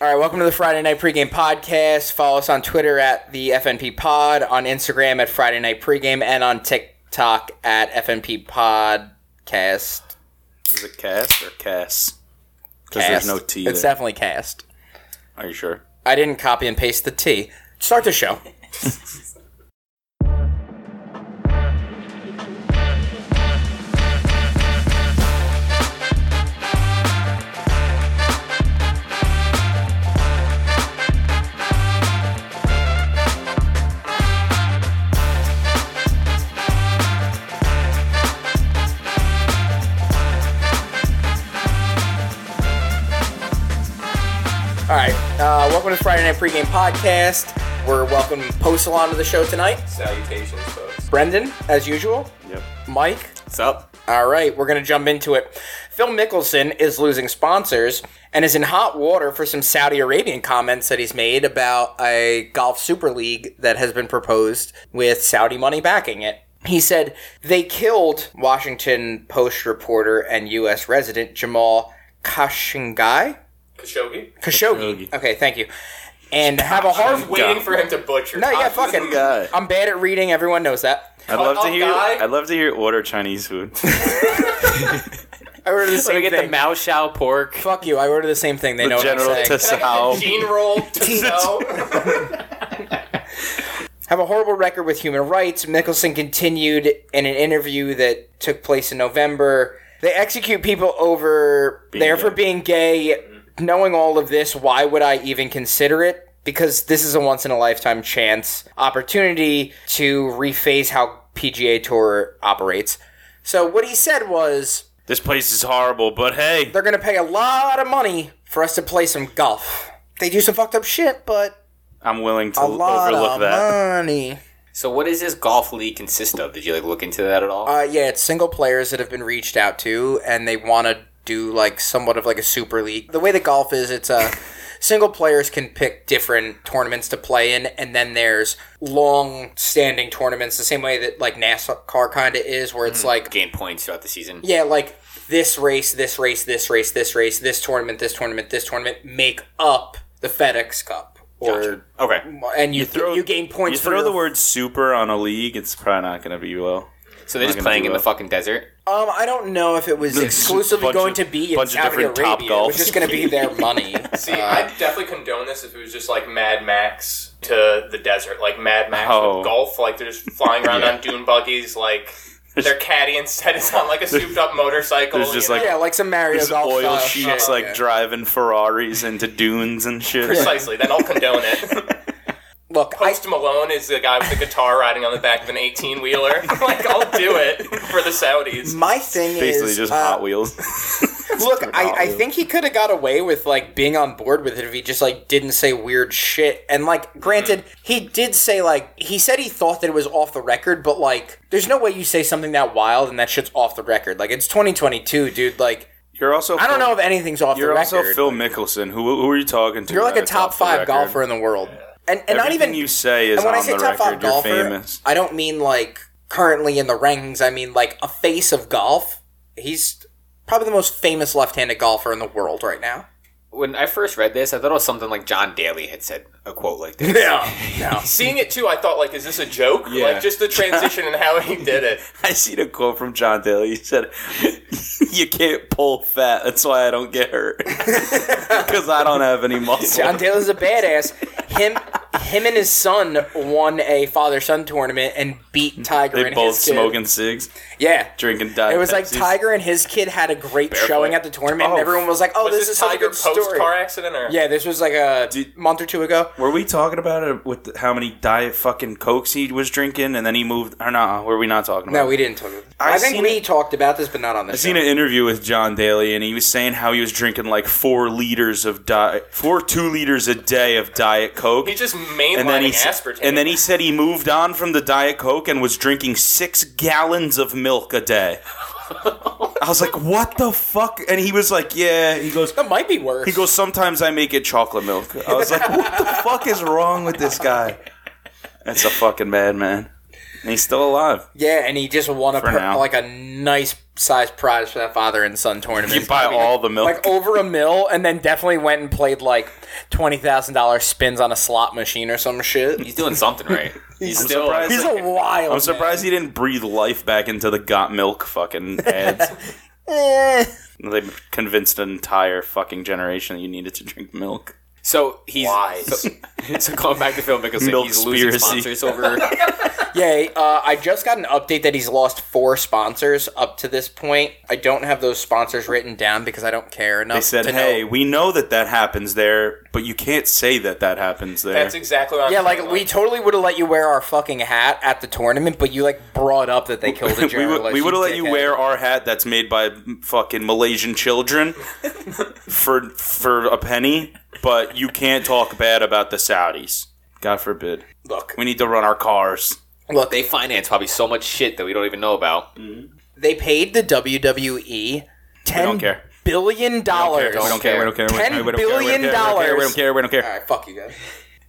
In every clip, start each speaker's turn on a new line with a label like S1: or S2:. S1: All right, welcome to the Friday Night Pregame Podcast. Follow us on Twitter at the FNP Pod, on Instagram at Friday Night Pregame, and on TikTok at FNP Podcast.
S2: Is it cast or Cass? Because there's
S1: Cast.
S2: no T
S1: It's
S2: there.
S1: definitely cast.
S2: Are you sure?
S1: I didn't copy and paste the T. Start the show. All right, uh, welcome to Friday Night Pregame Podcast. We're welcoming Postal onto the show tonight.
S3: Salutations, folks.
S1: Brendan, as usual.
S2: Yep.
S1: Mike,
S2: What's up?
S1: All right, we're going to jump into it. Phil Mickelson is losing sponsors and is in hot water for some Saudi Arabian comments that he's made about a golf super league that has been proposed with Saudi money backing it. He said they killed Washington Post reporter and U.S. resident Jamal Khashoggi.
S3: Khashoggi?
S1: Khashoggi.
S2: Khashoggi.
S1: Okay, thank you. And have a
S3: I
S1: hard.
S3: was waiting for him to butcher.
S1: No, yeah,
S3: Khashoggi.
S1: fuck it.
S2: guy.
S1: I'm bad at reading. Everyone knows that.
S2: I'd love to
S3: up,
S2: hear.
S3: guy.
S2: I'd love to hear you order Chinese food.
S1: I ordered the
S4: So we
S1: same
S4: get
S1: thing.
S4: the Mao Shao pork.
S1: fuck you. I ordered the same thing. They know
S2: the
S1: what I'm
S2: general
S1: saying.
S2: Tsao.
S3: Gene roll to know.
S1: have a horrible record with human rights. Mickelson continued in an interview that took place in November. They execute people over there for
S2: gay.
S1: being gay. Knowing all of this, why would I even consider it? Because this is a once in a lifetime chance opportunity to rephase how PGA Tour operates. So what he said was
S2: This place is horrible, but hey,
S1: they're going to pay a lot of money for us to play some golf. They do some fucked up shit, but
S2: I'm willing to
S1: a lot
S2: overlook
S1: of
S2: that.
S1: money.
S4: So what does this golf league consist of? Did you like look into that at all?
S1: Uh, yeah, it's single players that have been reached out to, and they want to do like somewhat of like a super league. The way that golf is, it's uh, single players can pick different tournaments to play in, and then there's long-standing tournaments, the same way that like NASCAR kind of is, where
S2: Hmm.
S1: it's like
S4: Gain points throughout the season.
S1: yeah, like this race, this race, this race, this race, this tournament, this tournament, this tournament make up the FedEx Cup, or
S4: Okay.
S1: and you, you gain points.
S2: You
S1: for
S2: throw
S1: your-
S2: the word "super" on a league, it's probably not going to be well.
S4: So they're
S2: Not
S4: just
S2: gonna
S4: playing
S2: do
S4: in the
S2: that.
S4: fucking desert.
S1: Um, I don't know if it was
S2: It's
S1: exclusively
S2: bunch
S1: going
S2: of-
S1: to be in
S2: bunch of
S1: Saudi
S2: different
S1: Arabia. It was
S2: Topgolfs.
S1: just going to be their money.
S3: See, I'd definitely condone this if it was just like Mad Max to the desert, like Mad Max
S2: Oh.
S3: with golf. Like they're just flying around
S2: Yeah.
S3: on dune buggies. Like their caddy instead is on like a souped up motorcycle.
S2: there's just
S3: you know?
S2: like-
S1: yeah, like some Mario
S2: There's
S1: golf
S2: oil
S1: style.
S2: sheets
S3: Oh,
S2: like
S1: yeah.
S2: driving Ferraris into dunes and shit.
S3: precisely. Then I'll condone it.
S1: Look, I,
S3: Post Malone is the guy with the guitar riding on the back of an eighteen wheeler. like I'll do it for the Saudis.
S1: my thing
S2: Basically,
S1: is
S2: just
S1: uh,
S2: Hot Wheels.
S1: Look, I,
S2: Hot
S1: I
S2: Wheels.
S1: think he could have got away with like being on board with it if he just like didn't say weird shit. And
S2: Hmm.
S1: like, granted, he did say like he said he thought that it was off the record, but like, there's no way you say something that wild and that shit's off the record. Like, it's 2022, dude. Like,
S2: You're also.
S1: I don't know if anything's off
S2: You're
S1: the
S2: also
S1: record.
S2: Phil Mickelson. Who, who are you talking to?
S1: You're like a
S2: that's
S1: top
S2: off the
S1: five
S2: record?
S1: golfer in the world, and and not
S2: Everything
S1: even
S2: you say is
S1: And when
S2: on
S1: I say
S2: the
S1: top five
S2: record. You're
S1: golfer,
S2: famous.
S1: I don't mean like currently in the rankings. I mean like a face of golf. He's probably the most famous left-handed golfer in the world right now.
S4: When I first read this, I thought it was something like John Daly had said a quote like this.
S1: Yeah, no.
S3: Seeing it too, I thought like, is this a joke?
S2: Yeah.
S3: Like just the transition and how he did it.
S2: I seen a quote from John Daly. He said, "You can't pull fat. That's why I don't get hurt because I don't have any muscle."
S1: John Taylor's a badass. Him, him, and his son won a father-son tournament and beat Tiger.
S2: they
S1: and
S2: both
S1: his kid.
S2: smoking cigs,
S1: Yeah.
S2: drinking diet.
S1: It was like
S2: Pepsis.
S1: Tiger and his kid had a great showing at the tournament, and
S2: Oh.
S1: everyone was like, "Oh,
S3: Was
S1: this,
S3: this,
S1: is such a
S3: Tiger
S1: good
S3: post
S1: story."
S3: car accident or?
S1: Yeah, this was like a
S2: Did-
S1: month or two ago.
S2: Were we talking about it with the- how many diet fucking cokes he was drinking, and then he moved? Or nah, were we not talking about?
S1: No,
S2: it?
S1: we didn't talk. About I,
S2: I
S1: think
S2: seen
S1: we talked about this, but not on this.
S2: I seen an interview with John Daly, and he was saying how he was drinking like four liters of diet, four two liters a day of diet coke.
S3: He just
S2: and then he
S3: mainlining
S2: s-
S3: aspartame.
S2: and then he said he moved on from the diet coke and was drinking six gallons of milk a day. I was like, "What the fuck?" And he was like, "Yeah." He goes,
S1: That might be worse.
S2: "He goes." Sometimes I make it chocolate milk. I was like, "What the fuck is wrong with this guy?" That's a fucking madman, and he's still alive.
S1: yeah, and he just won a per-
S2: now.
S1: like a nice size prize for that father and son tournament.
S2: You buy all the milk.
S1: like over a mill, and then definitely went and played like twenty thousand dollars spins on a slot machine or some shit.
S4: He's doing something right. He's still.
S2: surprised-
S1: He's a wild.
S2: I'm surprised he didn't breathe life back into the got milk fucking ads.
S1: Man. Eh.
S2: they convinced an entire fucking generation that you needed to drink milk.
S4: So he's
S3: Wise.
S4: So, so going back to Phil Mickelson, he's
S2: Milkspiracy.
S4: losing sponsors over.
S1: Yay! Uh, I just got an update that he's lost four sponsors up to this point. I don't have those sponsors written down because I don't care enough.
S2: They said,
S1: to know-
S2: "Hey, we know that that happens there, but you can't say that that happens there."
S3: That's exactly what I'm
S1: Yeah, like
S3: feeling
S1: we totally would have let you wear our fucking hat at the tournament, but you like brought up that they killed a
S2: we
S1: journalist.
S2: would, we would have let you
S1: dickhead.
S2: wear our hat that's made by m- fucking Malaysian children for for a penny, but you can't talk bad about the Saudis. God forbid.
S1: Look,
S2: We need to run our cars.
S1: look.
S4: they
S1: They
S4: finance probably so much shit that we don't even know about.
S1: they paid the WWE ten
S2: care.
S1: billion dollars.
S4: We don't care, we don't
S2: care.
S1: we don't care, we don't care, we don't $10 care, we don't care, we don't All
S2: care. We don't care.
S1: right, fuck you guys.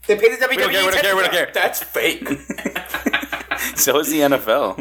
S1: They paid the E WWE.
S2: We don't care. We don't care. We don't care.
S3: That's fake.
S2: So is the NFL.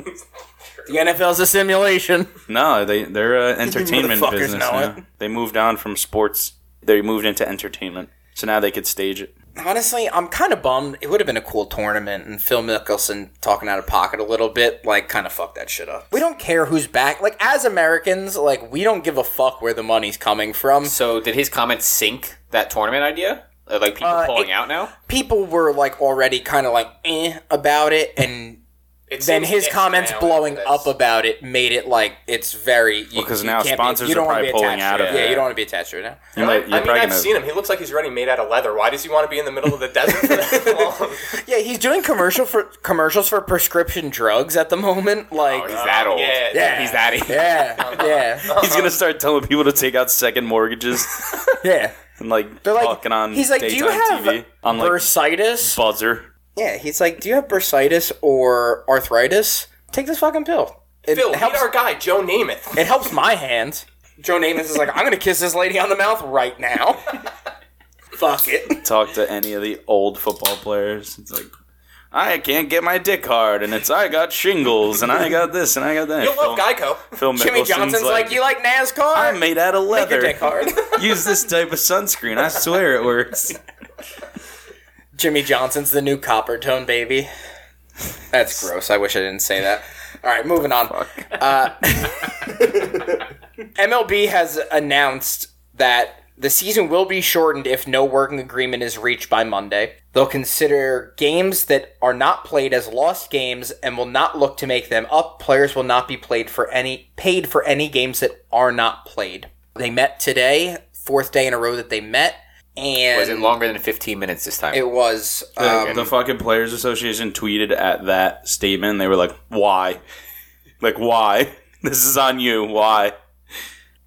S1: The NFL's a simulation.
S2: No, they they're uh, entertainment
S1: motherfuckers eh?
S2: business
S1: know
S2: now.
S1: it.
S2: They moved on from sports. They moved into entertainment. So now they could stage it.
S1: Honestly, I'm kind of bummed. It would have been a cool tournament, and Phil Mickelson talking out of pocket a little bit, like, kind of fucked that shit up. We don't care who's back. Like, as Americans, like, we don't give a fuck where the money's coming from.
S4: So did his comments sink that tournament idea? Are, like people
S1: Uh,
S4: pulling
S1: it-
S4: out now?
S1: People were, like, already kind of like, eh, about it, and
S3: It
S1: then
S3: seems
S1: his
S3: mixed
S1: comments
S3: now after
S1: blowing
S3: this.
S1: up about it made it, like, it's very.
S2: Because
S1: Because
S2: now sponsors are probably pulling out of
S1: Yeah,
S2: it.
S1: you don't want to be attached to it now.
S2: You might- you're
S3: I mean,
S2: probably
S3: I've
S2: gonna-
S3: seen him. He looks like he's already made out of leather. Why does he want to be in the middle of the desert for that long?
S1: Yeah, he's doing commercial for commercials for prescription drugs at the moment. Like,
S4: He's that old.
S3: Oh, yeah.
S1: yeah,
S4: He's that.
S1: Yeah, yeah,
S2: He's gonna start telling people to take out second mortgages
S1: yeah.
S2: and like
S1: They're like,
S2: talking on
S1: he's like, do
S2: daytime
S1: you have
S2: TV on like
S1: bursitis?
S2: buzzer.
S1: yeah, he's like, do you have bursitis or arthritis? Take this fucking pill. It
S3: Phil, meet
S1: helps.
S3: our guy, Joe Namath.
S1: it helps my hand. Joe Namath is like, I'm gonna kiss this lady on the mouth right now. Fuck it.
S2: Talk to any of the old football players. It's like. I can't get my dick hard, and it's I got shingles, and I got this, and I got that.
S3: You'll love Geico.
S2: Phil
S1: Jimmy
S2: Mickelson's
S1: Johnson's like, you like NASCAR?
S2: I'm made out of
S1: Take your
S2: leather.
S1: dick hard.
S2: Use this type of sunscreen. I swear it works.
S1: Jimmy Johnson's the new copper tone baby. That's gross. I wish I didn't say that. All right, moving on. Uh, MLB has announced that the season will be shortened if no working agreement is reached by Monday. They'll consider games that are not played as lost games and will not look to make them up. Players will not be played for any paid for any games that are not played. They met today, fourth day in a row that they met, and
S4: Was it longer than 15 minutes this time?
S1: it was um,
S2: Uh, the fucking Players Association tweeted at that statement. and They were like, "Why? Like why? This is on you. Why?"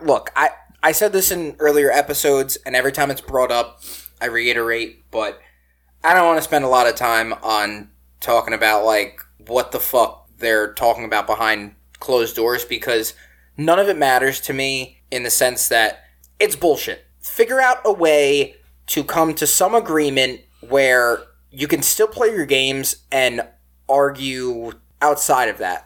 S1: look, I I said this in earlier episodes, and every time it's brought up, I reiterate, but I don't want to spend a lot of time on talking about like what the fuck they're talking about behind closed doors because none of it matters to me in the sense that it's bullshit. Figure out a way to come to some agreement where you can still play your games and argue outside of that.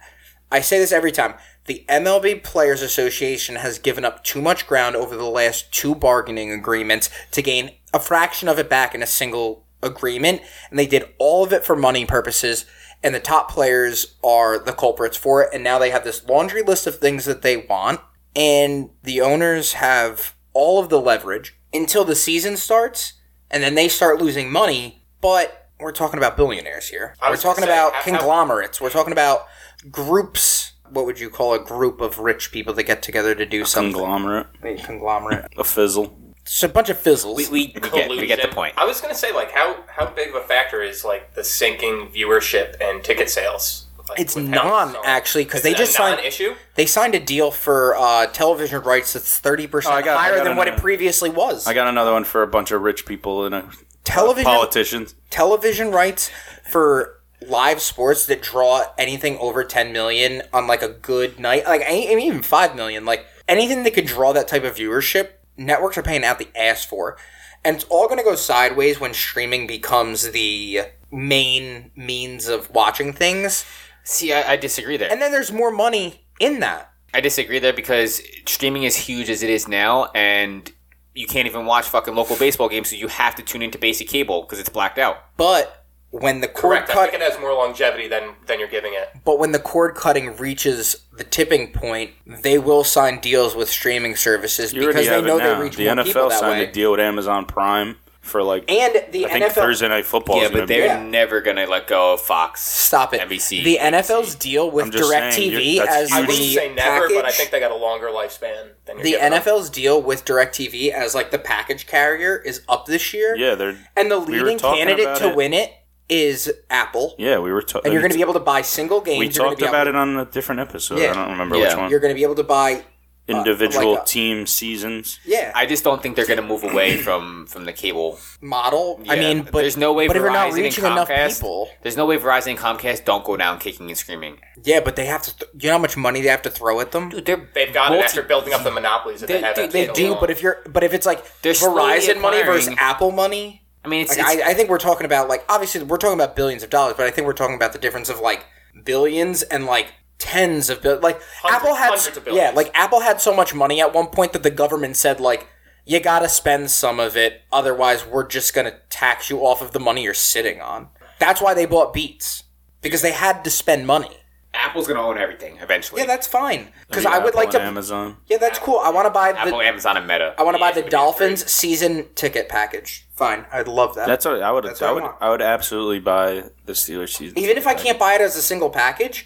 S1: I say this every time. The MLB Players Association has given up too much ground over the last two bargaining agreements to gain a fraction of it back in a single agreement, and they did all of it for money purposes, and the top players are the culprits for it, and now they have this laundry list of things that they want, and the owners have all of the leverage until the season starts, and then they start losing money, but we're talking about billionaires here. We're
S3: was gonna
S1: talking
S3: say,
S1: about
S3: how- how-
S1: conglomerates. We're talking about groups. What would you call a group of rich people that get together to do something?
S2: Conglomerate,
S1: A conglomerate.
S2: a fizzle.
S1: It's a bunch of fizzles.
S4: we, we, get, we get the
S3: Collusion.
S4: point.
S3: I was gonna say, like, how how big of a factor is like the sinking viewership and ticket sales? Like,
S1: it's
S3: with how
S1: non
S3: it's going?
S1: actually because they
S3: Is that
S1: just
S3: a
S1: signed.
S3: non-issue.
S1: They signed a deal for uh, television rights that's thirty
S2: Oh, I
S1: percent
S2: got- I
S1: higher
S2: got
S1: than what it
S2: another-
S1: previously was.
S2: I got another one for a bunch of rich people and a
S1: television
S2: politicians.
S1: television rights for live sports that draw anything over 10 million on like a good night like I I mean, even 5 million like anything that could draw that type of viewership networks are paying out the ass for and it's all going to go sideways when streaming becomes the main means of watching things
S4: See, I, I disagree there.
S1: and then there's more money in that
S4: I disagree there because streaming is huge as it is now, and you can't even watch fucking local baseball games, so you have to tune into basic cable because it's blacked out.
S1: But when the cord
S3: Correct. I
S1: cut,
S3: think it has more longevity than than you're giving it.
S1: but when the cord cutting reaches the tipping point, they will sign deals with streaming services
S2: You already
S1: because they
S2: have
S1: know
S2: it now.
S1: they reach
S2: the
S1: more people
S2: NFL
S1: that
S2: signed
S1: way.
S2: a deal with Amazon Prime for like
S1: And the
S2: I think
S1: NFL
S2: Thursday Night Football.
S4: yeah,
S2: is gonna
S4: but they're
S2: be-
S1: Yeah.
S4: never gonna let go of Fox.
S1: Stop it.
S4: NBC.
S1: The NFL's deal with
S2: I'm just saying,
S1: DirecTV
S2: you- that's
S1: as
S2: huge.
S3: I
S1: the
S3: wouldn't say never,
S1: package,
S3: but I think they got a longer lifespan than you're
S1: the
S3: giving them.
S1: NFL's deal with DirecTV as like the package carrier is up this year.
S2: yeah, they're
S1: And the
S2: we were
S1: leading
S2: talking
S1: candidate
S2: about
S1: to
S2: it.
S1: win it is Apple.
S2: Yeah, we were talking.
S1: And you're going to be able to buy single games.
S2: We
S1: you're gonna
S2: talked
S1: be
S2: about
S1: able,
S2: it on a different episode.
S1: Yeah.
S2: I don't remember
S4: Yeah.
S2: which one.
S1: You're going to be able to buy.
S2: Individual
S1: like uh, a-
S2: team seasons.
S1: Yeah,
S4: I just don't think they're gonna move away from from the cable.
S1: model. I
S4: Yeah,
S1: mean, but
S4: there's no way
S1: But if you're not
S4: Verizon and
S1: reaching enough
S4: Comcast-
S1: people,
S4: There's no way Verizon and Comcast don't go down kicking and screaming.
S1: yeah, but they have to. Th- you know how much money they have to throw at them.
S4: Dude, they're
S3: They've got
S4: multi-
S3: it after building up the monopolies that they,
S4: They-
S3: have.
S4: they-
S3: after
S1: they
S3: so
S1: do,
S3: long.
S1: but if you're, but if it's like
S4: They're slowly
S1: Verizon money versus
S4: acquiring-
S1: Apple money,
S4: I mean, it's,
S1: like,
S4: it's
S1: I, I think we're talking about like obviously we're talking about billions of dollars, but I think we're talking about the difference of like billions and like tens of billions. Like
S3: Hundreds-
S1: Apple had,
S3: hundreds of
S1: yeah,
S3: billions.
S1: like Apple had so much money at one point that the government said like you gotta spend some of it, otherwise we're just gonna tax you off of the money you're sitting on. That's why they bought Beats because they had to spend money.
S4: Apple's gonna own everything eventually.
S1: Yeah, that's fine because
S2: Maybe
S1: I would
S2: Apple
S1: like to.
S2: and Amazon.
S1: Yeah, that's cool. I want to buy the
S4: Apple, Amazon, and Meta.
S1: I want to buy
S4: Yeah,
S1: the
S4: it's gonna be great.
S1: Dolphins season ticket package. Fine, I'd love that.
S2: That's what I would.
S1: That's what
S2: I
S1: I
S2: would.
S1: want.
S2: I would absolutely buy the Steelers season.
S1: Even if I can't buy it as a single package,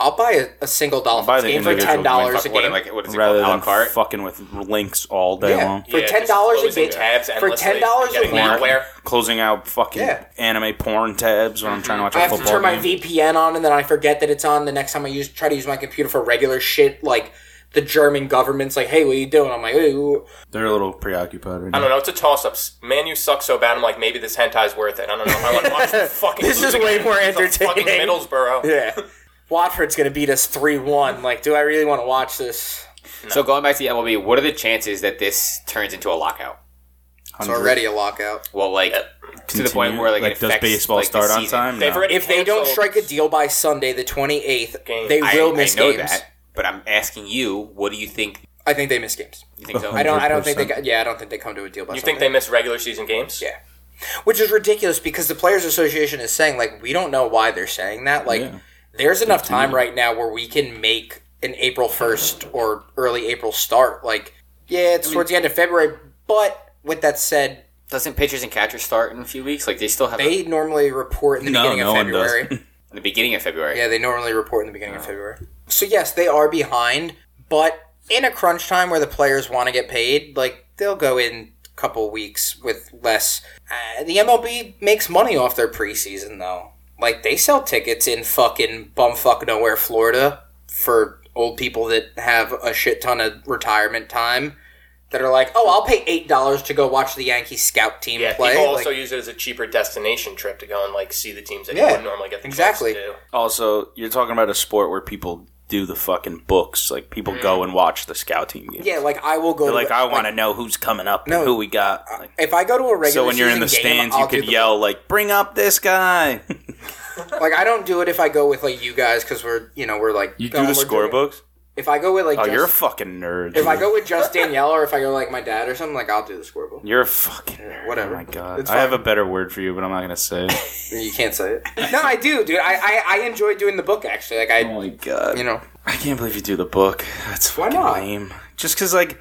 S1: I'll buy a, a single
S2: buy
S1: Dolphins
S2: the
S1: game for
S2: individual
S1: ten dollars a
S4: What,
S1: game.
S4: like, what is it
S2: rather
S4: called?
S2: than
S4: A la carte?
S2: fucking with links all day
S1: yeah,
S2: long,
S1: for
S3: Yeah, just
S1: ten dollars a
S3: closing
S1: game.
S3: tabs
S1: For
S3: endlessly
S1: ten dollars a
S3: and getting
S1: week,
S3: malware. Where?
S2: closing out fucking
S1: Yeah.
S2: anime porn tabs when I'm trying to watch
S1: I
S2: a
S1: have to
S2: football
S1: turn my
S2: game.
S1: VPN on, and then I forget that it's on. The next time I use try to use my computer for regular shit, like the German government's like, "Hey, what are you doing?" I'm like, "Ooh."
S2: They're a little preoccupied. Right
S3: I
S2: now.
S3: don't know. It's a toss up. Man, you suck so bad. I'm like, maybe this hentai's worth it. I don't know if I want to watch the fucking.
S1: This is
S3: losing
S1: way
S3: game.
S1: more
S3: It's a Fucking
S1: entertaining.
S3: Middlesbrough.
S1: Yeah, Watford's gonna beat us three one. Like, do I really want to watch this?
S4: So going back to the MLB, what are the chances that this turns into a lockout?
S1: It's
S2: Hundred.
S1: already a lockout.
S4: Well, like to the point
S2: Continue.
S4: where like, it
S2: does
S4: affects,
S2: baseball
S4: like, the
S2: start on
S4: season.
S2: time?
S3: They've
S2: No.
S3: already
S1: If they don't
S3: canceled-
S1: strike a deal by Sunday, the twenty eighth,
S3: Game.
S1: they
S4: I,
S1: will miss
S4: I know
S1: games.
S4: that, but I'm asking you, what do you think?
S1: I think they miss games.
S4: You think so?
S1: I don't. I don't think they. Got, yeah, I don't think they come to a deal. By
S3: You think they miss regular season games?
S1: Yeah. Which is ridiculous because the players' association is saying like we don't know why they're saying that. Like,
S2: Yeah.
S1: there's enough time right now where we can make an April first or early April start. Like, yeah, it's towards the end of February. But with that said,
S4: Doesn't pitchers and catchers start in a few weeks? Like they still have a-
S1: they normally report in the
S2: No,
S1: beginning
S2: no
S1: of
S2: one does.
S1: February.
S4: in the beginning of February.
S1: Yeah, they normally report in the
S2: Oh.
S1: beginning of February. So yes, they are behind, but in a crunch time where the players want to get paid, like they'll go in a couple weeks with less. Uh, the MLB makes money off their preseason though. Like they sell tickets in fucking bumfuck nowhere, Florida, for old people that have a shit ton of retirement time. That are like, oh, I'll pay eight dollars to go watch the Yankee scout team
S3: Yeah,
S1: play.
S3: people also
S1: Like,
S3: use it as a cheaper destination trip to go and like see the teams that
S1: Yeah,
S3: you wouldn't normally get the chance
S1: exactly.
S3: to do.
S2: Also, you're talking about a sport where people do the fucking books. Like people go and watch the scout team games.
S1: Mm. yeah, like I will go.
S2: They're like
S1: to,
S2: I want to know who's coming up
S1: No.
S2: and who we got. Like,
S1: If I go to a regular,
S2: so when you're in the
S1: season game,
S2: stands,
S1: I'll
S2: you
S1: do
S2: could
S1: the-
S2: yell like, "Bring up this guy."
S1: Like I don't do it if I go with like you guys because we're you know we're like
S2: You
S1: oh,
S2: do the
S1: we're doing-
S2: scorebooks?
S1: If I go with like
S2: Oh,
S1: just,
S2: you're a fucking nerd.
S1: if I go with just Danielle or if I go like my dad or something like I'll do the scorebook.
S2: You're a fucking nerd.
S1: whatever.
S2: Oh my god.
S1: It's
S2: I have a better word for you, but I'm not gonna say it.
S1: You can't say it. no, I do, dude. I, I I enjoy doing the book actually. Like I
S2: oh my god.
S1: you know
S2: I can't believe you do the book. That's
S1: Why
S2: fucking
S1: not?
S2: lame. Just because, like,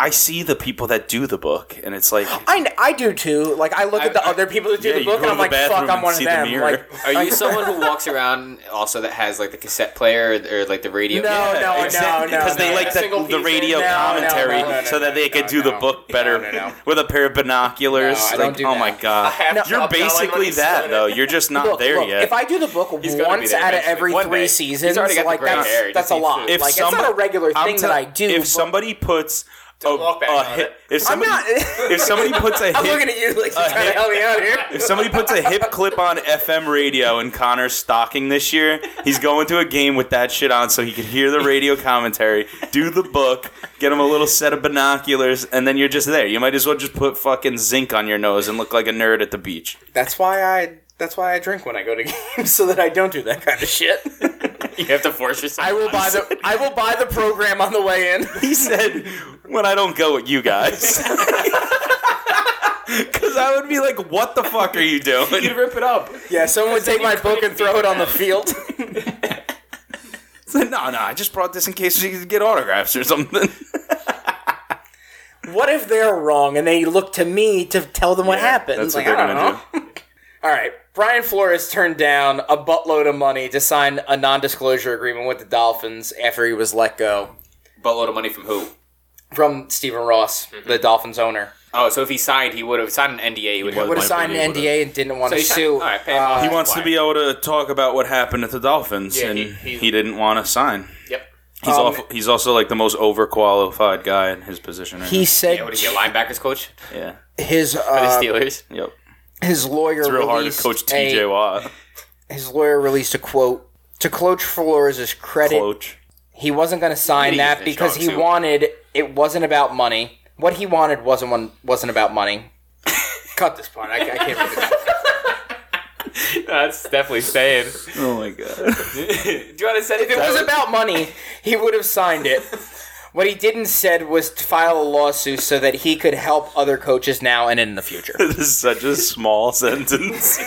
S2: I see the people that do the book, and it's like,
S1: I, I do too. Like I look at the other people that do
S2: yeah,
S1: the
S2: you
S1: book and
S2: go
S1: I'm
S2: to
S1: like
S2: the bathroom
S1: fuck I'm
S2: and
S1: one of
S2: see the
S1: them.
S2: mirror.
S1: like
S4: Are you someone who walks around also that has like the cassette player or, or, like the radio?
S1: No,
S2: Yeah,
S1: Oh, no, no,
S2: exactly,
S1: no,
S2: because
S1: no,
S2: they
S1: no.
S2: like
S3: A single
S2: the, the
S3: piece
S2: radio
S3: in- No, no,
S2: commentary,
S1: no, no, no,
S2: so that they
S1: no,
S2: could
S1: no,
S2: do the
S1: no.
S2: book better
S1: No, no, no.
S2: with a pair of binoculars.
S1: No, I
S2: like,
S1: don't do
S2: oh
S1: that.
S2: my god,
S3: have to
S2: you're
S3: upsell him when
S2: basically
S3: he's
S2: that
S3: done it.
S2: though. You're just not
S1: Look,
S2: there
S1: look,
S2: yet.
S1: if I do the book
S4: gonna be
S1: once
S4: there
S1: out of
S4: eventually.
S1: every
S4: One
S1: three
S4: day.
S1: seasons,
S4: He's already got the
S1: like
S4: gray
S1: that's,
S4: hair. He
S1: that's a
S4: needs
S1: lot.
S4: to-
S2: If
S1: like it's
S2: somebody-
S1: not a regular
S2: I'm
S1: thing
S2: tell-
S1: that I do.
S2: If
S1: but-
S2: somebody puts a,
S3: Don't walk back
S2: a
S3: on
S2: hit-
S3: it.
S2: if
S1: I'm
S2: somebody,
S1: not.
S2: if somebody puts a
S1: I'm
S2: hit
S1: looking at you like you're trying
S2: hit-
S1: to help me out here.
S2: If somebody puts a hip clip on FM radio in Connor's stocking this year, he's going to a game with that shit on so he can hear the radio commentary, do the book, get him a little set of binoculars, and then you're just there. You might as well just put fucking zinc on your nose and look like a nerd at the beach.
S1: That's why I. That's why I drink when I go to games, so that I don't do that kind of shit.
S4: you have to force yourself.
S1: I will buy the I will buy the program on the way in.
S2: He said, "When I don't go with you guys." Because I would be like, "What the fuck are you doing?"
S3: You rip it up.
S1: Yeah, someone would take my book and throw it on the field.
S2: It's like, no, no, I just brought this in case you could get autographs or something.
S1: What if they're wrong and they look to me to tell them what happened?
S2: That's
S1: Like,
S2: what
S1: I
S2: they're
S1: don't
S2: gonna
S1: know. All right. Brian Flores turned down a buttload of money to sign a non-disclosure agreement with the Dolphins after he was let go
S4: buttload of money from who?
S1: from Stephen Ross, the Dolphins owner.
S4: Oh, so if he signed, he would have signed an NDA. He would
S2: was.
S4: have.
S1: Would have
S2: Might
S1: signed
S2: believe
S1: an
S2: it.
S1: NDA and didn't want
S4: So
S1: to
S4: he signed-
S1: sue.
S4: all right, pay him off.
S2: do. He
S4: Uh,
S2: wants to be able to talk about what happened at the Dolphins,
S3: Yeah,
S2: and
S3: he-
S2: he,
S3: he-
S2: didn't want to sign.
S3: Yep.
S2: He's
S1: Um,
S2: awful, He's also like the most overqualified guy in his position. Right
S1: he said
S4: Yeah, what is he a linebackers coach
S2: now. yeah,
S1: his
S4: for the
S2: Um,
S1: uh,
S4: Steelers?
S2: yep.
S1: his lawyer
S2: It's real hard to
S1: released
S2: coach
S1: a-
S2: T.J. Watt,
S1: his lawyer released a quote to Cloach Flores' credit.
S2: coach.
S1: He wasn't going to sign
S4: He's
S1: that
S4: been
S1: because
S4: strong,
S1: he
S4: too.
S1: wanted it wasn't about money. What he wanted wasn't one, wasn't about money. Cut this part. I, I can't. read this.
S4: That's definitely saying.
S2: Oh my god.
S4: Do you want to say
S1: If it was about money, he would have signed it. What he didn't said was to file a lawsuit so that he could help other coaches now and in the future.
S2: this is such a small sentence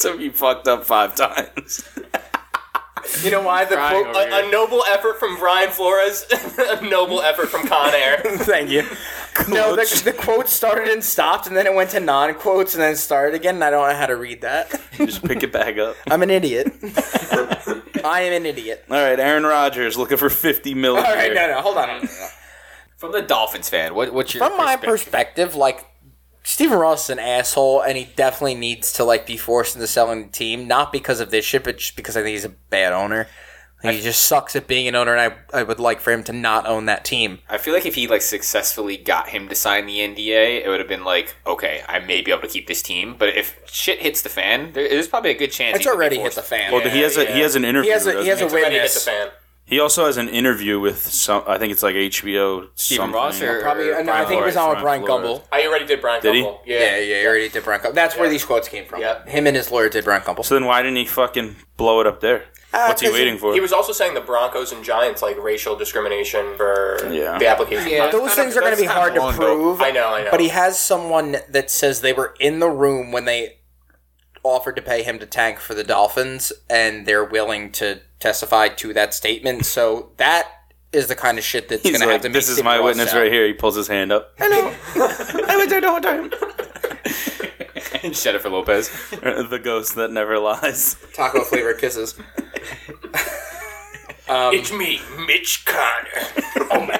S2: to be fucked up five times.
S1: You know why the
S4: Crying
S1: quote?
S4: over
S3: A, a noble effort from Brian Flores. a noble effort from Con Air.
S1: Thank you. No, the, the quote started and stopped, and then it went to non quotes, and then started again. And I don't know how to read that.
S2: Just pick it back up.
S1: I'm an idiot. I am an idiot.
S2: All right, Aaron Rodgers looking for fifty million.
S1: All right, no, no, hold on.
S4: From the Dolphins fan, what, what's your
S1: From my
S4: perspective?
S1: perspective, like Steven Ross is an asshole, and he definitely needs to like be forced into selling the team, not because of this shit, but just because I think he's a bad owner. He just sucks at being an owner, and I, I would like for him to not own that team.
S4: I feel like if he like successfully got him to sign the NDA, it would have been like, okay, I may be able to keep this team. But if shit hits the fan, there, there's probably a good chance.
S1: It's
S4: he could be
S1: already hit
S4: forced.
S1: the fan.
S2: Well, he has a
S3: yeah.
S2: he has an interview.
S1: he has a
S2: doesn't
S1: he has a
S3: Ready to hit the
S1: witness.
S3: fan.
S2: He also has an interview with some. I think it's like HBO.
S4: Stephen
S2: something.
S4: Ross or
S1: Probably,
S4: or
S1: no, I
S4: Brian
S1: think it was
S4: Flores?
S1: on with Brian
S2: Brian
S1: Gumble.
S2: Flores.
S3: I already did Brian
S2: Did he?
S3: Gumble.
S1: Yeah,
S3: Yeah.
S1: yeah, he already did Brian Gumble. That's where these quotes came from.
S3: Yep.
S1: Him and his lawyer did Brian Gumble.
S2: So then why didn't he fucking blow it up there? What's he
S1: Uh, 'cause
S2: waiting for?
S3: He was also saying the Broncos and Giants like racial discrimination for
S2: Yeah.
S3: the application.
S4: Yeah.
S3: process.
S1: Those things are going to be
S4: that's
S1: hard
S4: not
S1: to
S4: long, though.
S1: prove.
S3: I know, I know.
S1: But he has someone that says they were in the room when they offered to pay him to tank for the Dolphins, and they're willing to testify to that statement. So that is the kind of shit that's going
S2: He's
S1: to have
S2: like,
S1: to make
S2: this is
S1: Steve
S2: my
S1: Ross
S2: witness
S1: out.
S2: right here. He pulls his hand up.
S4: Jennifer Lopez.
S2: the ghost that never lies.
S1: Taco flavor kisses.
S3: It's me, Mitch Connor.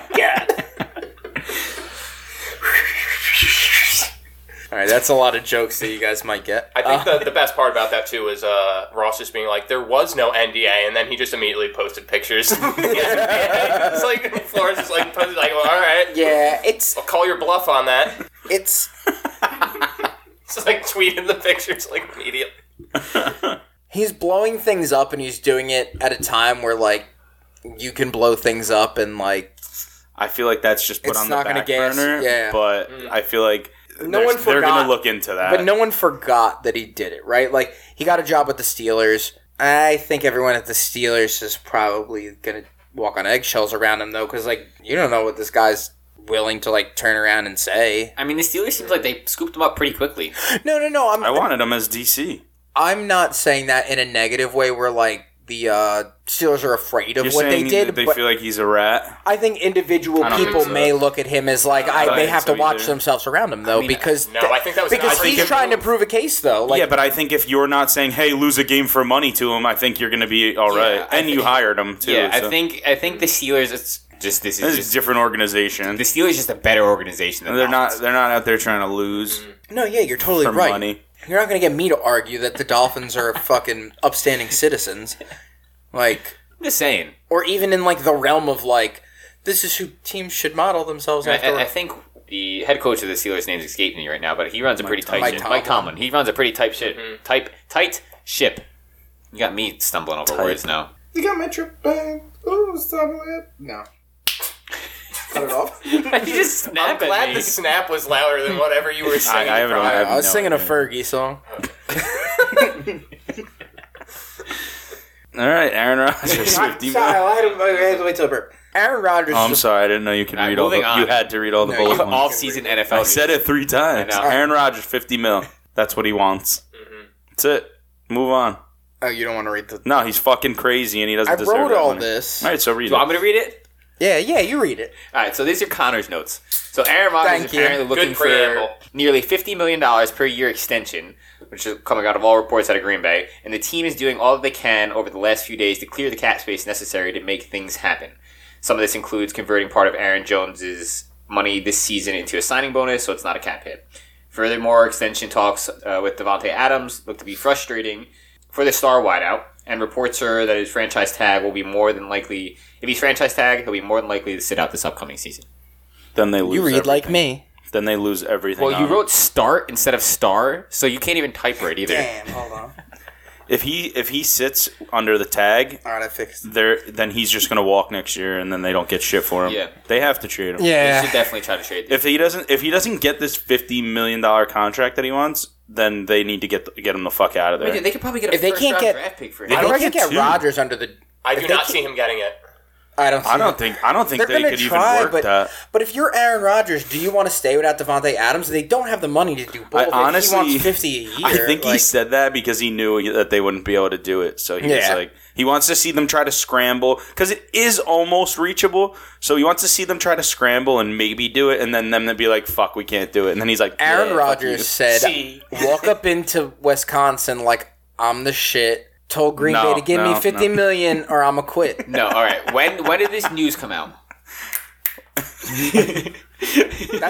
S1: All right, that's a lot of jokes that you guys might get. Uh,
S3: I think the, the best part about that too is uh, Ross just being like, there was no NDA, and then he just immediately posted pictures. it's like Flores is like posted like, well, all right,
S1: yeah, it's
S3: I'll call your bluff on that.
S1: it's
S3: Just like tweeting the pictures like immediately.
S1: he's blowing things up and he's doing it at a time where like you can blow things up and like
S2: I feel like that's just put
S1: It's
S2: on the
S1: not gonna
S2: back
S1: gas,
S2: burner.
S1: yeah.
S2: But I feel like
S1: No
S2: there's-
S1: one
S2: they're
S1: forgot,
S2: gonna look into that.
S1: but no one forgot that he did it, right? Like he got a job with the Steelers. I think everyone at the Steelers is probably gonna walk on eggshells around him though, because like you don't know what this guy's willing to like turn around and say.
S4: I mean, the Steelers seems like they scooped him up pretty quickly.
S1: No, no, no. I'm
S2: I wanted him as DC.
S1: I'm not saying that in a negative way. Where like the uh, Steelers are afraid of
S2: You're
S1: what they
S2: saying
S1: did.
S2: that they
S1: but
S2: feel like he's a rat.
S1: I think individual
S2: I don't
S1: people
S2: think so.
S1: may look at him as like I,
S2: don't
S1: they
S2: think
S1: have
S2: so
S1: to watch
S2: either.
S1: themselves around him though because
S3: No, I think that was an
S1: because
S3: opportunity
S1: he's trying to prove a case though. Like
S2: yeah, but I think if you're not saying, "Hey, lose a game for money" to him, I think you're gonna be all right.
S4: I
S2: and you
S4: think-
S2: hired him too.
S4: yeah,
S2: so.
S4: I think I think the Steelers. It's just this
S2: this
S4: is
S2: is a
S4: just,
S2: different organization.
S4: the Steelers is just a better organization than
S2: They're not.
S4: Dolphins.
S2: They're not out there trying to lose
S1: no, yeah, you're totally
S2: for
S1: right.
S2: money.
S1: You're not going to get me to argue that the Dolphins are fucking upstanding citizens, like,
S4: I'm just saying.
S1: or even in like the realm of like, this is who teams should model themselves
S4: I,
S1: after.
S4: I- I think the head coach of the Steelers' name's escaping me right now, but he runs a pretty tight
S1: Tomlin.
S4: ship.
S1: Mike
S4: Mike Tomlin. Mm-hmm. He runs a pretty tight ship. Type tight ship. You got me stumbling over words now.
S1: you got my trip Oh, bang. Ooh, stop it. No. Cut it off.
S4: you just snap
S3: I'm glad the snap was louder than whatever you were
S2: I,
S3: saying.
S2: I haven't. I,
S1: I,
S2: have
S1: was
S2: no
S1: singing
S2: idea.
S1: a Fergie song.
S2: All right, Aaron Rodgers, fifty million.
S1: I had to- I had to wait till I burp. Aaron Rodgers.
S2: Oh, I'm
S1: just-
S2: sorry, I didn't know you could
S4: All right,
S2: read all the.
S4: moving on.
S2: You had to read all the
S1: No,
S2: bullet
S1: you-
S2: points.
S4: Off season NFL.
S2: I said it three times.
S4: I know. Mm-hmm.
S2: Aaron Rodgers, fifty mil. That's what he wants. That's it. Move on.
S1: Oh, you don't want to read the.
S2: No, he's fucking crazy, and he doesn't
S1: I
S2: deserve
S1: wrote
S2: that
S1: all
S2: money.
S1: this.
S2: All right, so read
S4: So I'm
S2: it.
S4: going to read it.
S1: Yeah, yeah, you read it.
S4: All right, so these are Connor's notes. So Aaron Rodgers is
S1: Thank you.
S4: apparently looking
S3: Good preamble.
S4: for nearly $50 million per year extension, which is coming out of all reports out of Green Bay, and the team is doing all that they can over the last few days to clear the cap space necessary to make things happen. Some of this includes converting part of Aaron Jones's money this season into a signing bonus, so it's not a cap hit. Furthermore, extension talks uh, with Devontae Adams look to be frustrating for the star wideout, and reports are that his franchise tag will be more than likely. If he's franchise tag, he'll be more than likely to sit out this upcoming season.
S2: Then they lose.
S1: You read
S2: everything.
S1: like me.
S2: Then they lose everything.
S4: Well, you
S2: on him.
S4: wrote start instead of star, so you can't even type right either.
S1: Damn, hold on.
S2: if he if he sits under the tag,
S1: All right, I fixed. it.
S2: there then he's just gonna walk next year, and then they don't get shit for him.
S4: Yeah.
S2: they have to trade him.
S4: You
S1: Yeah.
S4: should definitely try to trade.
S2: Eh. if he doesn't if he doesn't get this fifty million dollar contract that he wants, then they need to get get him the fuck out of there.
S4: Dude, they could probably get a
S1: If they
S4: first
S1: can't
S4: round
S1: get-
S4: draft pick for
S1: I
S4: him.
S1: don't
S2: They
S1: think
S2: get
S1: get
S2: two.
S1: Rodgers under the.
S3: I
S1: if
S3: do
S1: they
S3: not
S1: keep-
S3: see him getting it.
S1: I don't. See
S2: I
S1: that.
S2: don't think I don't think
S1: They're
S2: they
S1: gonna
S2: could
S1: try,
S2: even work
S1: but
S2: that.
S1: but if you're Aaron Rodgers, do you want to stay without Devontae Adams? They don't have the money to do both. If
S2: honestly-
S1: he wants fifty a year.
S2: I think he
S1: like,
S2: said that because he knew that they wouldn't be able to do it. So he was
S1: Yeah.
S2: like, he wants to see them try to scramble because it is almost reachable. So he wants to see them try to scramble and maybe do it, and then them to be like, "Fuck, we can't do it." And then he's like,
S1: Aaron
S2: "Yeah, fuck you."
S1: Rodgers said,
S3: See.
S1: "Walk up into Wisconsin like I'm the shit." Told Green Bay
S2: No,
S1: to give
S2: no,
S1: me fifty
S2: no.
S1: million or I'm a quit.
S4: No, all right. When when did this news come out?
S1: That's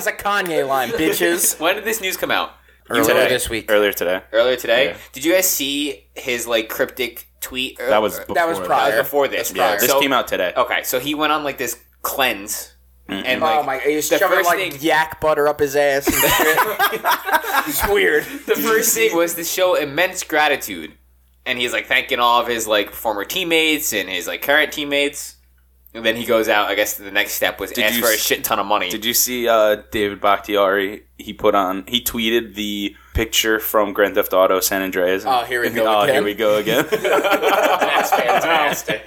S1: a Kanye line, bitches.
S4: When did this news come out?
S1: Earlier
S2: Today.
S1: this week.
S2: Earlier today.
S4: Earlier today.
S2: Yeah.
S4: Did you guys see his like cryptic tweet?
S2: That was
S4: Or- uh,
S2: before
S1: That was
S2: that.
S1: prior.
S4: That was before this.
S2: Yeah,
S4: prior.
S2: this
S4: So-
S2: came out today.
S4: Okay, so he went on like this cleanse, and like
S1: Oh my! He was
S4: the
S1: shoving
S4: first
S1: like
S4: thing-
S1: yak butter up his ass. And shit. it's weird.
S4: the first thing was to show immense gratitude, and he's like thanking all of his like former teammates and his like current teammates, and then he goes out. I guess the next step was ask
S2: you
S4: for a
S2: s-
S4: shit ton of money.
S2: Did you see uh, David Bakhtiari? He put on, he tweeted the picture from Grand Theft Auto San Andreas.
S1: Oh, here we go
S2: Oh,
S1: again.
S2: here we go again.
S3: That's fantastic.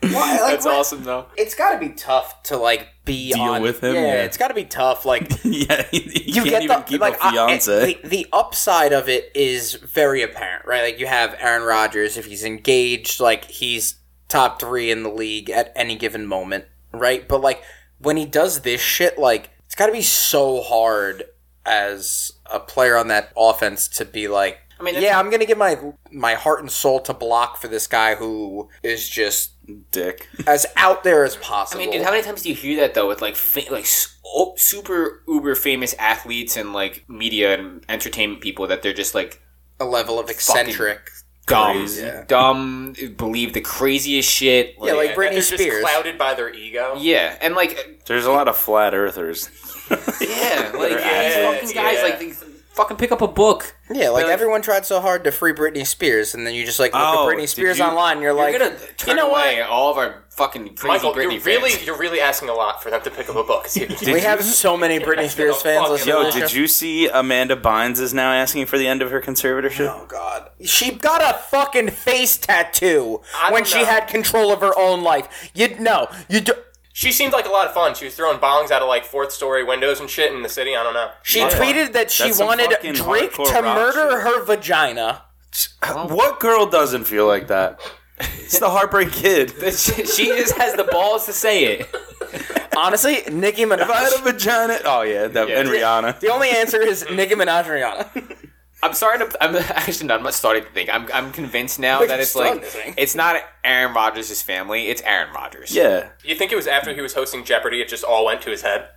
S1: Why, like,
S4: That's
S1: what-
S4: awesome though.
S1: It's got to be tough to like be
S2: Deal
S1: on
S2: with him,
S1: Yeah,
S2: yeah.
S1: it's got to be tough. Like
S2: yeah, you,
S1: you get
S2: can't even
S1: the
S2: keep
S1: like
S2: a fiance.
S1: I, the, the upside of it is very apparent, right? Like you have Aaron Rodgers if he's engaged, like he's top 3 in the league at any given moment, right? But like when he does this shit like it's got to be so hard as a player on that offense to be like I
S4: mean,
S1: mean,
S4: that's-
S1: yeah, I'm gonna give my my heart and soul to block for this guy who is just
S2: Dick.
S1: as out there as possible.
S4: I mean, dude, how many times do you hear that though? With like fa- like s- o- super uber famous athletes and like media and entertainment people that they're just like
S1: a level of eccentric.
S4: dumb,
S2: Crazy.
S1: Yeah.
S4: dumb, believe the craziest shit.
S1: Yeah, like
S3: They're
S1: Britney
S3: just
S1: Spears.
S3: clouded by their ego.
S4: yeah, and like
S2: There's a lot of flat earthers.
S4: yeah, like
S3: Yeah,
S4: these fucking guys
S3: yeah.
S4: like they fucking pick up a book.
S1: Yeah, like
S4: But, like-
S1: everyone tried so hard to free Britney Spears, and then you just like look
S2: Oh,
S1: at Britney
S2: did
S1: Spears
S2: you-
S1: online, and you're,
S4: You're
S1: like,
S4: gonna turn
S1: you know
S4: away
S1: what?
S4: all of our fucking crazy
S3: Michael,
S4: Britney
S3: you're really
S4: fans.
S3: you're really asking a lot for them to pick up a book.
S1: We
S2: you-
S1: have so many Britney Spears fans
S3: fuck
S1: listening.
S2: Yo,
S1: to this
S2: did
S1: show.
S2: you see Amanda Bynes is now asking for the end of her conservatorship?
S1: Oh God, she got a fucking face tattoo
S3: I don't
S1: when she
S3: know.
S1: had control of her own life. You know, you do.
S3: she seemed like a lot of fun. She was throwing bongs out of like fourth story windows and shit in the city. I don't know.
S1: She
S3: I don't know.
S1: tweeted that she
S2: That's some
S1: wanted
S2: fucking
S1: Drake
S2: hardcore
S1: to
S2: rock
S1: murder
S2: shit.
S1: her vagina.
S2: What girl doesn't feel like that? It's the Heartbreak Kid. If
S4: she, she just has the balls to say it.
S1: Honestly, Nicki
S2: I had a
S1: Minaj.
S2: vagina. Oh yeah, that, and Rihanna.
S1: The only answer is Nicki Minaj and Rihanna.
S4: I'm starting to. I'm actually not. I'm not starting to think. I'm. I'm convinced now
S1: But
S4: that
S1: you're
S4: it's like
S1: starting to think.
S4: it's not Aaron Rodgers' family. It's Aaron Rodgers.
S2: Yeah,
S3: You think it was after he was hosting Jeopardy? It just all went to his head.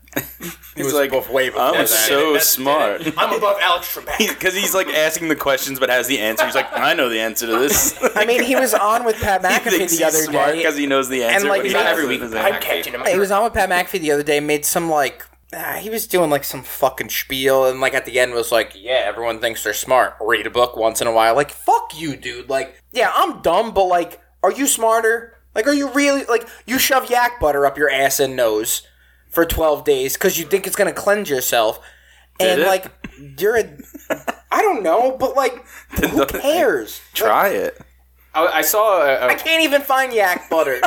S1: It was like way before
S2: I'm
S1: that.
S2: so
S3: That's-
S2: smart.
S3: I'm above Alex Trebek.
S2: Because he's like asking the questions, but has the answer. He's like, I know the answer to this.
S1: I mean, he was on with Pat
S2: He
S1: McAfee
S2: thinks
S1: the other
S2: he's smart
S1: day,
S2: because he knows the answer.
S1: like,
S2: but he
S1: he's on
S2: doesn't.
S4: every week.
S2: Doesn't-
S3: I'm catching him.
S1: He was on with Pat McAfee the other day, made some like ah, he was doing like some fucking spiel, and like at the end was like, "Yeah, everyone thinks they're smart. Read a book once in a while." Like, fuck you, dude. Like, yeah, I'm dumb, but like, are you smarter? Like, are you really like you shove yak butter up your ass and nose for twelve days because you think it's gonna cleanse yourself, and
S2: it?
S1: like you're a I don't know, but like who cares?
S2: Try it.
S4: I, I saw. uh, A,
S1: I
S4: a,
S1: can't even find yak butter.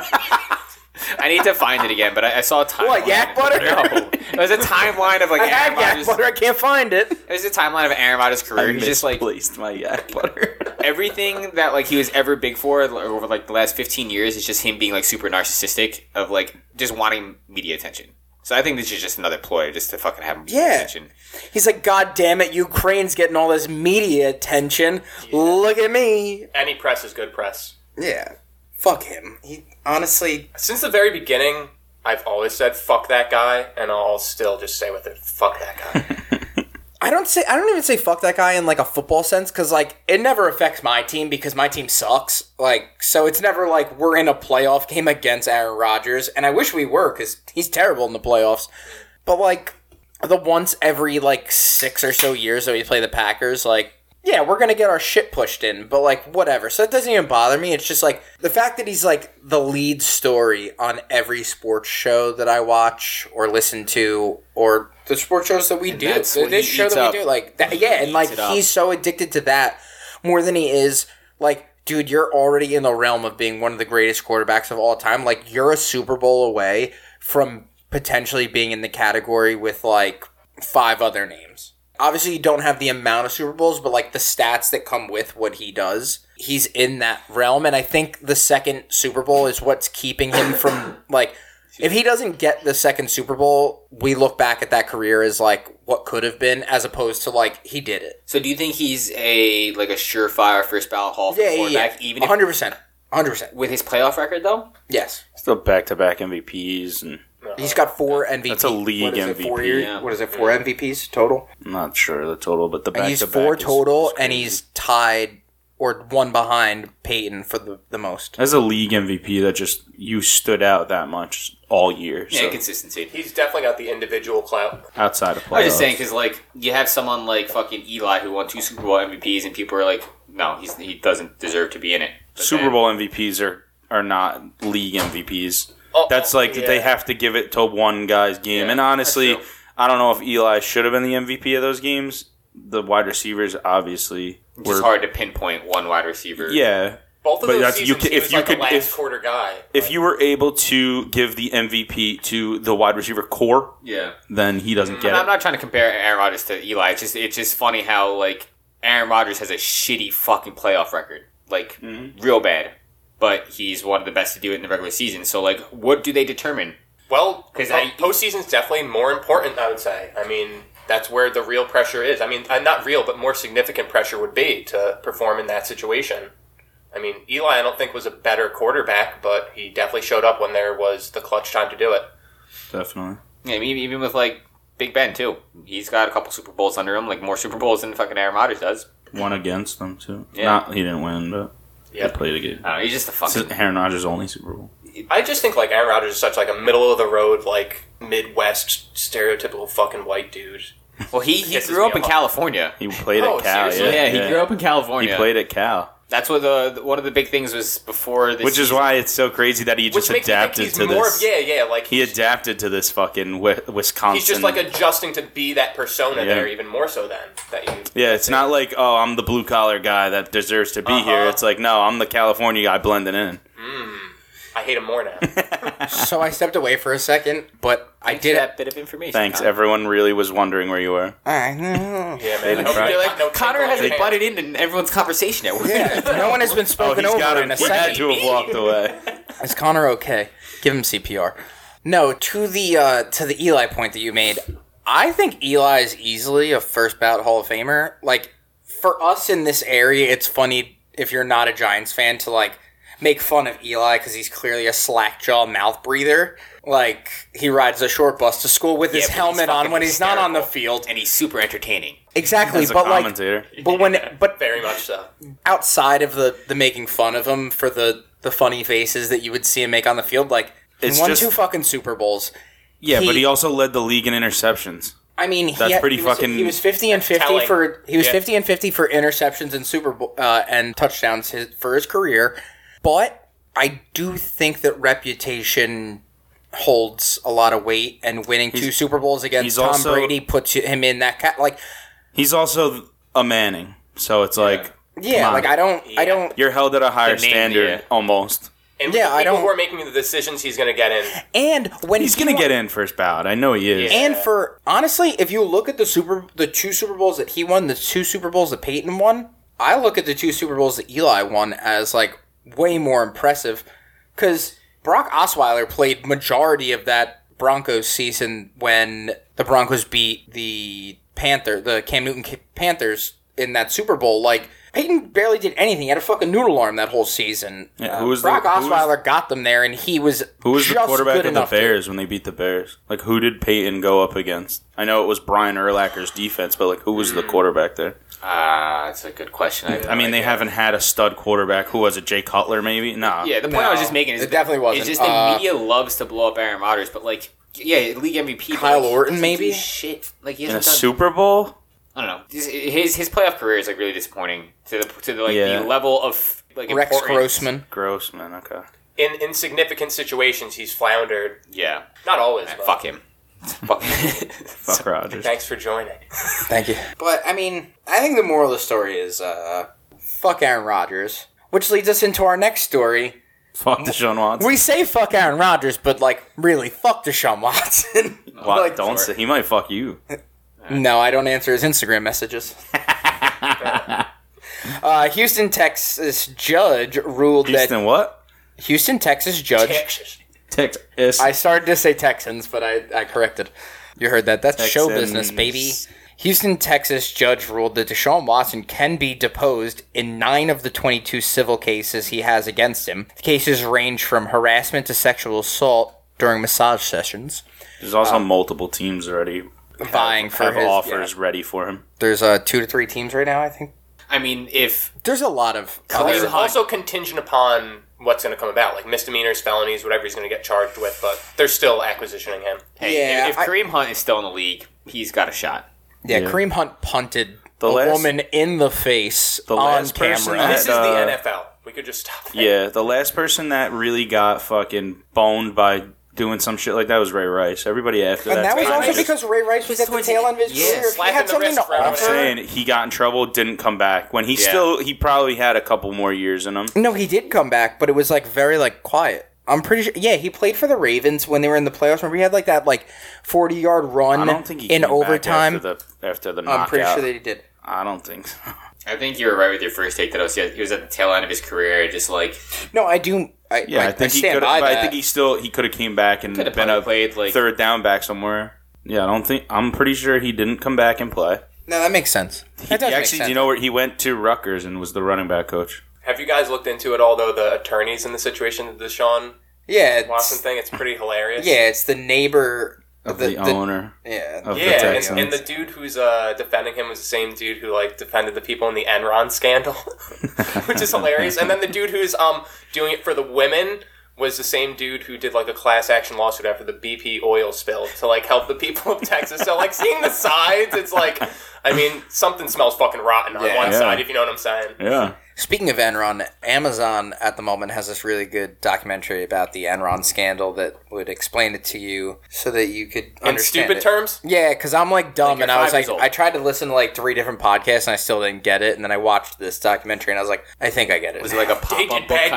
S4: I need to find it again, but I, I saw a timeline.
S1: What, yak butter?
S4: No, it was a timeline of like
S1: I
S4: Aaron
S1: have yak
S4: Rodgers.
S1: butter. I can't find it.
S4: It was a timeline of Aaron Rodgers' career.
S2: I
S4: He's just like
S2: misplaced my yak butter.
S4: everything that like he was ever big for like, over like the last 15 years is just him being like super narcissistic of like just wanting media attention so i think this is just another ploy just to fucking have him
S1: Yeah.
S4: attention
S1: He's like, God damn it, Ukraine's getting all this media attention. Look at me.
S3: Any press is good press.
S1: Yeah. Fuck him. He honestly
S3: Since the very beginning, I've always said "fuck that guy," and I'll still just say with it, "fuck that guy."
S1: I don't say I don't even say fuck that guy in like a football sense cuz like it never affects my team because my team sucks. Like so it's never like we're in a playoff game against Aaron Rodgers and I wish we were cuz he's terrible in the playoffs. But like the once every like 6 or so years that we play the Packers like yeah, we're gonna get our shit pushed in, but like whatever. So it doesn't even bother me. It's just like the fact that he's like the lead story on every sports show that I watch or listen to or the sports shows that we do.
S4: that's
S1: th-
S4: what
S1: This
S4: he
S1: show
S4: eats
S1: that
S4: up.
S1: we do, like that, yeah, and like
S4: it up.
S1: he's so addicted to that more than he is like. Dude, you're already in the realm of being one of the greatest quarterbacks of all time. Like, you're a Super Bowl away from potentially being in the category with like five other names. Obviously, you don't have the amount of Super Bowls, but like the stats that come with what he does, he's in that realm. And I think the second Super Bowl is what's keeping him from like. If he doesn't get the second Super Bowl, we look back at that career as like what could have been, as opposed to like he did it.
S4: so do you think he's a like a surefire first ballot hall for
S1: Yeah, yeah,
S4: quarterback
S1: yeah.
S4: even
S1: One
S4: if,
S1: hundred percent, one hundred percent.
S4: with his playoff record though
S1: Yes,
S2: Still back to back MVPs, and
S1: Uh, he's got four MVPs.
S2: That's a league
S1: what is It, four
S2: MVP.
S1: year-
S4: Yeah.
S1: What is it? Four MVPs total.
S2: I'm not sure the total, but the
S1: And
S2: back
S1: he's
S2: to back
S1: four total, and he's tied or one behind Peyton for the, the most.
S2: as a league MVP that just you stood out that much all year.
S4: yeah
S2: So
S4: consistency
S3: He's definitely got the individual clout.
S2: outside of playoffs,
S4: i was just saying because like you have someone like fucking eli who won two super bowl mvps and people are like no he's, he doesn't deserve to be in it But
S2: Super
S4: then-
S2: Bowl MVPs are are not league MVPs.
S3: Oh,
S2: that's like
S3: yeah.
S2: they have to give it to one guy's game.
S4: Yeah,
S2: and honestly,
S4: that's true.
S2: I don't know if Eli should have been the MVP of those games. The wide receivers obviously
S4: it's
S2: were
S4: just hard to pinpoint one wide receiver
S2: yeah.
S3: Both of
S2: But
S3: those
S2: that's-
S3: seasons,
S2: you ca-
S3: he
S2: if
S3: was
S2: you
S3: like
S2: could-
S3: a last
S2: if-
S3: quarter guy.
S2: If you were able to give the MVP to the wide receiver core,
S4: yeah
S2: then he doesn't get
S4: And I'm
S2: it.
S4: not trying to compare Aaron Rodgers to Eli. It's just it's just funny how like Aaron Rodgers has a shitty fucking playoff record, like
S2: Mm-hmm.
S4: real bad. But he's one of the best to do it in the regular season. So like, what do they determine?
S3: Well,
S4: 'Cause
S3: because
S4: I-
S3: postseason's definitely more important. I would say. I mean, that's where the real pressure is. I mean, uh, not real, but more significant pressure would be to perform in that situation. I mean, Eli, I don't think was a better quarterback, but he definitely showed up when there was the clutch time to do it.
S2: Definitely.
S4: Yeah, I mean, even with like Big Ben too, he's got a couple Super Bowls under him, like more Super Bowls than fucking Aaron Rodgers does.
S2: One against them too.
S4: Yeah.
S2: Not he didn't win, but
S3: Yep.
S2: they played a game.
S4: I don't know. He's just a
S2: This is
S4: fucking.
S2: Aaron Rodgers' only Super Bowl.
S3: I just think like Aaron Rodgers is such like a middle of the road like Midwest stereotypical fucking white dude.
S4: Well, he he
S3: Pisses
S4: grew up
S3: me
S4: in
S3: off.
S4: California.
S2: He played
S3: Oh,
S2: at Cal.
S3: seriously?
S2: Yeah,
S4: Yeah, he grew up in
S2: He
S4: California.
S2: played at Cal,
S4: That's what the, the- one of the big things was before this.
S2: which is why it's so crazy that he just
S3: Which makes me think
S2: adapted
S3: he's
S2: to
S3: more
S2: this.
S3: of yeah, yeah, like
S2: He
S3: he's,
S2: adapted to this fucking Wi- Wisconsin.
S3: he's just like adjusting to be that persona
S2: Yeah.
S3: there even more so than that you
S2: Yeah, it's not like oh, I'm the blue collar guy that deserves to be
S3: Uh-huh.
S2: here. It's like no, I'm the California guy blending in.
S3: I hate him more now.
S1: so I stepped away for a second, but I
S4: did
S1: did it.
S4: that bit of information.
S2: Thanks,
S4: Connor.
S2: everyone. Really was wondering where you were.
S1: I know.
S3: Yeah, man.
S2: Right.
S4: You're
S3: Like,
S4: like, Connor hasn't butted into everyone's conversation at work.
S1: Yeah, no one has been
S2: Oh,
S1: spoken
S2: he's
S1: over
S2: got
S1: in
S2: him.
S1: a
S2: He had
S1: second.
S2: to have walked away.
S1: Is Connor okay? Give him CPR. No, to the uh, to the Eli point that you made, I think Eli is easily a first bout Hall of Famer. Like for us in this area, it's funny if you're not a Giants fan to like make fun of Eli because he's clearly a slack jaw mouth breather. Like he rides a short bus to school with his
S4: but he's
S1: helmet on
S4: fucking
S1: when he's not on the
S4: hysterical.
S1: field.
S4: and he's super entertaining.
S1: Exactly,
S2: As a
S1: but like,
S2: commentator,
S1: but when but
S3: Very much so.
S1: outside of the the making fun of him for the the funny faces that you would see him make on the field, like he
S2: It's
S1: won
S2: just-
S1: two fucking Super Bowls.
S2: yeah, but
S1: he-
S2: he also led the league in interceptions.
S1: I mean,
S2: That's
S1: he had-
S2: pretty
S1: he was-
S2: fucking
S1: he was fifty and fifty
S3: telling.
S1: for he was
S3: Yeah.
S1: fifty and fifty for interceptions and Super Bowl uh, and touchdowns his, for his career, but I do think that reputation holds a lot of weight, and winning two Super Bowls
S2: he's
S1: against Tom
S2: also-
S1: Brady puts you- him in that cat like
S2: He's also a Manning, so it's like
S1: Yeah,
S4: on.
S1: like I don't, I
S3: Yeah.
S1: don't.
S2: You're held at a higher
S4: The name,
S2: standard
S4: yeah.
S2: almost.
S3: And
S1: Yeah,
S3: the people
S1: I don't-
S3: who are making the decisions, he's going to get in.
S1: And when
S2: He's gonna get in first ballot. I know he is.
S3: Yeah.
S1: And for honestly, if you look at the super, the two Super Bowls that he won, the two Super Bowls that Peyton won, I look at the two Super Bowls that Eli won as like way more impressive because Brock Osweiler played majority of that Broncos season when the Broncos beat the Panther, the Cam Newton K- Panthers in that Super Bowl. Like Peyton barely did anything; he had a fucking noodle arm that whole season.
S2: Yeah,
S1: Uh,
S2: who was the-
S1: Brock
S2: who was-
S1: Osweiler got them there, and he was
S2: Who was the
S1: just
S2: quarterback
S1: good
S2: of the
S1: enough to-
S2: Bears when they beat the Bears? Like, who did Peyton go up against? I know it was Brian Urlacher's defense, but like, who was
S1: Mm.
S2: the quarterback there?
S4: Ah,
S1: Uh,
S4: that's a good question.
S2: I mean, they haven't had a stud quarterback. Who was it? Jay Cutler, maybe? Nah.
S4: Yeah, the point I was just making is
S1: uh, it definitely wasn't.
S4: It's just the
S1: Uh,
S4: media loves to blow up Aaron Rodgers, but like, yeah, league MVP. but,
S1: Kyle
S4: like, he
S1: Orton,
S4: doesn't
S1: maybe?
S4: do shit. Like he
S2: In a
S4: hasn't done.
S2: Super Bowl?
S4: I don't know. His, his his playoff career is like really disappointing to the to the, like
S2: Yeah.
S4: the level of like
S1: Rex
S4: importance.
S1: Grossman.
S2: Gross, man. Okay.
S3: In insignificant situations, he's floundered.
S4: Yeah,
S3: Not always. but-
S4: fuck him. Fuck him.
S2: Fuck Rogers.
S3: Thanks for joining.
S1: Thank you. But I mean, I think the moral of the story is uh, fuck Aaron Rodgers, which leads us into our next story.
S2: Fuck Deshaun Watson.
S1: We say fuck Aaron Rodgers, but like really fuck Deshaun Watson.
S2: Wa-
S1: Like,
S2: don't say he might fuck you.
S1: No, I don't answer his Instagram messages. uh, Houston, Texas judge ruled
S2: Houston, what?
S1: that Houston, Texas judge.
S3: Texas.
S2: Texas.
S1: I started to say Texans, but I, I corrected. You heard that. That's show
S2: Texans.
S1: business, baby. Houston, Texas judge ruled that Deshaun Watson can be deposed in nine of the 22 civil cases he has against him. The cases range from harassment to sexual assault during massage sessions.
S2: There's also multiple teams already uh,
S1: Vying for
S2: have
S1: his,
S2: offers
S1: yeah.
S2: ready for him.
S1: There's uh, two to three teams right now, I think.
S4: I mean, if
S1: There's a lot of.
S3: He's
S1: other-
S3: also contingent upon what's going to come about, like misdemeanors, felonies, whatever he's going to get charged with. But they're still acquisitioning him.
S4: hey,
S1: Yeah,
S4: if, if
S1: I-
S4: Kareem Hunt is still in the league, he's got a shot.
S1: yeah,
S2: Yeah.
S1: Kareem Hunt punted
S2: The
S1: a
S2: last-
S1: woman in the face on
S2: last person
S1: camera.
S2: that-
S3: This is
S2: Uh,
S3: the NFL. We could just stop. there.
S2: Yeah, the last person that really got fucking boned by doing some shit like that was Ray Rice. Everybody after
S1: And
S2: that,
S1: that was
S2: kinda
S1: also
S2: just-
S1: because Ray Rice was at the
S4: towards
S1: tail
S4: the-
S1: end of his
S4: yeah,
S1: career. If he
S3: slapping
S1: had
S3: the
S1: something
S3: wrist
S1: to
S3: for another
S1: offer.
S2: I'm saying he got in trouble, didn't come back. When he
S4: Yeah.
S2: still, he probably had a couple more years in him.
S1: No, he did come back, but it was like very like quiet. I'm pretty sure. Yeah, he played for the Ravens when they were in the playoffs. Remember, he had like that like 40 yard run
S2: I don't think he
S1: in
S2: came back
S1: overtime.
S2: after the after the knockout.
S1: I'm pretty sure that he did.
S2: I don't think. So.
S4: I think you were right with your first take that I was, he was at the tail end of his career, just like
S1: No, I do. I,
S2: Yeah, I,
S1: I,
S2: think he
S1: stand
S2: could.
S1: by
S2: have I
S1: that.
S2: think he still he could have came back and
S4: Could've
S2: been a
S4: played, like-
S2: third down back somewhere. Yeah, I don't think. I'm pretty sure he didn't come back and play.
S1: no, that makes sense. That
S2: He
S1: does make
S2: actually,
S1: sense.
S2: do you know where he went to Rutgers and was the running back coach?
S3: Have you guys looked into it? Although the attorneys in the situation, the Deshaun
S1: yeah,
S3: Watson
S1: it's,
S3: thing, it's pretty hilarious.
S1: yeah, it's the neighbor
S2: Of the, owner.
S1: Yeah,
S2: of the
S3: Yeah,
S2: Texans.
S3: and, and the dude who's uh, defending him was the same dude who like defended the people in the Enron scandal, which is hilarious. And then the dude who's um doing it for the women was the same dude who did like a class action lawsuit after the BP oil spill to like help the people of Texas. So like seeing the sides, it's like, I mean, something smells fucking rotten on
S1: Yeah.
S3: one
S2: Yeah.
S3: side, if you know what I'm saying.
S2: yeah.
S1: Speaking of Enron, Amazon at the moment has this really good documentary about the Enron scandal that would explain it to you so that you could
S3: In
S1: understand
S3: stupid
S1: it.
S3: terms,
S1: Yeah, because I'm like dumb,
S4: you're
S1: and I was
S4: five
S1: like,
S4: years old.
S1: I tried to listen to like three different podcasts, and I still didn't get it. And then I watched this documentary, and I was like, I think I get it.
S4: was it like a
S3: take it
S4: pop up
S3: back,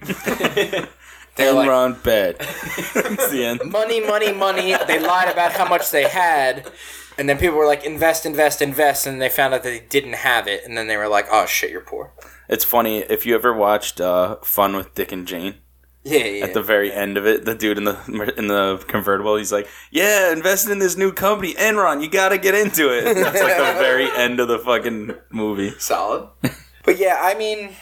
S4: book
S3: ding.
S4: kind
S1: They're like
S2: Enron bed. It's the end.
S1: money, money, money. they lied about how much they had, and then people were like, invest, invest, invest, and they found out that they didn't have it, and then they were like, oh shit, you're poor.
S2: It's funny if you ever watched uh, Fun with Dick and Jane.
S1: Yeah, yeah.
S2: At the very end of it, the dude in the in the convertible, he's like, "Yeah, invest in this new company, Enron. You gotta get into it." That's like the very end of the fucking movie.
S1: solid. but yeah, I mean,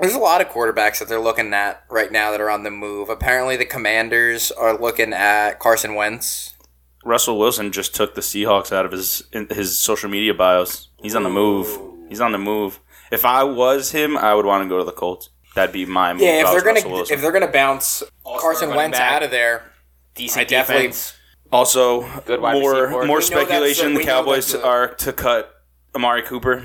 S1: there's a lot of quarterbacks that they're looking at right now that are on the move. Apparently, the Commanders are looking at Carson Wentz.
S2: Russell Wilson just took the Seahawks out of his in his social media bios. He's on the move. He's on the move. If I was him, I would want to go to the Colts. That'd be my move.
S1: Yeah, if
S2: I was
S1: they're
S2: Russell
S1: gonna
S2: Wilson.
S1: if they're gonna bounce
S4: All-star
S1: Carson
S4: running
S1: Wentz
S4: back.
S1: out of there,
S4: Decent
S1: definitely-
S4: defense.
S2: also
S4: Good wide receiver.
S2: more more
S4: We
S1: know that's
S2: speculation.
S1: the-
S2: The
S1: we know
S2: Cowboys
S1: that's the-
S2: are to cut Amari Cooper.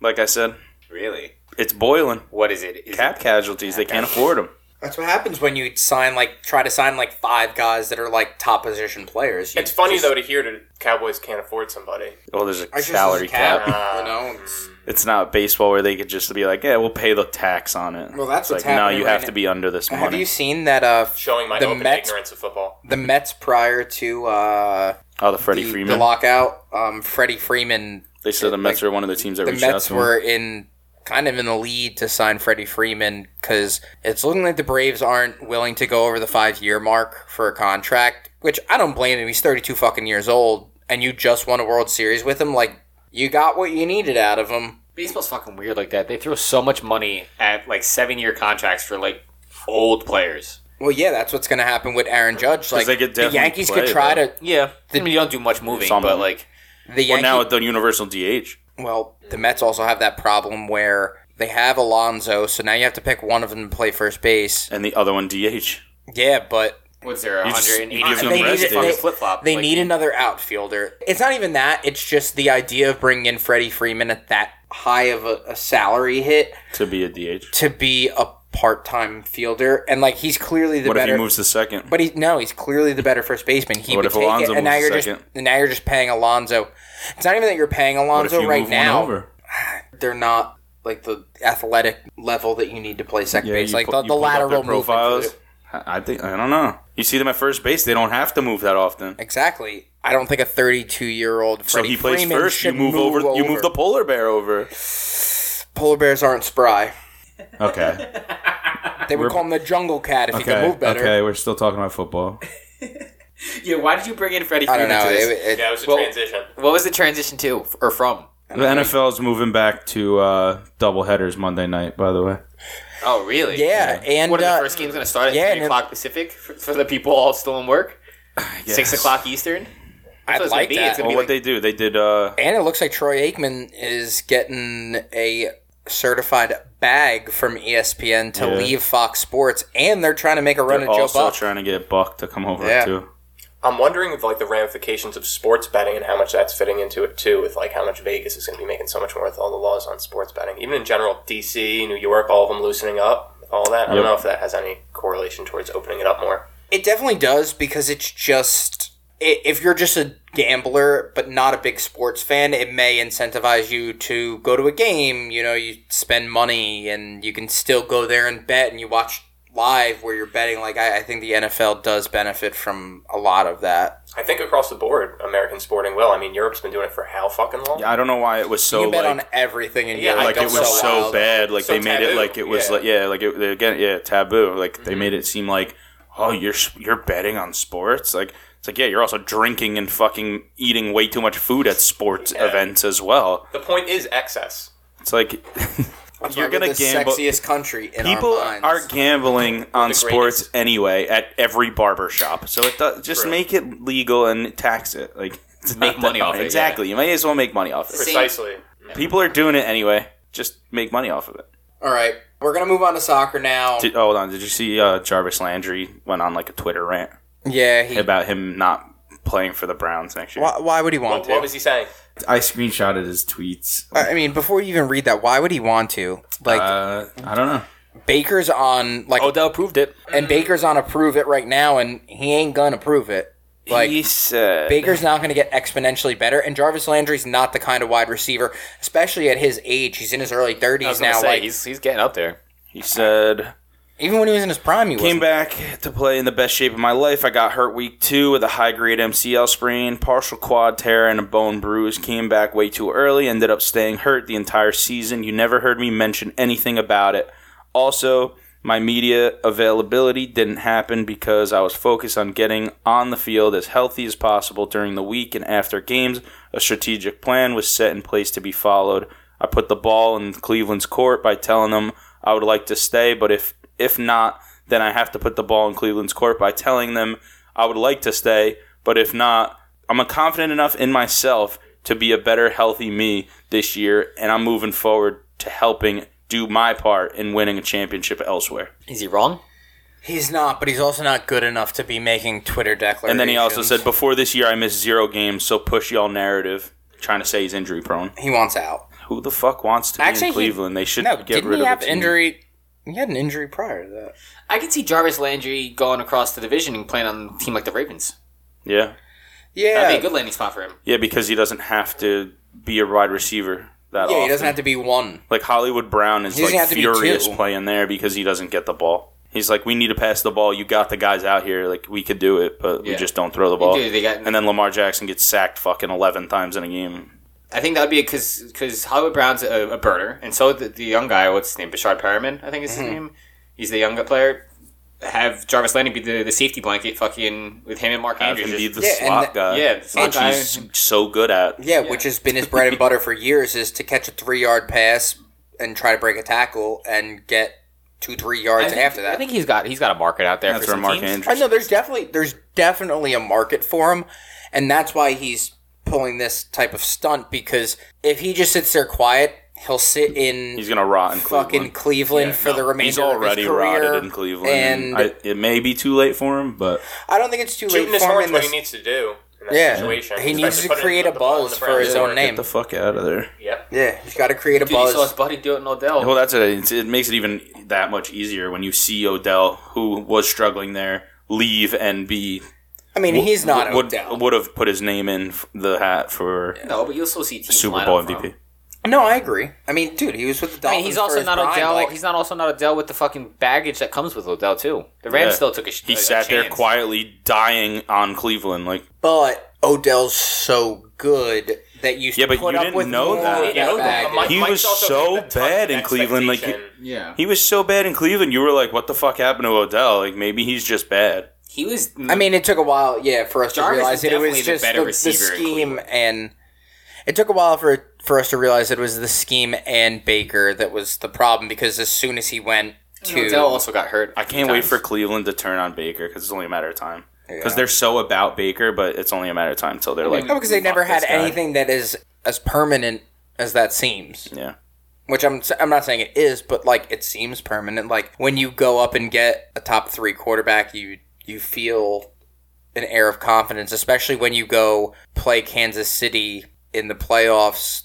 S2: Like I said,
S4: Really?
S2: it's boiling.
S4: What is it? Is
S2: Cap
S4: it-
S2: casualties. They can't afford him.
S1: That's what happens when you sign like try to sign like five guys that are like top position players. You
S3: It's funny
S1: just-
S3: though to hear that Cowboys can't afford somebody.
S2: Well, there's a
S1: I just-
S2: salary
S1: it's a cap,
S2: cap.
S3: cap.
S1: You know, it's,
S2: It's not baseball where they could just be like, "Yeah, we'll pay the tax on it."
S1: Well, that's
S2: It's
S1: what's
S2: like,
S1: happening
S2: No, you
S1: right
S2: have
S1: now.
S2: to be under this
S1: have
S2: money.
S1: you seen that? Uh,
S3: Showing my
S1: The
S3: open
S1: Mets-
S3: ignorance of football.
S1: the Mets prior to uh,
S2: oh, the Freddie
S1: the, the
S2: Freeman.
S1: lockout, um, Freddie Freeman.
S2: they said the Mets are one of the teams that
S1: The
S2: reached out
S1: Mets
S2: to him.
S1: were in kind of in the lead to sign Freddie Freeman because it's looking like the Braves aren't willing to go over the five year mark for a contract, which I don't blame him. He's thirty two fucking years old, and you just won a World Series with him. Like you got what you needed out of him.
S4: Baseball's fucking weird like that. They throw so much money at like seven year contracts for like old players.
S1: Well, yeah, that's what's going to happen with Aaron Judge. Like
S2: they could
S1: the
S2: definitely
S1: Yankees
S2: play,
S1: could try
S2: though.
S1: to
S4: Yeah, I mean, you don't do much moving,
S2: Some of
S4: but
S2: them.
S4: like
S1: the
S2: Well,
S1: Yankees.
S2: now with the universal DH.
S1: Well, the Mets also have that problem where they have Alonzo, so now you have to pick one of them to play first base.
S2: and the other one DH.
S1: Yeah, but
S4: what's there,
S2: You just-
S4: 180
S2: you give them
S1: They need it- they-
S4: flip flop.
S1: they need another outfielder. It's not even that; it's just the idea of bringing in Freddie Freeman at that high of a, a salary hit
S2: To be a DH.
S1: to be a part-time fielder, and like he's clearly the
S2: What if
S1: better.
S2: he moves to second?
S1: But he no, he's clearly the better first baseman. He
S2: What
S1: would
S2: if
S1: take
S2: Alonso
S1: it, and now
S2: moves
S1: you're
S2: to
S1: just
S2: second?
S1: and now you're just paying Alonzo. It's not even that you're paying
S2: what if
S1: Alonzo
S2: you
S1: right
S2: move
S1: now.
S2: one over?
S1: They're not like the athletic level that you need to play second
S2: Yeah,
S1: base,
S2: you
S1: like
S2: pu-
S1: the,
S2: you
S1: the
S2: pull up their
S1: lateral movement. for the-
S2: I I think I don't know. You see them at first base; they don't have to move that often.
S1: Exactly. I don't think a 32 year old
S2: So
S1: Freddie
S2: he plays
S1: Freeman
S2: first. You
S1: should
S2: move, over, You move the polar bear over.
S1: polar bears aren't spry.
S2: Okay.
S1: They would
S2: We're-
S1: call him the jungle cat if he could move better.
S2: We're still talking about football.
S4: Yeah, why did you bring in Freddie
S1: I don't
S4: Freeman?
S1: know.
S4: to this?
S1: It- it-
S3: Yeah, it was a
S4: Well-
S3: transition.
S4: what was the transition to f- or from?
S2: The NFL is moving back to uh, double headers Monday night. By the way,
S4: Oh, really?
S1: yeah, and
S4: What are
S1: uh,
S4: the first games going to start at
S1: yeah, and
S4: three
S1: it-
S4: o'clock Pacific for, for the people all still in work? Six o'clock Eastern.
S1: I
S4: it's
S1: like
S4: gonna be-
S1: that.
S4: it's gonna
S2: Well,
S4: be
S2: what
S4: like-
S2: they do? They did. Uh,
S1: and it looks like Troy Aikman is getting a certified bag from E ESPN to
S2: Yeah.
S1: leave Fox Sports, and they're trying to make a run
S2: they're
S1: at Joe
S2: also
S1: Buck.
S2: trying to get Buck to come over
S1: Yeah.
S2: too.
S3: I'm wondering of like the ramifications of sports betting and how much that's fitting into it too, with like how much Vegas is going to be making so much more with all the laws on sports betting. Even in general, DC, New York, all of them loosening up, all that.
S2: Yep.
S3: I don't know if that has any correlation towards opening it up more.
S1: It definitely does because it's just i- if you're just a gambler but not a big sports fan, it may incentivize you to go to a game. You know, you spend money and you can still go there and bet and you watch live where you're betting. Like I, I think the NFL does benefit from a lot of that.
S3: I think across the board, American sporting will. I mean, Europe's been doing it for how fucking long?
S2: I don't know why it was so
S1: you bet
S2: like
S1: on everything and
S3: Yeah,
S1: yeah,
S3: I
S2: like it
S3: don't know
S2: was so
S3: why.
S2: bad. Like
S3: So
S2: they made it
S3: taboo.
S2: like it was
S3: Yeah. Mm-hmm.
S2: like yeah, like it, again yeah, taboo. Like they made it seem like oh you're s- you're betting on sports. Like it's like yeah, you're also drinking and fucking eating way too much food at sports events as well.
S3: The point is excess.
S2: It's like you're gonna
S1: the
S2: gamble.
S1: sexiest country in
S2: People
S1: our minds.
S2: are gambling on
S3: the
S2: sports anyway at every barber shop, so it does, just
S3: True.
S2: make it legal and tax it. Like it's
S4: Make
S2: not
S4: money
S2: that
S4: off it, yeah.
S2: Exactly, you may as well make money off it.
S3: Precisely.
S2: People are doing it anyway. Just make money off of it.
S1: All right, we're gonna move on to soccer now.
S2: Did, oh, hold on. Did you see uh, Jarvis Landry went on like a Twitter rant
S1: yeah, he,
S2: about him not playing for the Browns next year?
S1: why, why would he want
S3: What,
S1: to?
S3: what was he saying?
S2: I screenshotted his tweets.
S1: I I mean, before you even read that, why would he want to? Like,
S2: Uh, I don't know.
S1: Baker's on
S2: Oh,
S1: like,
S4: Odell proved it.
S1: and Baker's on approve it right now, and he ain't gonna prove it. Like,
S2: he said,
S1: Baker's not gonna get exponentially better, and Jarvis Landry's not the kind of wide receiver, especially at his age. He's in his early
S4: I was
S1: thirties
S4: gonna
S1: now.
S4: say,
S1: like,
S4: he's he's getting up there.
S2: he said,
S1: even when he was in his prime, he
S2: came
S1: was.
S2: back to play in the best shape of my life. I got hurt week two with a high grade MCL sprain, partial quad tear, and a bone bruise. Came back way too early. Ended up staying hurt the entire season. You never heard me mention anything about it. Also, my media availability didn't happen because I was focused on getting on the field as healthy as possible during the week and after games. A strategic plan was set in place to be followed. I put the ball in Cleveland's court by telling them I would like to stay, but if if not, then I have to put the ball in Cleveland's court by telling them I would like to stay, but if not, I'm confident enough in myself to be a better, healthy me this year, and I'm moving forward to helping do my part in winning a championship elsewhere.
S4: Is he wrong?
S1: He's not, but he's also not good enough to be making Twitter declarations.
S2: And then he also said, Before this year, I missed zero games, so push y'all narrative. Trying to say he's injury prone.
S1: he wants out.
S2: Who the fuck wants to be
S1: Actually,
S2: in
S1: he-
S2: Cleveland? they should
S1: No,
S2: get
S1: didn't
S2: rid
S1: he
S2: of
S1: have
S2: the team.
S1: injury? He had an injury prior to that.
S4: I could see Jarvis Landry going across the division and playing on a team like the Ravens.
S2: Yeah.
S1: Yeah,
S4: That'd be a good landing spot for him.
S2: Yeah, because he doesn't have to be a wide receiver that
S1: yeah.
S2: often.
S1: He doesn't have to be one.
S2: like Hollywood Brown is
S1: He doesn't
S2: like
S1: have to be
S2: furious
S1: two.
S2: playing there because he doesn't get the ball. He's like, we need to pass the ball. You got the guys out here. Like we could do it, but we
S4: Yeah.
S2: just don't throw the ball.
S4: do. They got-
S2: and then Lamar Jackson gets sacked fucking eleven times in a game.
S4: I think that'd be because because Hollywood Brown's a, a burner, and so the, the young guy, what's his name, Bashard Perriman, I think is his name. He's the young player. Have Jarvis Landry be the, the safety blanket, fucking with him and Mark
S2: Have
S4: Andrews.
S2: him be
S4: just-
S2: the
S1: Yeah, and
S2: slot
S1: the-
S2: guy,
S4: yeah, the slot
S2: which
S4: guy.
S2: he's so good at.
S1: Yeah, which has been his bread and butter for years is to catch a three yard pass and try to break a tackle and get two three
S4: I
S1: yards
S4: think,
S1: after that.
S4: I think he's got he's got a market out there
S2: That's
S4: for
S2: where
S4: some
S2: Mark
S4: teams.
S1: I
S2: Andrews.
S1: know there's definitely there's definitely a market for him, and that's why he's pulling this type of stunt because if he just sits there quiet, he'll sit in
S2: He's gonna rot in
S1: fucking
S2: Cleveland.
S1: Cleveland for the remainder
S2: He's
S1: of
S2: already
S1: his career.
S2: rotted in Cleveland.
S1: and I,
S2: I, it may be too late for him, but
S1: don't think it's too late
S3: Shooting his
S1: for him.
S3: horns
S1: in
S3: what
S1: this-
S3: he needs to do in that
S1: Yeah.
S3: situation.
S1: He
S3: He's
S1: needs
S3: about
S1: to
S3: put it-
S1: create a
S3: the ball in
S1: buzz
S3: the ground.
S1: for his own name.
S2: get the fuck out of there.
S3: Yep.
S1: Yeah, he's got to create a
S4: Dude, you saw his
S1: buzz.
S4: buddy do it in Odell.
S2: Well, that's it. It's, it makes it even that much easier when you see Odell, who was struggling there, leave and be
S1: I mean, he's not
S2: would,
S1: Odell.
S2: Would have put his name in f- the hat for
S4: no, but you'll still see teams
S2: Super
S4: line
S2: Bowl
S4: up for him.
S2: MVP.
S1: No, I agree. I mean, dude, he was with the
S4: I
S1: Dolphins.
S4: mean, he's
S1: for
S4: also
S1: his
S4: not
S1: prime,
S4: Odell.
S1: like-
S4: he's not also not Odell with the fucking baggage that comes with Odell too. The Rams
S2: Yeah.
S4: still took a. sh-
S2: He
S4: a- a
S2: sat there
S4: chance.
S2: quietly dying on Cleveland. Like,
S1: but Odell's so good that you
S2: Yeah, but
S1: put
S2: you
S1: up
S2: didn't
S1: with
S2: know
S1: more
S2: that.
S1: of
S2: You
S3: know that.
S1: baggage.
S3: But Mike-
S2: He
S3: Mike's
S2: was
S3: also
S2: so
S3: given a ton
S2: bad
S3: of
S2: in Cleveland, like,
S3: expectation.
S4: Yeah,
S2: he was so bad in Cleveland, you were like, what the fuck happened to Odell? Like, maybe he's just bad.
S4: he was.
S1: I mean, it took a while, yeah, for us
S4: Jarvis
S1: to realize
S4: is
S1: it. It was
S4: definitely the
S1: just the,
S4: better
S1: the
S4: receiver in
S1: scheme, and it took a while for for us to realize it was the scheme and Baker that was the problem. Because as soon as he went to,
S4: Odell also got hurt.
S2: I can't wait for Cleveland to turn on Baker because it's only a matter of time. Because
S1: Yeah.
S2: they're so about Baker, but it's only a matter of time till they're like,
S1: no, because Oh, they
S2: "Fuck
S1: never
S2: this
S1: had
S2: guy."
S1: anything that is as permanent as that seems.
S2: Yeah.
S1: Which I'm I'm not saying it is, but like it seems permanent. Like when you go up and get a top three quarterback, you you feel an air of confidence, especially when you go play Kansas City in the playoffs.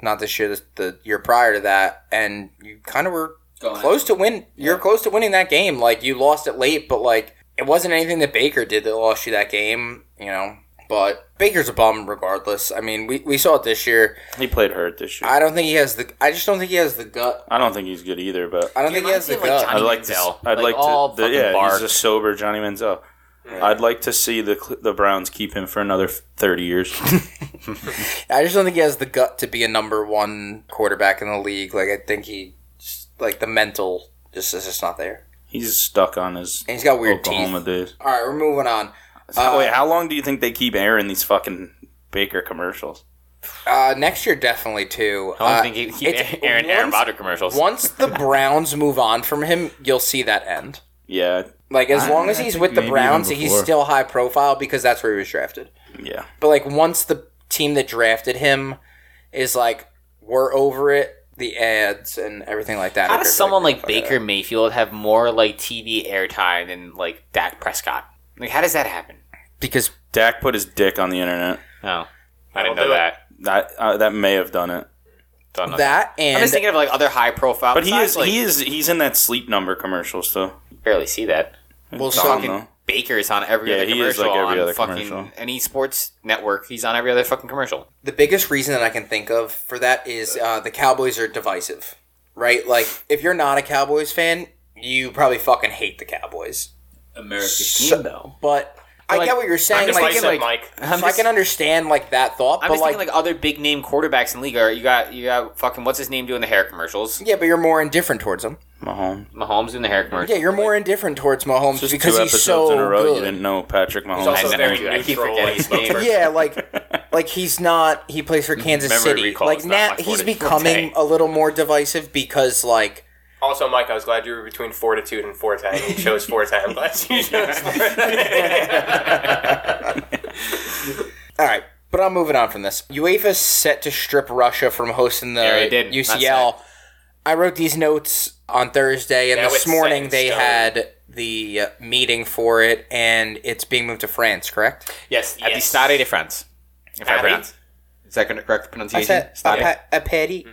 S1: Not this year, the, the year prior to that, and you kind of were
S4: Going
S1: close to win. You're close to winning that game. Like you lost it late, but like it wasn't anything that Baker did that lost you that game. You know, but Baker's a bum regardless. I mean, we, we saw it this year.
S2: He played hurt this year. I,
S1: I don't think he has the. I just don't think he has the gut.
S2: don't think he's good either, but
S1: I don't think he
S4: reminds
S1: has the
S4: me of, like,
S1: gut.
S2: I'd
S4: Johnny
S2: like to. s-
S4: Manziel.
S2: I'd
S4: Like,
S2: like,
S4: all
S2: to. The,
S4: fucking
S2: yeah,
S4: bark.
S2: he's a sober Johnny Manziel. I'd like to see the Cl- the Browns keep him for another thirty years.
S1: I just don't think he has the gut to be a number one quarterback in the league. Like I think he, just, like the mental, just is just not there.
S2: he's stuck on his
S1: And he's got weird
S2: Oklahoma
S1: teeth.
S2: days.
S1: All right, we're moving on.
S2: So, wait, how long do you think they keep airing these fucking Baker commercials?
S1: Uh, next year, definitely too.
S4: I don't
S1: Uh,
S4: think he,
S1: it's-
S4: he Aaron Aaron
S1: once-
S4: Rodgers commercials.
S1: Once the Browns move on from him, you'll see that end.
S2: Yeah,
S1: Like as
S2: I-
S1: long as
S2: I
S1: he's
S2: think
S1: with the
S2: maybe
S1: Browns,
S2: even
S1: he's
S2: before.
S1: still high profile because that's where he was drafted.
S2: yeah.
S1: But like once the team that drafted him is like, we're over it. The ads and everything like that.
S4: How does
S1: Everybody's
S4: someone like
S1: "Fuck it."
S4: Baker Mayfield have more like TV airtime than like Dak Prescott? Like, how does that happen?
S1: Because
S2: Dak put his dick on the internet.
S4: Oh, I didn't
S3: That'll
S4: know
S3: do it.
S4: that.
S2: That uh, that may have done it,
S4: Don't know that.
S1: that and
S4: I'm just thinking of like other high profile.
S2: but he
S4: besides,
S2: is
S4: like,
S2: he is he's in that sleep number commercial still.
S4: barely see that.
S1: well,
S2: Don't
S1: so-
S2: know.
S4: Baker is on every
S2: Yeah,
S4: other
S2: he is,
S4: commercial
S2: like, every
S4: on
S2: other
S4: fucking
S2: commercial.
S4: any sports network. He's on every other fucking commercial.
S1: the biggest reason that I can think of for that is uh, the Cowboys are divisive, right? Like, if you're not a Cowboys fan, you probably fucking hate the Cowboys.
S4: America's
S1: team,
S4: though.
S1: But I
S4: Like,
S1: get what you're
S3: I'm
S1: saying.
S3: just
S1: Like,
S3: like,
S1: so
S3: said, Mike.
S4: I'm
S1: I
S4: just,
S1: can understand like that thought,
S4: I'm
S1: but
S4: just
S1: like,
S4: thinking like other big name quarterbacks in the league. Are you got you got fucking what's his name doing the hair commercials?
S1: yeah, but you're more indifferent towards them.
S2: Mahomes.
S4: Mahomes doing the hair commercials.
S1: Yeah, you're more indifferent towards Mahomes
S2: Just
S1: because
S2: two
S1: he's
S2: episodes
S1: so
S2: in a row, you
S1: good.
S2: didn't know Patrick Mahomes.
S3: also
S2: was
S4: I,
S3: very
S4: know, dude, I keep
S3: neutral,
S4: forgetting
S3: like,
S4: his name.
S1: yeah, like like he's not. He plays for Kansas
S4: Memory
S1: City.
S4: recall
S1: Like
S4: is not
S1: now,
S4: my forte-
S1: he's
S4: forte.
S1: becoming a little more divisive because like
S3: Also, Mike, I was glad you were between fortitude and forte. You chose forte. I'm glad you chose forte.
S1: All right, but I'm moving on from this. UEFA set to strip Russia from hosting the
S4: Yeah, they did. Not
S1: UCL. I wrote these notes on Thursday, and
S3: Now it's
S1: this
S3: set
S1: morning
S3: in
S1: they
S3: stone.
S1: had the uh, meeting for it, and it's being moved to France, correct?
S4: Yes, at
S3: Yes.
S4: the Stade de France. If I
S3: Stade?
S4: pronounce. Is that correct pronunciation?
S1: I said,
S4: Stade.
S1: a petty.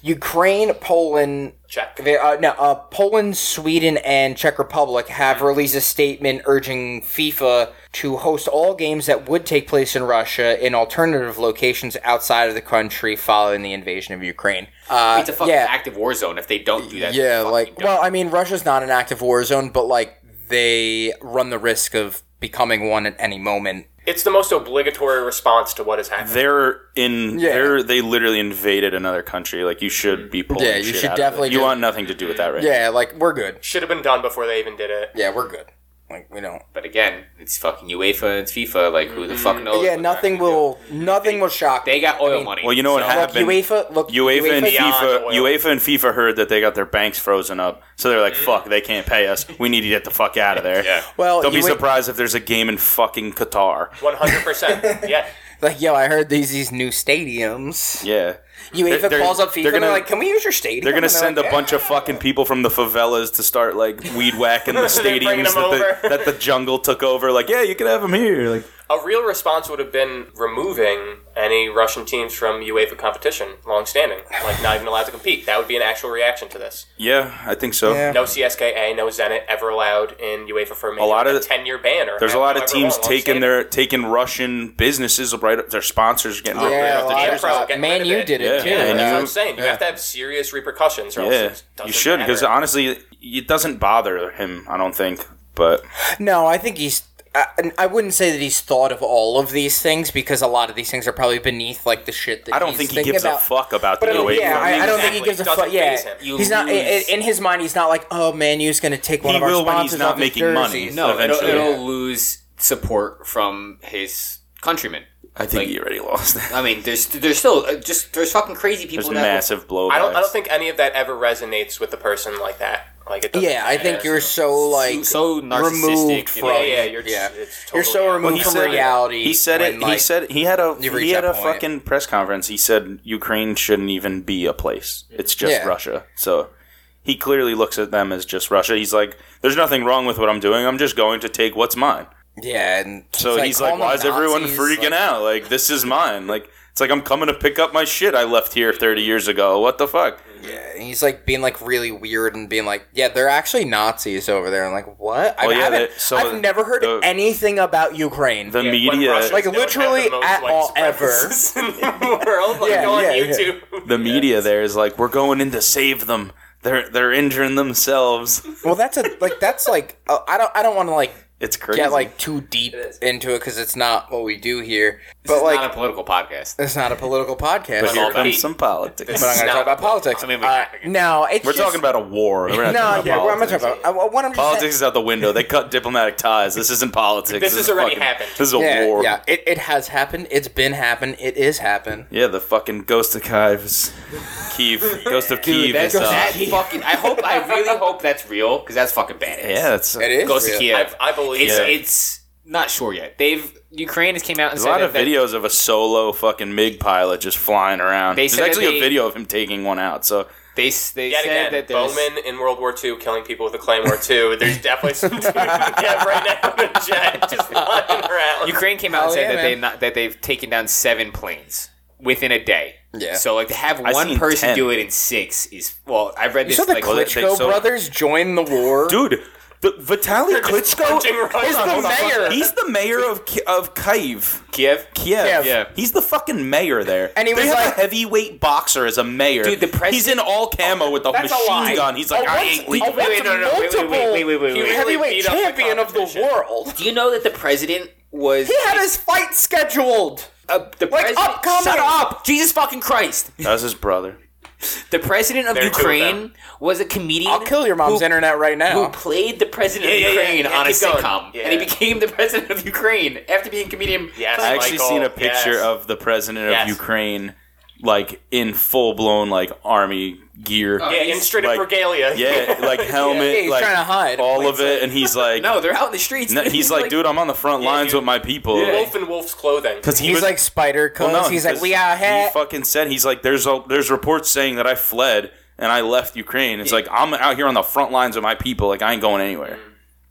S1: Ukraine, Poland,
S3: Check.
S1: they, uh, no, uh, Poland, Sweden, and Czech Republic have
S4: Mm-hmm.
S1: released a statement urging FIFA to host all games that would take place in Russia in alternative locations outside of the country following the invasion of Ukraine. Uh,
S4: It's a fucking
S1: yeah.
S4: active war zone. If they don't do that, they
S1: yeah,
S4: fucking
S1: like
S4: don't.
S1: well, I mean, Russia's not an active war zone, but like they run the risk of becoming one at any moment.
S3: It's the most obligatory response to what has happened.
S2: They're in.
S1: Yeah.
S2: They're they literally invaded another country. Like you should be pulling.
S1: Yeah, you
S2: shit
S1: should
S2: out of
S1: definitely
S2: it. You
S1: do-
S2: want nothing to do with that, right?
S1: Yeah, like we're good.
S3: Should have been done before they even did it.
S1: Yeah, we're good. Like we don't.
S4: but again, it's fucking UEFA. It's FIFA. Like who the fuck
S1: Yeah,
S4: knows? what they're
S1: nothing
S4: gonna do.
S1: will nothing will shock.
S4: They got oil money.
S2: Well, you know what
S4: so-
S1: look,
S2: happened.
S1: UEFA. Look,
S2: UEFA and
S1: FIFA.
S3: Beyond
S2: FIFA,
S3: oil.
S2: UEFA and FIFA heard that they got their banks frozen up, so they're like,
S1: Mm-hmm.
S2: "Fuck, they can't pay us. We need to get the fuck out of there."
S4: Yeah.
S1: Well,
S2: don't be
S1: UE
S2: surprised if there's a game in fucking Qatar.
S3: One hundred percent. Yeah.
S1: Like yo, I heard these these new stadiums.
S2: Yeah,
S1: UEFA
S2: they're-
S1: calls up
S2: they're
S1: FIFA. They're, and
S2: gonna-
S1: they're like, can we use your stadium?
S2: they're gonna
S1: And
S2: send
S1: like,
S2: a bunch of fucking people from the favelas to start like weed whacking the
S3: bringing
S2: stadiums
S3: them
S2: that, the,
S3: over.
S2: that the jungle took over. Like, yeah, you can have them here. Like,
S3: A real response would have been removing any Russian teams from UEFA competition, long-standing, like not even allowed to compete. That would be an actual reaction to this.
S2: yeah, I think so.
S1: Yeah.
S3: No CSKA, no Zenit ever allowed in UEFA for maybe
S2: A lot
S3: like
S2: of-
S3: a ten-year ban. Or
S2: There's a lot of
S3: however
S2: teams
S3: long,
S2: taking
S3: long-standing.
S2: their taking Russian businesses right. Their sponsors getting ripped right
S1: Yeah,
S2: off
S1: a
S2: the
S1: lot
S3: Yeah,
S1: of
S3: bro,
S1: stuff.
S3: get rid
S1: Man,
S3: of
S1: you
S3: it.
S1: did it
S2: Yeah,
S1: too.
S2: and
S3: That's
S2: you-
S3: what I'm saying. You
S1: yeah.
S3: have to have serious repercussions. Or
S2: Yeah,
S3: else it doesn't
S2: you should because
S3: matter.
S2: honestly, it doesn't bother him. I don't think, but
S1: No, I think he's. I, and I wouldn't say that he's thought of all of these things because a lot of these things are probably beneath like the shit that
S2: I don't
S1: he's
S2: think he
S1: thinking
S2: gives
S1: about.
S2: a E fuck about the
S3: it'll-
S2: new
S3: Wait,
S1: yeah,
S3: no,
S1: I, I don't think he
S3: exactly.
S1: gives a
S3: Doesn't
S1: fuck. Yeah,
S3: faze him.
S4: You
S1: he's not i- i-
S4: lose.
S1: in his mind. He's not like, oh man, you's gonna take one
S2: He
S1: of our
S2: will when
S1: sponsors
S2: he's not
S1: off his
S2: making
S1: jersey."
S2: money.
S4: No, it'll,
S2: Eventually.
S4: it'll lose support from his countrymen.
S2: I think
S4: Like-
S2: he already lost that.
S4: I mean, there's there's still uh, just there's fucking crazy people.
S2: There's
S4: that will-
S2: massive blowbacks.
S3: I don't. I don't think any of that ever resonates with the person like that. Like it. doesn't
S1: Yeah, I think
S3: matter.
S1: you're so like
S4: so
S1: removed
S4: narcissistic.
S1: from.
S3: Yeah, yeah, you're.
S1: Yeah.
S3: Just, it's totally
S1: You're so removed
S2: he
S1: from
S2: said it.
S1: reality.
S2: He said
S1: when,
S2: it. he
S1: like-
S2: said he had a
S1: you reach
S2: he had
S1: that
S2: a
S1: point.
S2: fucking press conference. He said Ukraine shouldn't even be a place. It's just
S1: Yeah.
S2: Russia. So he clearly looks at them as just Russia. He's like, "There's nothing wrong with what I'm doing. I'm just going to take what's mine."
S1: Yeah, and
S2: So
S1: it's
S2: he's like,
S1: calling
S2: "Why
S1: them
S2: is everyone
S1: Nazis,
S2: freaking
S1: like-
S2: out? Like this is mine. Like it's like I'm coming to pick up my shit I left here 30 years ago. What the fuck?"
S1: Yeah, and he's like being like really weird and being like, "Yeah, they're actually Nazis over there." And like, what? I
S2: Well, yeah,
S1: haven't.
S2: they- so
S1: I've never heard
S2: the-
S1: anything about Ukraine.
S2: The
S3: Yeah, when
S2: media
S3: Russians
S1: Like,
S3: don't have the
S1: literally
S3: most
S1: at
S3: white
S1: all ever.
S3: supremacists in the world, like
S1: Yeah,
S3: go on
S1: yeah, yeah.
S3: YouTube.
S2: the media there is like, "We're going in to save them. They're they're injuring themselves."
S1: well, that's a like that's like uh, I don't I don't want to like
S2: It's crazy.
S1: get like too deep
S3: is.
S1: into it because it's not what we do here.
S4: This
S1: but
S4: is
S1: like,
S4: not a political podcast.
S1: it's not a political podcast.
S2: but
S1: But,
S2: here
S3: all
S2: comes
S3: heat.
S2: some politics.
S1: I'm going to
S3: not
S1: talk about politics.
S4: I mean, we-
S1: uh, no, it's
S2: We're
S1: just-
S2: talking about a war. We're not
S1: no.
S2: talking
S1: Yeah,
S2: about
S1: what I'm
S2: politics.
S1: talking about. I, what I'm just saying-
S2: Politics is out the window. They cut diplomatic ties. This isn't politics.
S3: This
S2: is
S3: has already
S2: fucking-
S3: happened.
S2: This is a
S1: yeah,
S2: war.
S1: Yeah, it, it has happened. It's been happened. It is happened.
S2: Yeah, the fucking ghost of Kiev, Kiev, ghost of Kiev.
S4: That's
S2: is, uh,
S4: that fucking. I hope. I really hope that's real because that's fucking badass.
S2: yeah, it's
S1: It is.
S4: goes to
S1: real.
S4: Kiev.
S3: I, I believe
S4: It's
S2: Yeah.
S4: it's not sure yet. They've Ukraine has came out and
S2: There's a
S4: said
S2: lot of
S4: that-
S2: videos of a solo fucking MiG pilot just flying around.
S4: They
S2: There's
S4: said that
S2: actually
S4: they-
S2: a video of him taking one out. So
S4: They s- they
S3: Yet
S4: said
S3: again,
S4: that there's
S3: Bowman in World War II killing people with a Claymore too. There's definitely some dude yeah, right now in a jet just flying around.
S4: Ukraine came out and
S1: Oh,
S4: said
S1: yeah,
S4: that they
S1: man.
S4: not, that they've taken down seven planes within a day.
S1: Yeah.
S4: So like to have
S2: I've
S4: one
S2: seen
S4: person
S2: 10.
S4: do it in six is well. I've read
S1: You
S4: this
S1: saw the
S4: like
S2: they-
S1: Klitschko
S2: they sold-
S1: brothers join the war.
S2: dude, the, Vitaly
S3: Just
S2: Klitschko
S3: punching right
S1: It's
S3: on-
S1: the
S3: hold on, hold on.
S1: mayor.
S2: He's the mayor of Ki- of Kiev.
S4: Kiev.
S2: Kiev.
S1: Kiev.
S4: Yeah.
S2: He's the fucking mayor there.
S1: And he
S2: they
S1: was
S2: have
S1: like-
S2: a heavyweight boxer as a mayor.
S4: Dude, the president-
S2: He's in all camo with a
S1: That's a
S2: machine
S1: lie.
S2: gun. He's like,
S1: Oh,
S2: I
S1: what's-
S2: ain't leaving.
S1: oh, what's
S4: Wait, wait, no, no, wait, wait, wait, wait, wait, wait,
S1: multiple
S4: wait.
S1: heavyweight
S3: Beat up the
S1: champion of the
S3: competition.
S1: world.
S4: Do you know that the president was
S1: He had his fight scheduled.
S4: uh, the
S1: like,
S4: president-
S1: upcoming-
S4: Shut up! Jesus fucking Christ!
S2: That was his brother.
S4: The president of
S3: There are two of
S4: Ukraine was a comedian.
S1: I'll kill your mom's
S4: who,
S1: internet right
S4: Who
S1: now.
S4: played the president
S3: Yeah, yeah,
S4: of
S3: yeah,
S4: Ukraine
S3: yeah,
S4: on a
S3: keep going.
S4: sitcom,
S3: Yeah.
S4: and he became the president of Ukraine after being comedian.
S3: Yes,
S2: I actually
S3: Michael,
S2: seen a picture
S3: yes.
S2: of the president of
S3: Yes.
S2: Ukraine, like in full blown like army gear.
S3: Yeah, in straight
S2: Like-
S3: up regalia.
S2: Yeah, like helmet,
S1: Oh. Yeah, he's
S2: like
S1: trying to hide.
S2: all of it, and he's like,
S4: No, they're out in the streets.
S2: no, he's like, dude, I'm on the front lines
S3: dude.
S2: with my people.
S3: wolf in wolf's clothing.
S2: Because he
S1: He's
S2: was,
S1: like spider cuz
S2: Well, no,
S1: he's like
S2: because
S1: we are
S2: He
S1: here.
S2: fucking said he's like there's a, there's reports saying that I fled and I left Ukraine. It's like I'm out here on the front lines with my people. Like I ain't going anywhere.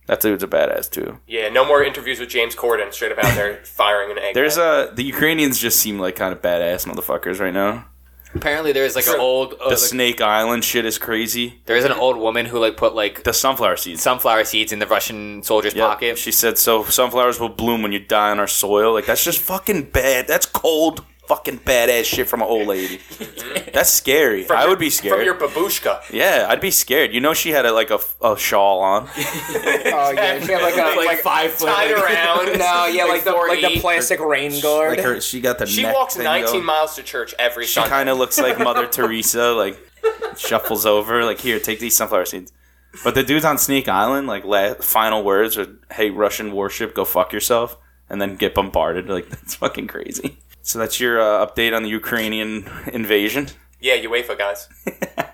S2: That dude's a badass too.
S3: Yeah, no more interviews with James Corden. Straight up out there firing an egg.
S2: uh, There's a the Ukrainians just seem like kind of badass motherfuckers right now.
S4: Apparently, there is like an old uh,
S2: The
S4: like,
S2: Snake Island shit is crazy.
S4: there is an old woman who like put like
S2: The sunflower seeds.
S4: sunflower seeds in the Russian soldier's
S2: Yep.
S4: pocket.
S2: She said, "So sunflowers will bloom when you die on our soil." Like that's just fucking bad. That's cold, fucking badass shit from an old lady. that's scary. I would be scared.
S3: From your babushka.
S2: yeah, I'd be scared. You know, she had a, like a, a shawl on.
S1: Oh yeah, she had like a
S4: like,
S1: like,
S4: five foot.
S3: Tied
S4: like-
S3: around.
S1: no, yeah, like, the like the
S4: 4E.
S1: plastic rain guard.
S2: Like her, she got the.
S3: She
S2: neck
S3: walks
S2: thing
S3: 19
S2: going.
S3: miles to church every
S2: She
S3: Sunday.
S2: kind of looks like Mother Teresa. Like shuffles over. Like here, take these sunflower seeds. But the dudes on Snake Island, like la- final words are, "Hey, Russian warship, go fuck yourself," and then get bombarded. Like that's fucking crazy. So that's your uh, update on the Ukrainian invasion.
S3: yeah, UEFA guys.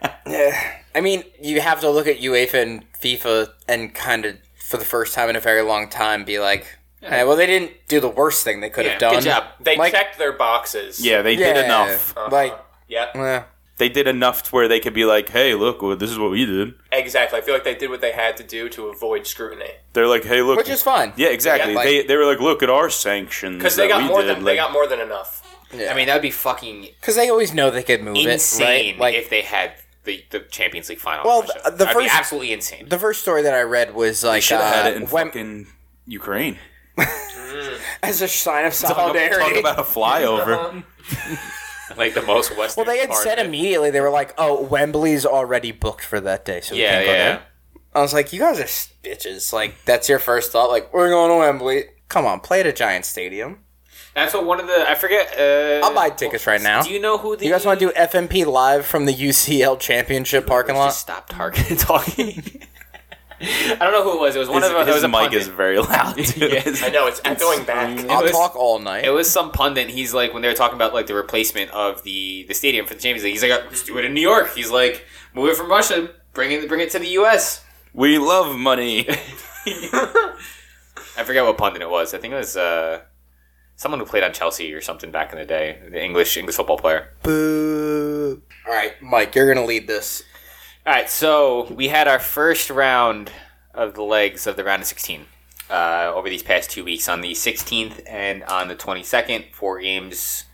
S1: I mean, you have to look at UEFA and FIFA and kind of for the first time in a very long time be like, "Eh, well, they didn't do the worst thing they could
S4: Yeah,
S1: have done.
S4: good job.
S3: They
S1: Like-
S3: checked their boxes.
S2: Yeah, they
S1: Yeah,
S2: did enough.
S1: Like,
S3: Yeah,
S1: eh,
S2: They did enough to where they could be like, "Hey, look, well, this is what we did."
S3: exactly. I feel like they did what they had to do to avoid scrutiny.
S2: They're like, "Hey, look."
S1: which is fun.
S2: yeah, exactly.
S1: Yeah, like-
S2: they they were like, "Look at our sanctions."
S3: Because they
S2: that
S3: got
S2: we
S3: more
S2: did.
S3: than
S2: like,
S3: they got more than enough.
S4: I mean, that would be fucking
S1: because they always know they could move
S4: insane
S1: it. Right? Like
S4: if they had the, the Champions League final.
S1: Well,
S4: in Russia.
S1: the- the
S4: That'd be
S1: first-
S4: absolutely insane.
S1: the first story that I read was like
S2: should have had it
S1: uh,
S2: in
S1: when-
S2: fucking Ukraine.
S1: as a sign of
S2: Talk,
S1: solidarity.
S2: talk about a flyover.
S4: like the most Western.
S1: well, they had
S4: part
S1: said
S4: of it.
S1: immediately they were like, "Oh, Wembley's already booked for that day, so we
S4: Yeah,
S1: can't go
S4: yeah.
S1: there." I was like, "You guys are s- bitches!" Like, that's your first thought. Like, we're going to Wembley. Come on, play at a giant stadium.
S4: That's what one of the I forget. Uh,
S1: I'll buy tickets right now.
S4: Do you know who the?
S1: You guys want to do FMP live from the UCL Championship parking
S4: Let's just
S1: lot?
S4: stop target talking. I don't know who it was. It was one
S2: his
S4: of them. It was
S2: his
S4: a
S2: mic
S4: pundit.
S2: is very loud. Too.
S4: Yeah.
S3: I know it's echoing back.
S1: I'll
S4: was-
S1: talk all
S4: It
S1: night.
S4: was some pundit. and He's like when they were talking about like the replacement of the the stadium for the Champions League. He's like, let's do it in New York. He's like, move it from Russia, bring it, bring it to the U.S.
S2: We love money.
S4: I forget what pundit it was. I think it was uh, someone who played on Chelsea or something back in the day. The English English football player.
S1: Boo. All right, Mike, you're gonna lead this.
S4: All right, so we had our first round of the legs of the round of 16 uh, over these past two weeks on the 16th and on the 22nd, four games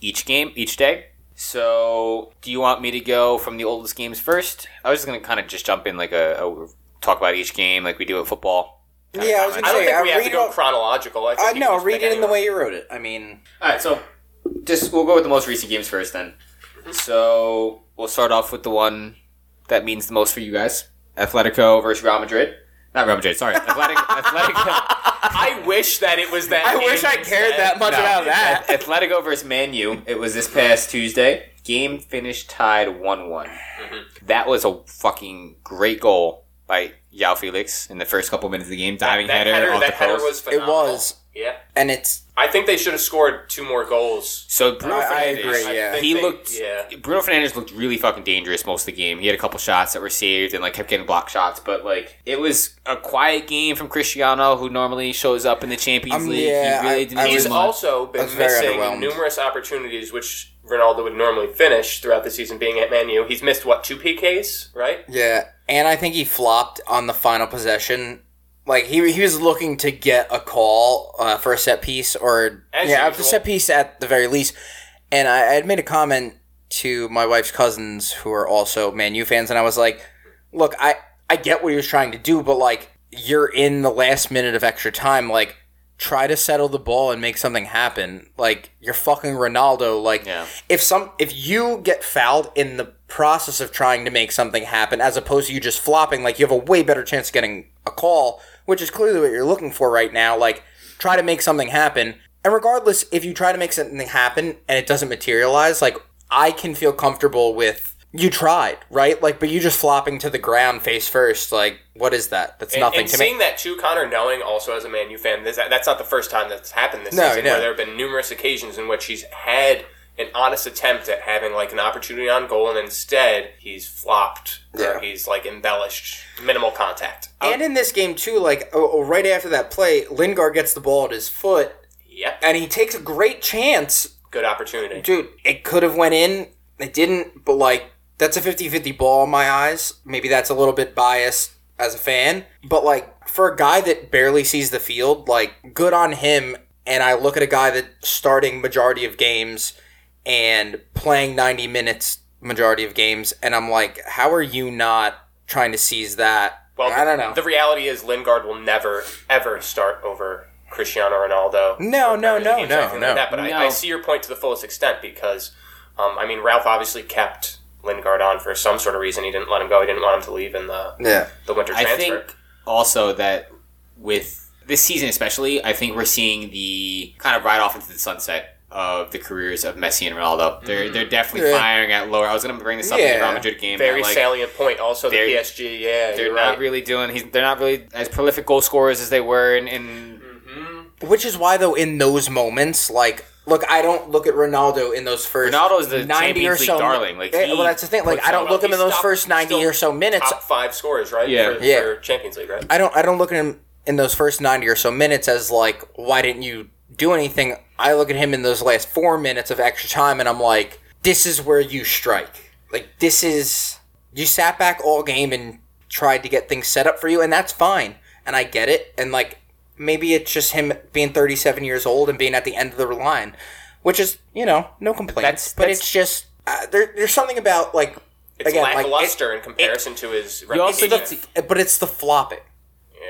S4: each game each day. So, do you want me to go from the oldest games first? I was just gonna kind of just jump in like a, a talk about each game like we do at football.
S1: Yeah, I was
S4: I
S1: gonna
S3: I don't
S1: say,
S3: think
S1: I
S3: we have to
S1: read
S3: go
S1: it.
S3: chronological. I think
S1: Uh,
S3: you
S1: no,
S3: can just
S1: read
S3: pick
S1: it in the
S3: anyone.
S1: way you wrote it. I mean,
S4: All right, so just we'll go with the most recent games first, then. So we'll start off with the one that means the most for you guys: Atletico versus Real Madrid. Not Real Madrid, sorry. Athletic, Atletico,
S3: I wish that it was that.
S1: I wish I
S3: game
S1: cared
S3: instead.
S1: that much
S4: No.
S1: about that.
S4: Atletico versus Man U. It was this past Tuesday. Game finished tied one-one. That was a fucking great goal by Yao Felix in the first couple minutes of the game, diving
S3: That
S4: header,
S3: header,
S4: off
S3: that
S4: the
S3: header
S4: post.
S3: was
S1: It
S3: phenomenal.
S1: was,
S3: Yeah,
S1: and it's
S3: I think they should have scored two more goals.
S4: so Bruno
S1: I
S4: Fernandes-
S1: agree,
S3: I
S1: yeah.
S3: think
S4: he
S3: they-
S4: looked
S3: Yeah.
S4: Bruno Fernandez looked really fucking dangerous most of the game. He had a couple shots that were saved and like kept getting block shots, but like it was a quiet game from Cristiano, who normally shows up in the Champions
S1: Um,
S4: League.
S1: yeah,
S4: he really
S1: I-
S4: didn't.
S1: I
S4: do
S3: He's
S1: was-
S4: much.
S3: also
S1: I
S3: been
S1: was very
S3: missing
S1: underwhelmed.
S3: numerous opportunities, which Ronaldo would normally finish throughout the season being at Man U. He's missed what two PKs, right?
S1: yeah, and I think he flopped on the final possession. Like he he was looking to get a call uh, for a set piece or
S3: As
S1: yeah,
S3: usual.
S1: a set piece at the very least. And I, I had made a comment to my wife's cousins who are also Man U fans, and I was like, "Look, I I get what he was trying to do, but like you're in the last minute of extra time, like." Try to settle the ball and make something happen. Like you're fucking Ronaldo. Like
S4: Yeah.
S1: if some if you get fouled in the process of trying to make something happen as opposed to you just flopping like you have a way better chance of getting a call which is clearly what you're looking for right now like try to make something happen and regardless if you try to make something happen and it doesn't materialize like i can feel comfortable with you tried right like but you just flopping to the ground face first like what is that that's
S3: And,
S1: nothing
S3: and
S1: to me
S3: seeing that too, Connor, knowing also as a Man U fan, this, that's not the first time that's happened this
S1: No,
S3: season.
S1: no.
S3: Where there have been numerous occasions in which he's had an honest attempt at having like an opportunity on goal, and instead he's flopped.
S1: Yeah. Uh,
S3: Or he's like embellished minimal contact.
S1: and in this game too like oh, oh, right after that play lingard gets the ball at his foot
S3: Yep.
S1: and he takes a great chance
S3: Good opportunity.
S1: dude it could have went in it didn't but like that's a 50-50 ball in my eyes maybe that's a little bit biased as a fan but like for a guy that barely sees the field like good on him and i look at a guy that starting majority of games and playing 90 minutes majority of games. And I'm like, how are you not trying to seize that?
S3: Well,
S1: I don't know.
S3: The reality is Lingard will never ever start over Cristiano Ronaldo.
S1: No,
S3: Or
S1: no,
S3: Premier
S1: no,
S3: League games or
S1: no,
S3: anything
S1: no.
S3: Like that, but
S4: No.
S3: I, I see your point to the fullest extent because, um, I mean, Ralph obviously kept Lingard on for some sort of reason. He didn't let him go. He didn't want him to leave in the
S1: yeah.
S3: the winter
S4: I
S3: transfer.
S4: think also that with this season especially, I think we're seeing the kind of ride off into the sunset of the careers of Messi and Ronaldo.
S3: Mm-hmm.
S4: They're they're definitely
S1: Yeah.
S4: firing at lower. I was going to bring this up in
S1: Yeah.
S4: the Real Madrid game.
S3: Very
S4: that, like,
S3: salient point. Also, the
S4: they're-
S3: PSG. Yeah,
S4: They're
S3: you're
S4: not
S3: right.
S4: really doing. He's, they're not really as prolific goal scorers as they were in.
S3: Mm-hmm.
S4: in
S1: Which is why, though, in those moments, like, look, I don't look at Ronaldo in those first
S4: Ronaldo's
S1: 90
S4: the
S1: or
S4: Champions League
S1: so.
S4: darling. Like,
S1: Eh,
S4: he
S1: well, that's the thing. Like,
S4: puts
S1: I don't
S4: on-
S1: look him in
S3: He's
S1: those
S3: top-
S1: first 90
S3: still
S1: or so minutes.
S3: top five scores, right?
S4: Yeah.
S3: for,
S1: Yeah.
S3: for Champions League, right?
S1: I don't I don't look at him in those first 90 or so minutes as like why didn't you do anything? I look at him in those last 4 minutes of extra time and I'm like this is where you strike. Like this is you sat back all game and tried to get things set up for you and that's fine and I get it and like maybe it's just him being 37 years old and being at the end of the line which is, you know, no complaints,
S4: That's-
S1: but
S4: that's-
S1: it's just uh, there, there's something about like
S3: It's
S1: again like it,
S3: lackluster in comparison to his.
S4: You also
S3: recognition.
S4: get to-
S1: but it's the flopping.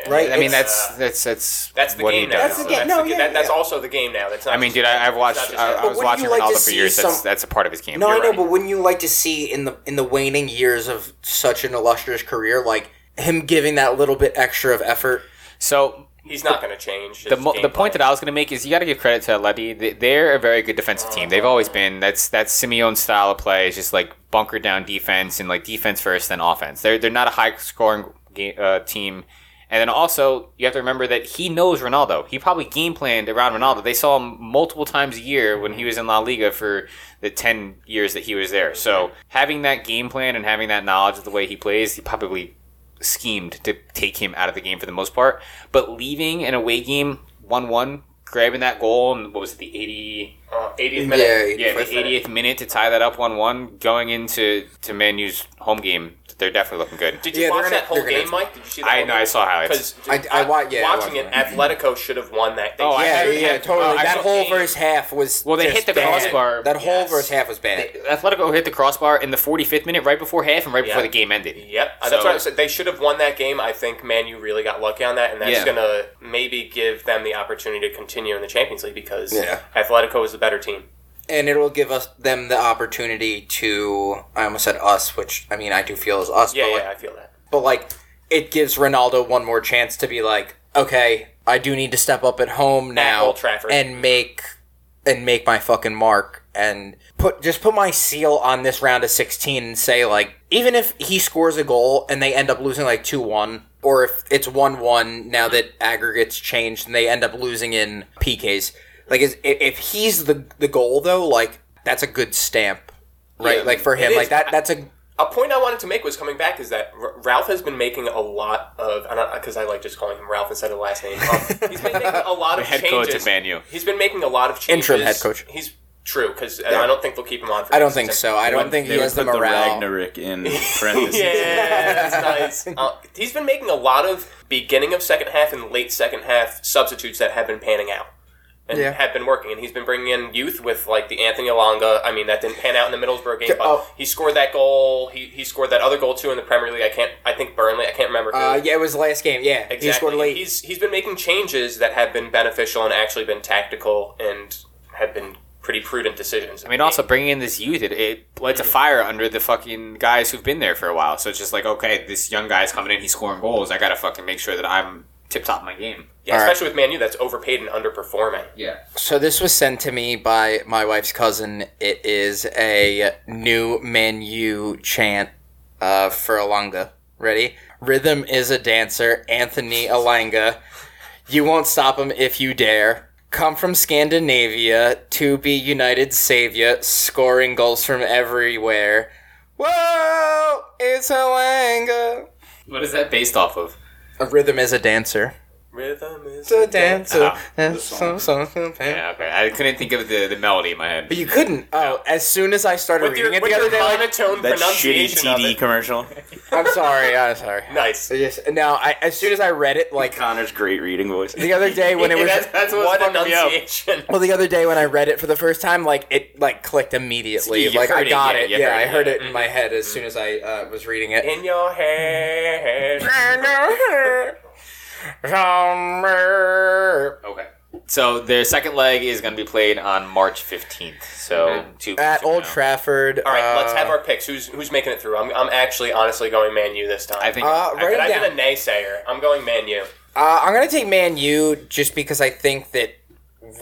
S1: Right?
S4: I mean,
S1: It's-
S4: that's that's that's
S3: That's the
S4: what he
S3: game now.
S1: That's
S4: does.
S1: the
S3: So
S1: game. No,
S3: the
S1: yeah,
S3: that- that's
S1: yeah.
S3: also the game now. That's not
S4: I mean, dude, I, I've watched.
S3: It's not
S4: I,
S3: just-
S4: I was
S1: But wouldn't
S4: watching
S1: you like
S4: Ronaldo
S1: to
S4: for
S1: see
S4: years. That's
S1: some-
S4: that's a part of his game.
S1: No,
S4: You're
S1: I know,
S4: right.
S1: but wouldn't you like to see in the in the waning years of such an illustrious career, like him giving that little bit extra of effort?
S4: so
S3: he's not going to change.
S4: the, mo- the point that I was going to make is you got to give credit to Atleti. They- They're a very good defensive team. They've always been. That's that's Simeone's style of play. It's just like bunker down defense and like defense first, then offense. They're they're not a high scoring ga- uh, team. And then also you have to remember that he knows Ronaldo. He probably game planned around Ronaldo. They saw him multiple times a year when he was in La Liga for the ten years that he was there. So having that game plan and having that knowledge of the way he plays, he probably schemed to take him out of the game for the most part. But leaving an away game one one, grabbing that goal, and what was it, the eighty?
S3: uh, 80th minute.
S4: Yeah, the eightieth minute to tie that up one one, going into to Manu's home game, they're definitely looking good.
S3: Did
S1: Yeah,
S3: you
S1: they're
S3: watch
S1: gonna-
S3: that whole
S1: they're gonna-
S3: game, Mike? Did you see that?
S4: I know, I saw highlights.
S3: Because
S1: I- I wa- yeah, I
S3: watching it,
S1: watched
S3: Atletico should have won that. They
S4: Oh, I-
S1: yeah,
S4: had-
S1: yeah,
S4: had-
S1: totally.
S4: uh, I
S1: that
S4: saw
S1: whole
S3: game.
S1: first half was
S4: Well, they
S1: just
S4: hit the
S1: bad.
S4: crossbar.
S1: That whole
S3: Yes.
S1: first half was bad.
S4: Atletico hit the crossbar in the forty fifth minute, right before half and right before
S3: Yeah.
S4: the game ended.
S3: Yep, uh,
S4: So-
S3: that's what I said. They should have won that game. I think Man, you really got lucky on that, and that's
S4: Yeah.
S3: going to maybe give them the opportunity to continue in the Champions League because
S1: Yeah.
S3: Atletico is the better team.
S1: And it'll give us them the opportunity to. I almost said us, which I mean I do feel is us.
S3: Yeah,
S1: but,
S3: yeah,
S1: like,
S3: I feel that.
S1: but like it gives Ronaldo one more chance to be like, okay, I do need to step up at home now
S3: Old Trafford.
S1: and make and make my fucking mark and put just put my seal on this round of 16 and say like even if he scores a goal and they end up losing like 2-1 or if it's 1-1 now that aggregates changed and they end up losing in PKs like is, if if he's the the goal though like that's a good stamp right
S3: Yeah,
S1: like for
S3: it
S1: him
S3: is.
S1: like that that's a
S3: A point I wanted to make was coming back is that R- Ralph has been making a lot of because I like just calling him Ralph instead of last name. Um, he's been making a lot of
S4: Head coach
S3: changes.
S4: of Man U.
S3: He's been making a lot of changes.
S1: Interim head coach.
S3: He's true because I don't think they'll keep him on. for
S1: I don't
S3: next
S1: think
S3: season.
S1: so. I don't
S2: When
S1: think he
S2: they
S1: has the
S2: put
S1: morale.
S2: Ragnarok in parentheses.
S3: Yeah, that's nice. Uh, he's been making a lot of beginning of second half and late second half substitutes that have been panning out and
S1: Yeah.
S3: have been working. And he's been bringing in youth with like the Anthony Alonga. I mean, that didn't pan out in the Middlesbrough game, but
S1: Oh.
S3: he scored that goal. He, he scored that other goal too in the Premier League. I can't. I think Burnley. I can't remember. Who.
S1: Uh, yeah, it was last game. Yeah,
S3: exactly.
S1: he scored late.
S3: He's he's been making changes that have been beneficial and actually been tactical and have been pretty prudent decisions.
S4: I mean, also bringing in this youth, it, it lights a
S3: Mm-hmm.
S4: fire under the fucking guys who've been there for a while. So it's just like, okay, this young guy's coming in, he's scoring goals. I gotta fucking make sure that I'm tip top of my game.
S3: yeah,
S1: All right.
S3: especially with Man U, that's overpaid and underperforming.
S4: Yeah.
S1: so this was sent to me by my wife's cousin. It is a new menu chant uh, for Alanga. Ready? Rhythm is a dancer, Anthony Alanga. You won't stop him if you dare. Come from Scandinavia to be United savior, scoring goals from everywhere. Whoa, it's Alanga.
S4: What is that based off of?
S1: A rhythm is a dancer.
S3: Rhythm is
S1: To dance, to
S3: Uh-huh.
S4: Ah,
S1: dance,
S2: song.
S1: so- so-
S4: Yeah, okay. I couldn't think of the, the melody in my head.
S1: But you couldn't. Oh, as soon as I started
S3: With your,
S1: reading
S3: with
S1: it the other
S3: your
S1: day, like,
S3: monotone
S2: That shitty
S3: pronunciation of
S2: TD
S3: it.
S2: commercial.
S1: I'm sorry, I'm sorry.
S3: Nice.
S1: I just, no, I, as soon as I read it, like
S2: Connor's great reading voice.
S1: the other day when it
S4: Yeah,
S1: was
S4: that's- that's what's
S3: What
S4: fucking me up.
S3: enunciation.
S1: Well, the other day when I read it for the first time, like it like clicked immediately.
S4: You
S1: like I
S4: heard it,
S1: got
S4: yeah,
S1: it.
S4: you
S1: Yeah,
S4: heard
S1: I
S4: it,
S1: heard
S4: yeah.
S1: it in my head as soon as I uh, was reading it.
S3: In your hair.
S1: Summer.
S4: Okay. So their second leg is going to be played on March 15th. So two weeks
S1: At
S4: from
S1: Old
S4: now.
S1: Trafford.
S3: All right, let's
S1: uh,
S3: have our picks. Who's who's making it through? I'm, I'm actually honestly going Man U this time.
S4: I think.
S1: Uh,
S4: I-
S1: right-
S3: I've
S1: down.
S3: been a naysayer. I'm going Man U.
S1: Uh, I'm gonna take Man U just because I think that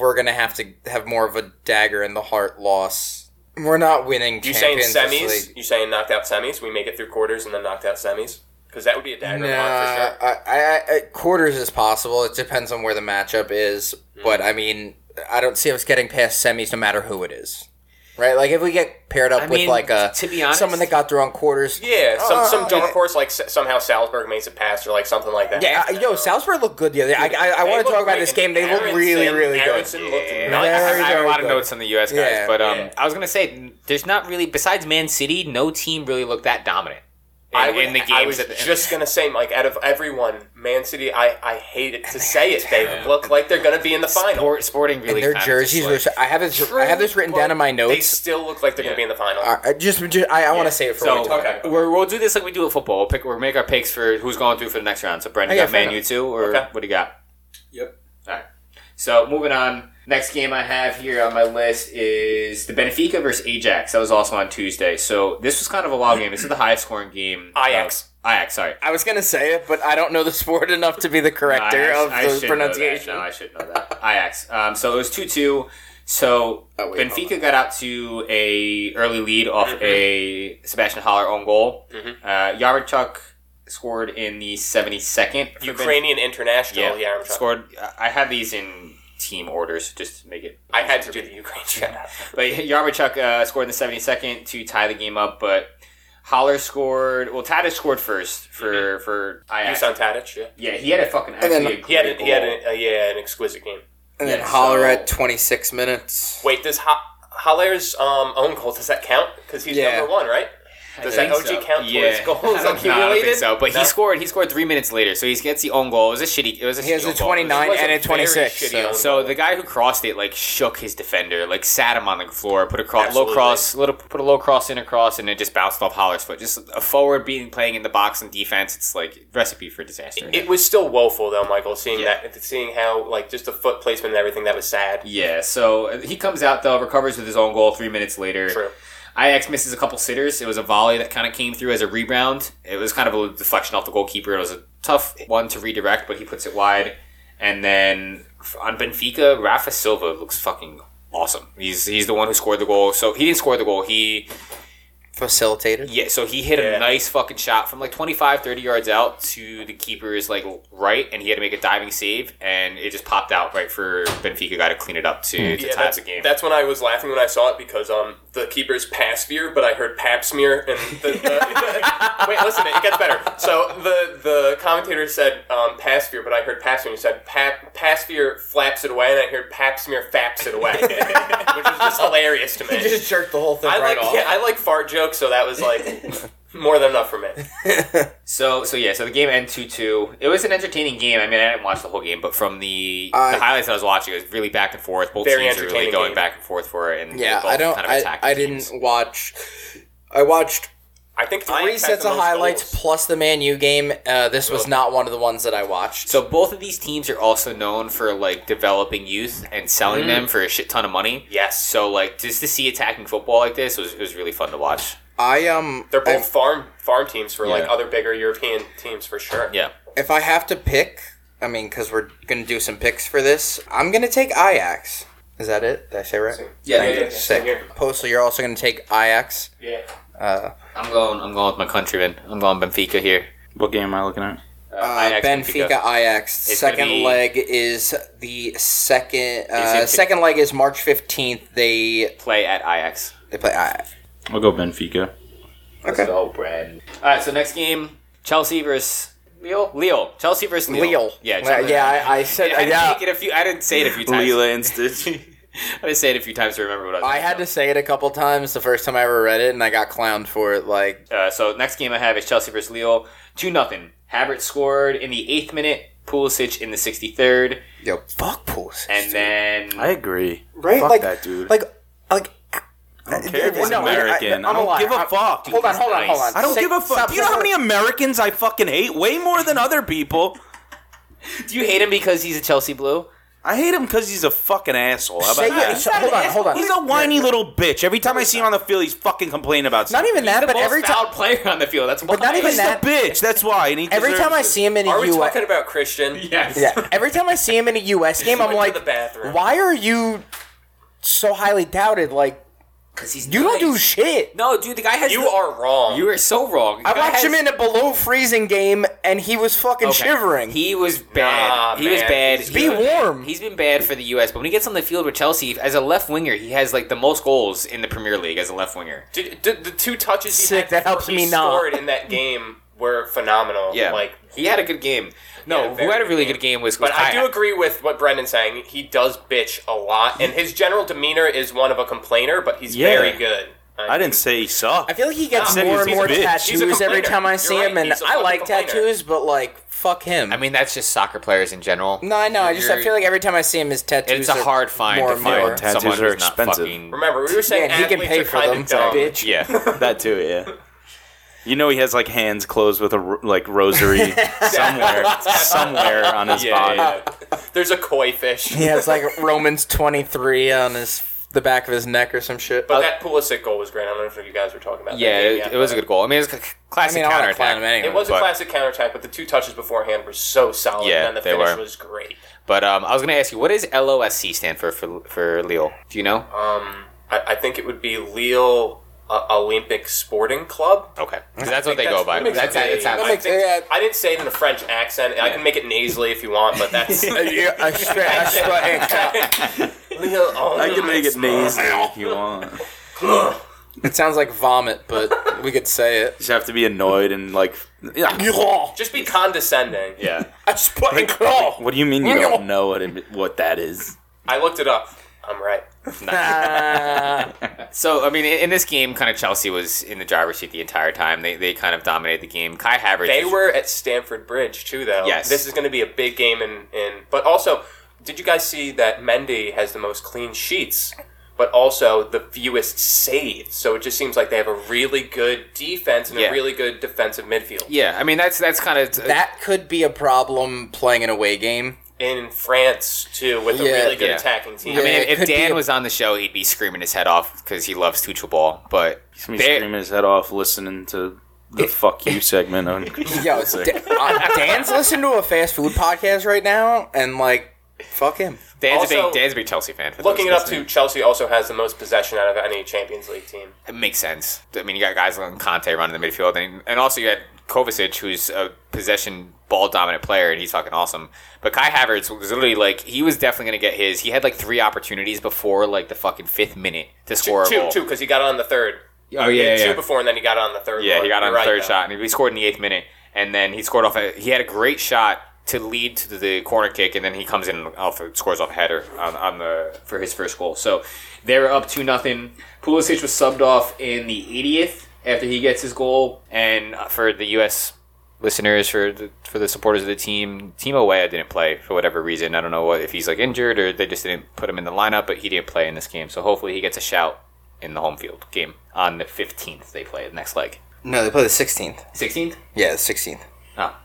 S1: we're gonna have to have more of a dagger in the heart loss. We're not winning.
S3: You saying
S1: Champions
S3: semis?
S1: League.
S3: You saying knocked out semis? We make it through quarters and then knocked out semis? Because that would be a
S1: Nah,
S3: dagger one for sure.
S1: I, I, I, quarters is possible. It depends on where the matchup is,
S3: Hmm.
S1: but I mean, I don't see us getting past semis, no matter who it is. Right? Like if we get paired up
S4: I
S1: with
S4: mean,
S1: like a
S4: to be honest-
S1: someone that got therough on quarters.
S3: Yeah, some
S1: Uh,
S3: some dark
S1: uh,
S3: horse like s- somehow Salzburg makes a pass or like something like that.
S1: Yeah, yo, Salisbury looked good the other day. I, I, I
S3: They
S1: want
S3: look
S1: to talk about
S3: great,
S1: this
S3: and
S1: game. They look
S3: Aronson-
S1: really, really good.
S3: Aronson looked
S4: Yeah.
S1: No,
S3: nice.
S1: I-
S4: I, I have a lot of
S1: good.
S4: notes on the U.S. guys,
S1: Yeah.
S4: but um,
S3: Yeah.
S4: I was gonna say there's not really besides Man City, no team really looked that dominant in,
S3: I would-
S4: in the games.
S3: I was
S4: at the-
S3: just gonna say, like, out of everyone, Man City. I, I hate it to say it. They look like they're gonna be in the final.
S4: Sport, sporting really.
S1: And their
S4: kind of
S1: jerseys
S4: just
S1: were.
S4: like-
S1: so- I have this. I have this written
S3: But
S1: down in my
S3: They
S1: notes.
S3: still look like they're gonna be in the final.
S1: Uh, I just, just- I, I want to say it for.
S4: So uh,
S1: when we talk
S3: okay.
S1: about it.
S4: we're, we'll do this like we do at football. We'll, pick, we'll make our picks for who's going through for the next round. So Brendan,
S1: Oh,
S4: you
S1: yeah,
S4: got
S1: fair
S4: Man U
S1: enough.
S4: too, or
S3: Okay.
S4: what do you got?
S2: Yep.
S4: All right. So moving on. Next game I have here on my list is the Benfica versus Ajax. That was also on Tuesday. So this was kind of a wild game. This is the highest scoring game. of-
S3: Ajax.
S4: Ajax. Sorry.
S1: I was gonna say it, but I don't know the sport enough to be the corrector
S4: No, I-
S1: of the
S4: I should know that.
S1: pronunciation.
S4: No, I should know that. Ajax. Um, so it was two two. So
S1: Oh, wait, hold
S4: Benfica got out to a early lead off
S3: Mm-hmm.
S4: a Sebastian Haller own goal. Uh, Yarmochuk scored in the seventy second.
S3: Ukrainian international. Yeah, I'm trying-
S4: scored. I- I have these in team orders just to make it.
S3: I had to do the Ukraine chat.
S4: But Yarmochuk uh, scored in the seventy second to tie the game up, but. Holler scored. Well, Tadic scored first for
S3: Mm-hmm.
S4: for Ajax.
S3: Dusan Tadic. Yeah,
S4: Yeah, he had a fucking.
S1: then
S4: actually a
S3: he had a,
S4: great
S3: he had
S4: goal.
S3: a, uh, yeah an exquisite game.
S1: And then
S4: Yeah,
S1: holler
S4: so-
S1: at 26 minutes.
S3: Wait, does ha- Haller's um, own goal does that count? Because he's
S1: Yeah.
S3: number one, right? Does that OG count towards goals
S4: I don't, no, I don't think
S3: accumulated?
S4: so, but
S3: No.
S4: he scored. He scored three minutes later, so he gets the own goal. It was a shitty. It was a.
S1: He has a
S4: shitty own goal.
S1: 29
S3: was a
S1: and a
S3: very
S1: 26.
S3: shitty
S1: So.
S3: own
S4: So the guy who crossed it like shook his defender, like sat him on the floor, put a cro- low
S3: Absolutely.
S4: cross, little put a low cross in a cross, and it just bounced off Holler's foot. Just a forward being playing in the box and defense. It's like recipe for disaster.
S3: It was still woeful though, Michael. Seeing
S4: Yeah.
S3: that, seeing how like just the foot placement and everything that was sad.
S4: yeah. So he comes out though, recovers with his own goal three minutes later.
S3: True.
S4: Ajax misses a couple sitters. It was a volley that kind of came through as a rebound. It was kind of a deflection off the goalkeeper. It was a tough one to redirect, but he puts it wide. And then f- on Benfica, Rafa Silva looks fucking awesome. He's he's the one who scored the goal. So he didn't score the goal. He
S1: Facilitated.
S4: yeah, so he hit
S3: Yeah.
S4: a nice fucking shot from like 25, 30 yards out to the keeper's like right and he had to make a diving save and it just popped out right for Benfica got to clean it up to, to
S3: Yeah,
S4: tie
S3: that's,
S4: the game.
S3: that's when I was laughing when I saw it because um the keeper's pass veer, but I heard pap smear and the, the wait, listen, it gets better. So the the commentator said um pass veer, but I heard pap smear. He said pap pass veer flaps it away, and I heard pap smear faps it away, which was just hilarious to me.
S1: He just jerked the whole thing
S3: I
S1: right
S3: like
S1: off.
S3: yeah, I like fart jokes, so that was like more than enough for me.
S4: So so yeah, so the game ended two two. It was an entertaining game. I mean, I didn't watch the whole game, but from the,
S1: I-
S4: the highlights I was watching, it was really back and forth. Both
S3: Very
S4: teams are really
S3: entertaining
S4: going
S3: game.
S4: back and forth for it, and
S1: Yeah,
S4: they both
S1: I don't.
S4: Kind of
S1: I,
S4: attacked
S1: I
S4: the teams.
S1: didn't watch. I watched
S3: I think
S1: three
S3: Ajax had
S1: sets
S3: the
S1: of
S3: most
S1: highlights
S3: goals.
S1: plus the Man U game. Uh, this was not one of the ones that I watched.
S4: So both of these teams are also known for like developing youth and selling
S1: Mm-hmm.
S4: them for a shit ton of money.
S3: Yes.
S4: So like just to see attacking football like this was it was really fun to watch.
S1: I um,
S3: They're both
S1: if,
S3: farm farm teams for like
S4: Yeah.
S3: other bigger European teams for sure.
S4: Yeah.
S1: if I have to pick, I mean, because we're gonna do some picks for this, I'm gonna take Ajax. Is that it? Did I say right?
S4: Yeah,
S1: Thank
S4: yeah,
S1: you.
S3: yeah, yeah.
S1: Sick.
S3: Same here.
S1: Postal, you're also gonna take Ajax.
S3: Yeah.
S1: Uh,
S4: I'm going. I'm going with my countrymen. I'm going Benfica here.
S2: What game am I looking at?
S4: Uh,
S1: Uh,
S4: Ajax,
S1: Benfica Ajax.
S4: It's gonna
S1: second
S4: be-
S1: leg is the second.
S4: Is
S1: Uh,
S4: it-
S1: second leg is March fifteenth. They
S4: play at Ajax.
S1: they play Ajax.
S2: I'll go Benfica.
S1: Okay.
S4: go, Brad. All right, so next game, Chelsea versus Lille? Lille. Chelsea versus Lille.
S1: Leal.
S4: Yeah,
S1: yeah,
S4: Chelsea.
S1: I, I said,
S4: I,
S1: yeah.
S4: didn't take it a few, I didn't say it a few times.
S2: Leela and Stitch.
S4: I didn't say it a few times to remember what I was
S1: I
S4: doing.
S1: had to say it a couple times the first time I ever read it, and I got clowned for it. Like,
S4: Uh, so next game I have is Chelsea versus Lille, two nothing. Havertz scored in the eighth minute, Pulisic in the sixty third,
S1: yo, fuck Pulisic.
S4: and then
S2: I agree.
S1: right,
S2: Fuck
S1: like
S2: that dude.
S1: Like, like.
S2: I don't care if he's
S1: No, I- I-
S2: American. I,
S1: I'm a
S2: don't
S1: liar.
S2: give a
S1: I'm-
S2: fuck.
S1: Hold on, hold on, hold
S4: nice.
S1: on.
S2: I don't
S1: Say-
S2: give a fuck.
S1: stop,
S2: Do you know how
S1: stop.
S2: many Americans I fucking hate? Way more than other people.
S4: do you hate him because he's a Chelsea blue?
S2: I hate him because he's a fucking asshole. How about
S1: Say
S2: that?
S1: it. So- Hold on, hold on.
S2: He's a whiny little bitch. Every time I see him on the field, he's fucking complaining about
S1: Not
S2: something.
S1: even that,
S4: the
S1: but
S4: most
S1: every time,
S4: fouled player on the field. That's
S1: not
S4: why.
S1: even
S2: He's a
S1: that-
S2: bitch. That's why. And he
S1: every
S2: deserves
S1: time I
S2: it.
S1: see him in a
S3: Are we
S1: U.S.
S3: talking about Christian?
S4: Yes.
S1: Yeah, every time I see him in a U.S. game, I'm
S3: went to
S1: like,
S3: the bathroom.
S1: why are you so highly doubted? Like,
S4: because he's
S1: you don't do
S4: nice.
S1: shit.
S4: no, dude. The guy has
S3: You
S4: the-
S3: are wrong.
S4: you are so wrong. The
S1: I
S4: guy
S1: watched
S4: has-
S1: him in a below freezing game, and he was fucking
S4: Okay.
S1: shivering.
S4: He was bad.
S3: Nah,
S4: he was
S3: man.
S4: bad.
S3: Just
S1: be
S4: He was bad.
S1: warm.
S4: He's been bad for the U.S., but when he gets on the field with Chelsea, as a left winger, he has like the most goals in the Premier League as a left winger.
S3: Dude, the, the two touches he
S1: Sick,
S3: had
S1: that
S3: before
S1: helps
S3: he
S1: me not.
S3: scored in that game were phenomenal.
S4: Yeah,
S3: Like,
S4: he had a good game. No,
S3: Yeah,
S4: who had a
S3: very
S4: really
S3: good
S4: good game was.
S3: but
S4: was
S3: I do
S4: Kaya.
S3: agree with what Brendan's saying. He does bitch a lot, and his general demeanor is one of a complainer, but he's
S2: Yeah.
S3: very good.
S2: I didn't say he sucked.
S1: I feel like he gets
S3: Nah,
S1: more
S2: he's-
S1: and
S2: he's
S1: more
S2: a bitch.
S3: He's a
S1: tattoos every
S3: complainer.
S1: time I
S3: You're
S1: see
S3: right,
S1: him, and
S3: he's a
S1: I
S3: fucking
S1: like
S3: complainer.
S1: tattoos, but like, fuck him.
S4: I mean, that's just soccer players in general.
S1: no, I know. I just I
S4: You're-
S1: feel like every time I see him, his tattoos.
S4: it's a
S1: are
S4: hard find
S1: more
S4: to
S1: and more.
S4: find
S2: Tattoos
S4: someone
S2: are
S4: who's not
S2: expensive.
S4: fucking.
S3: Remember, we were saying
S1: Yeah, he can
S3: athletes
S1: pay
S3: are
S1: for
S3: kind
S1: them,
S3: of dumb.
S1: bitch.
S4: Yeah,
S2: that too, yeah. You know he has like hands closed with a ro- like rosary somewhere, somewhere on his
S4: Yeah,
S2: body.
S4: yeah,
S3: There's a koi fish.
S1: He has like Romans twenty three on his the back of his neck or some shit.
S3: But that Pulisic goal was great. I don't know if you guys were talking about.
S4: yeah,
S3: that game
S4: it,
S3: yet,
S4: it was a
S3: but
S4: good goal. I mean, it was a c-
S1: I
S4: classic
S1: mean, I want to clown him
S4: counterattack.
S1: anyway.
S3: It was a
S4: But-
S3: classic counterattack, but the two touches beforehand were so solid,
S4: Yeah,
S3: and then the
S4: they
S3: finish
S4: were.
S3: was great.
S4: But um, I was gonna ask you, what does LOSC stand for for for Lille? Do you know?
S3: Um, I, I think it would be Lille uh, Olympic Sporting Club.
S4: Okay, 'Cause that's what they
S3: That's-
S4: go by.
S3: that makes
S4: That's
S3: sense.
S4: that's how
S1: That
S3: I
S1: makes-
S3: think-
S1: yeah.
S3: I didn't say it in a French accent. I can make it nasally if you want, but that's.
S1: Uh, yeah, I swear, I swear, I swear.
S3: Lille
S2: I can make it
S3: Olympic
S2: nasally if you want. You
S1: It sounds like vomit, but we could say it.
S2: just have to be annoyed and like, yeah.
S3: Just be condescending.
S4: yeah.
S2: What do you mean you don't know what it, what that is?
S3: I looked it up. I'm right.
S1: Ah.
S4: So I mean, in in this game, kind of Chelsea was in the driver's seat the entire time. They they kind of dominated the game. Kai Havertz.
S3: They
S4: was-
S3: were at Stamford Bridge too, though.
S4: Yes.
S3: This is going to be a big game, in, in but also, did you guys see that Mendy has the most clean sheets, but also the fewest saves? So it just seems like they have a really good defense and
S4: Yeah.
S3: a really good defensive midfield.
S4: Yeah, I mean that's that's kind of
S1: that could be a problem playing an away game.
S3: In France too, with
S1: Yeah.
S3: a really good
S4: Yeah.
S3: attacking team.
S1: I
S4: I mean,
S1: Yeah, it
S4: if
S1: could be
S4: Dan
S1: a-
S4: was on the show, he'd be screaming his head off because he loves Tuchel Ball. But
S2: He's gonna be
S4: They-
S2: screaming his head off listening to the fuck you segment on.
S1: Yo, it's da- uh, Dan's listening to a fast food podcast right now, and like, fuck him.
S4: Dan's, a
S3: Also-
S4: big, Dan's a big Chelsea fan. For
S3: looking it
S4: those
S3: up too,
S4: listening.
S3: Chelsea also has the most possession out of any Champions League team.
S4: it makes sense. I mean, you got guys like Conte running the midfield, and, and also you had Kovacic, who's a possession ball dominant player, and he's fucking awesome. But Kai Havertz was literally like he was definitely going to get his. He had like three opportunities before like the fucking fifth minute to score a
S3: Two,
S4: goal.
S3: two, because he got on the third.
S4: Oh,
S3: He
S4: yeah,
S3: had
S4: yeah.
S3: two before, and then he got on the third.
S4: Yeah,
S3: one.
S4: he got on
S3: You're
S4: the
S3: right,
S4: third
S3: though.
S4: shot, and he scored in the eighth minute. And then he scored off. A, he had a great shot to lead to the corner kick, and then he comes in and off, scores off a header on, on the for his first goal. So they were up two nothing. Pulisic was subbed off in the 80th after he gets his goal. And for the U.S. listeners, for the, for the supporters of the team, Timo Weah didn't play for whatever reason. I don't know what if he's like injured or they just didn't put him in the lineup, but he didn't play in this game. So hopefully he gets a shout in the home field game on the 15th. They play the next leg.
S1: No, they play the sixteenth.
S4: 16th?
S1: Yeah, the sixteenth.
S4: Oh,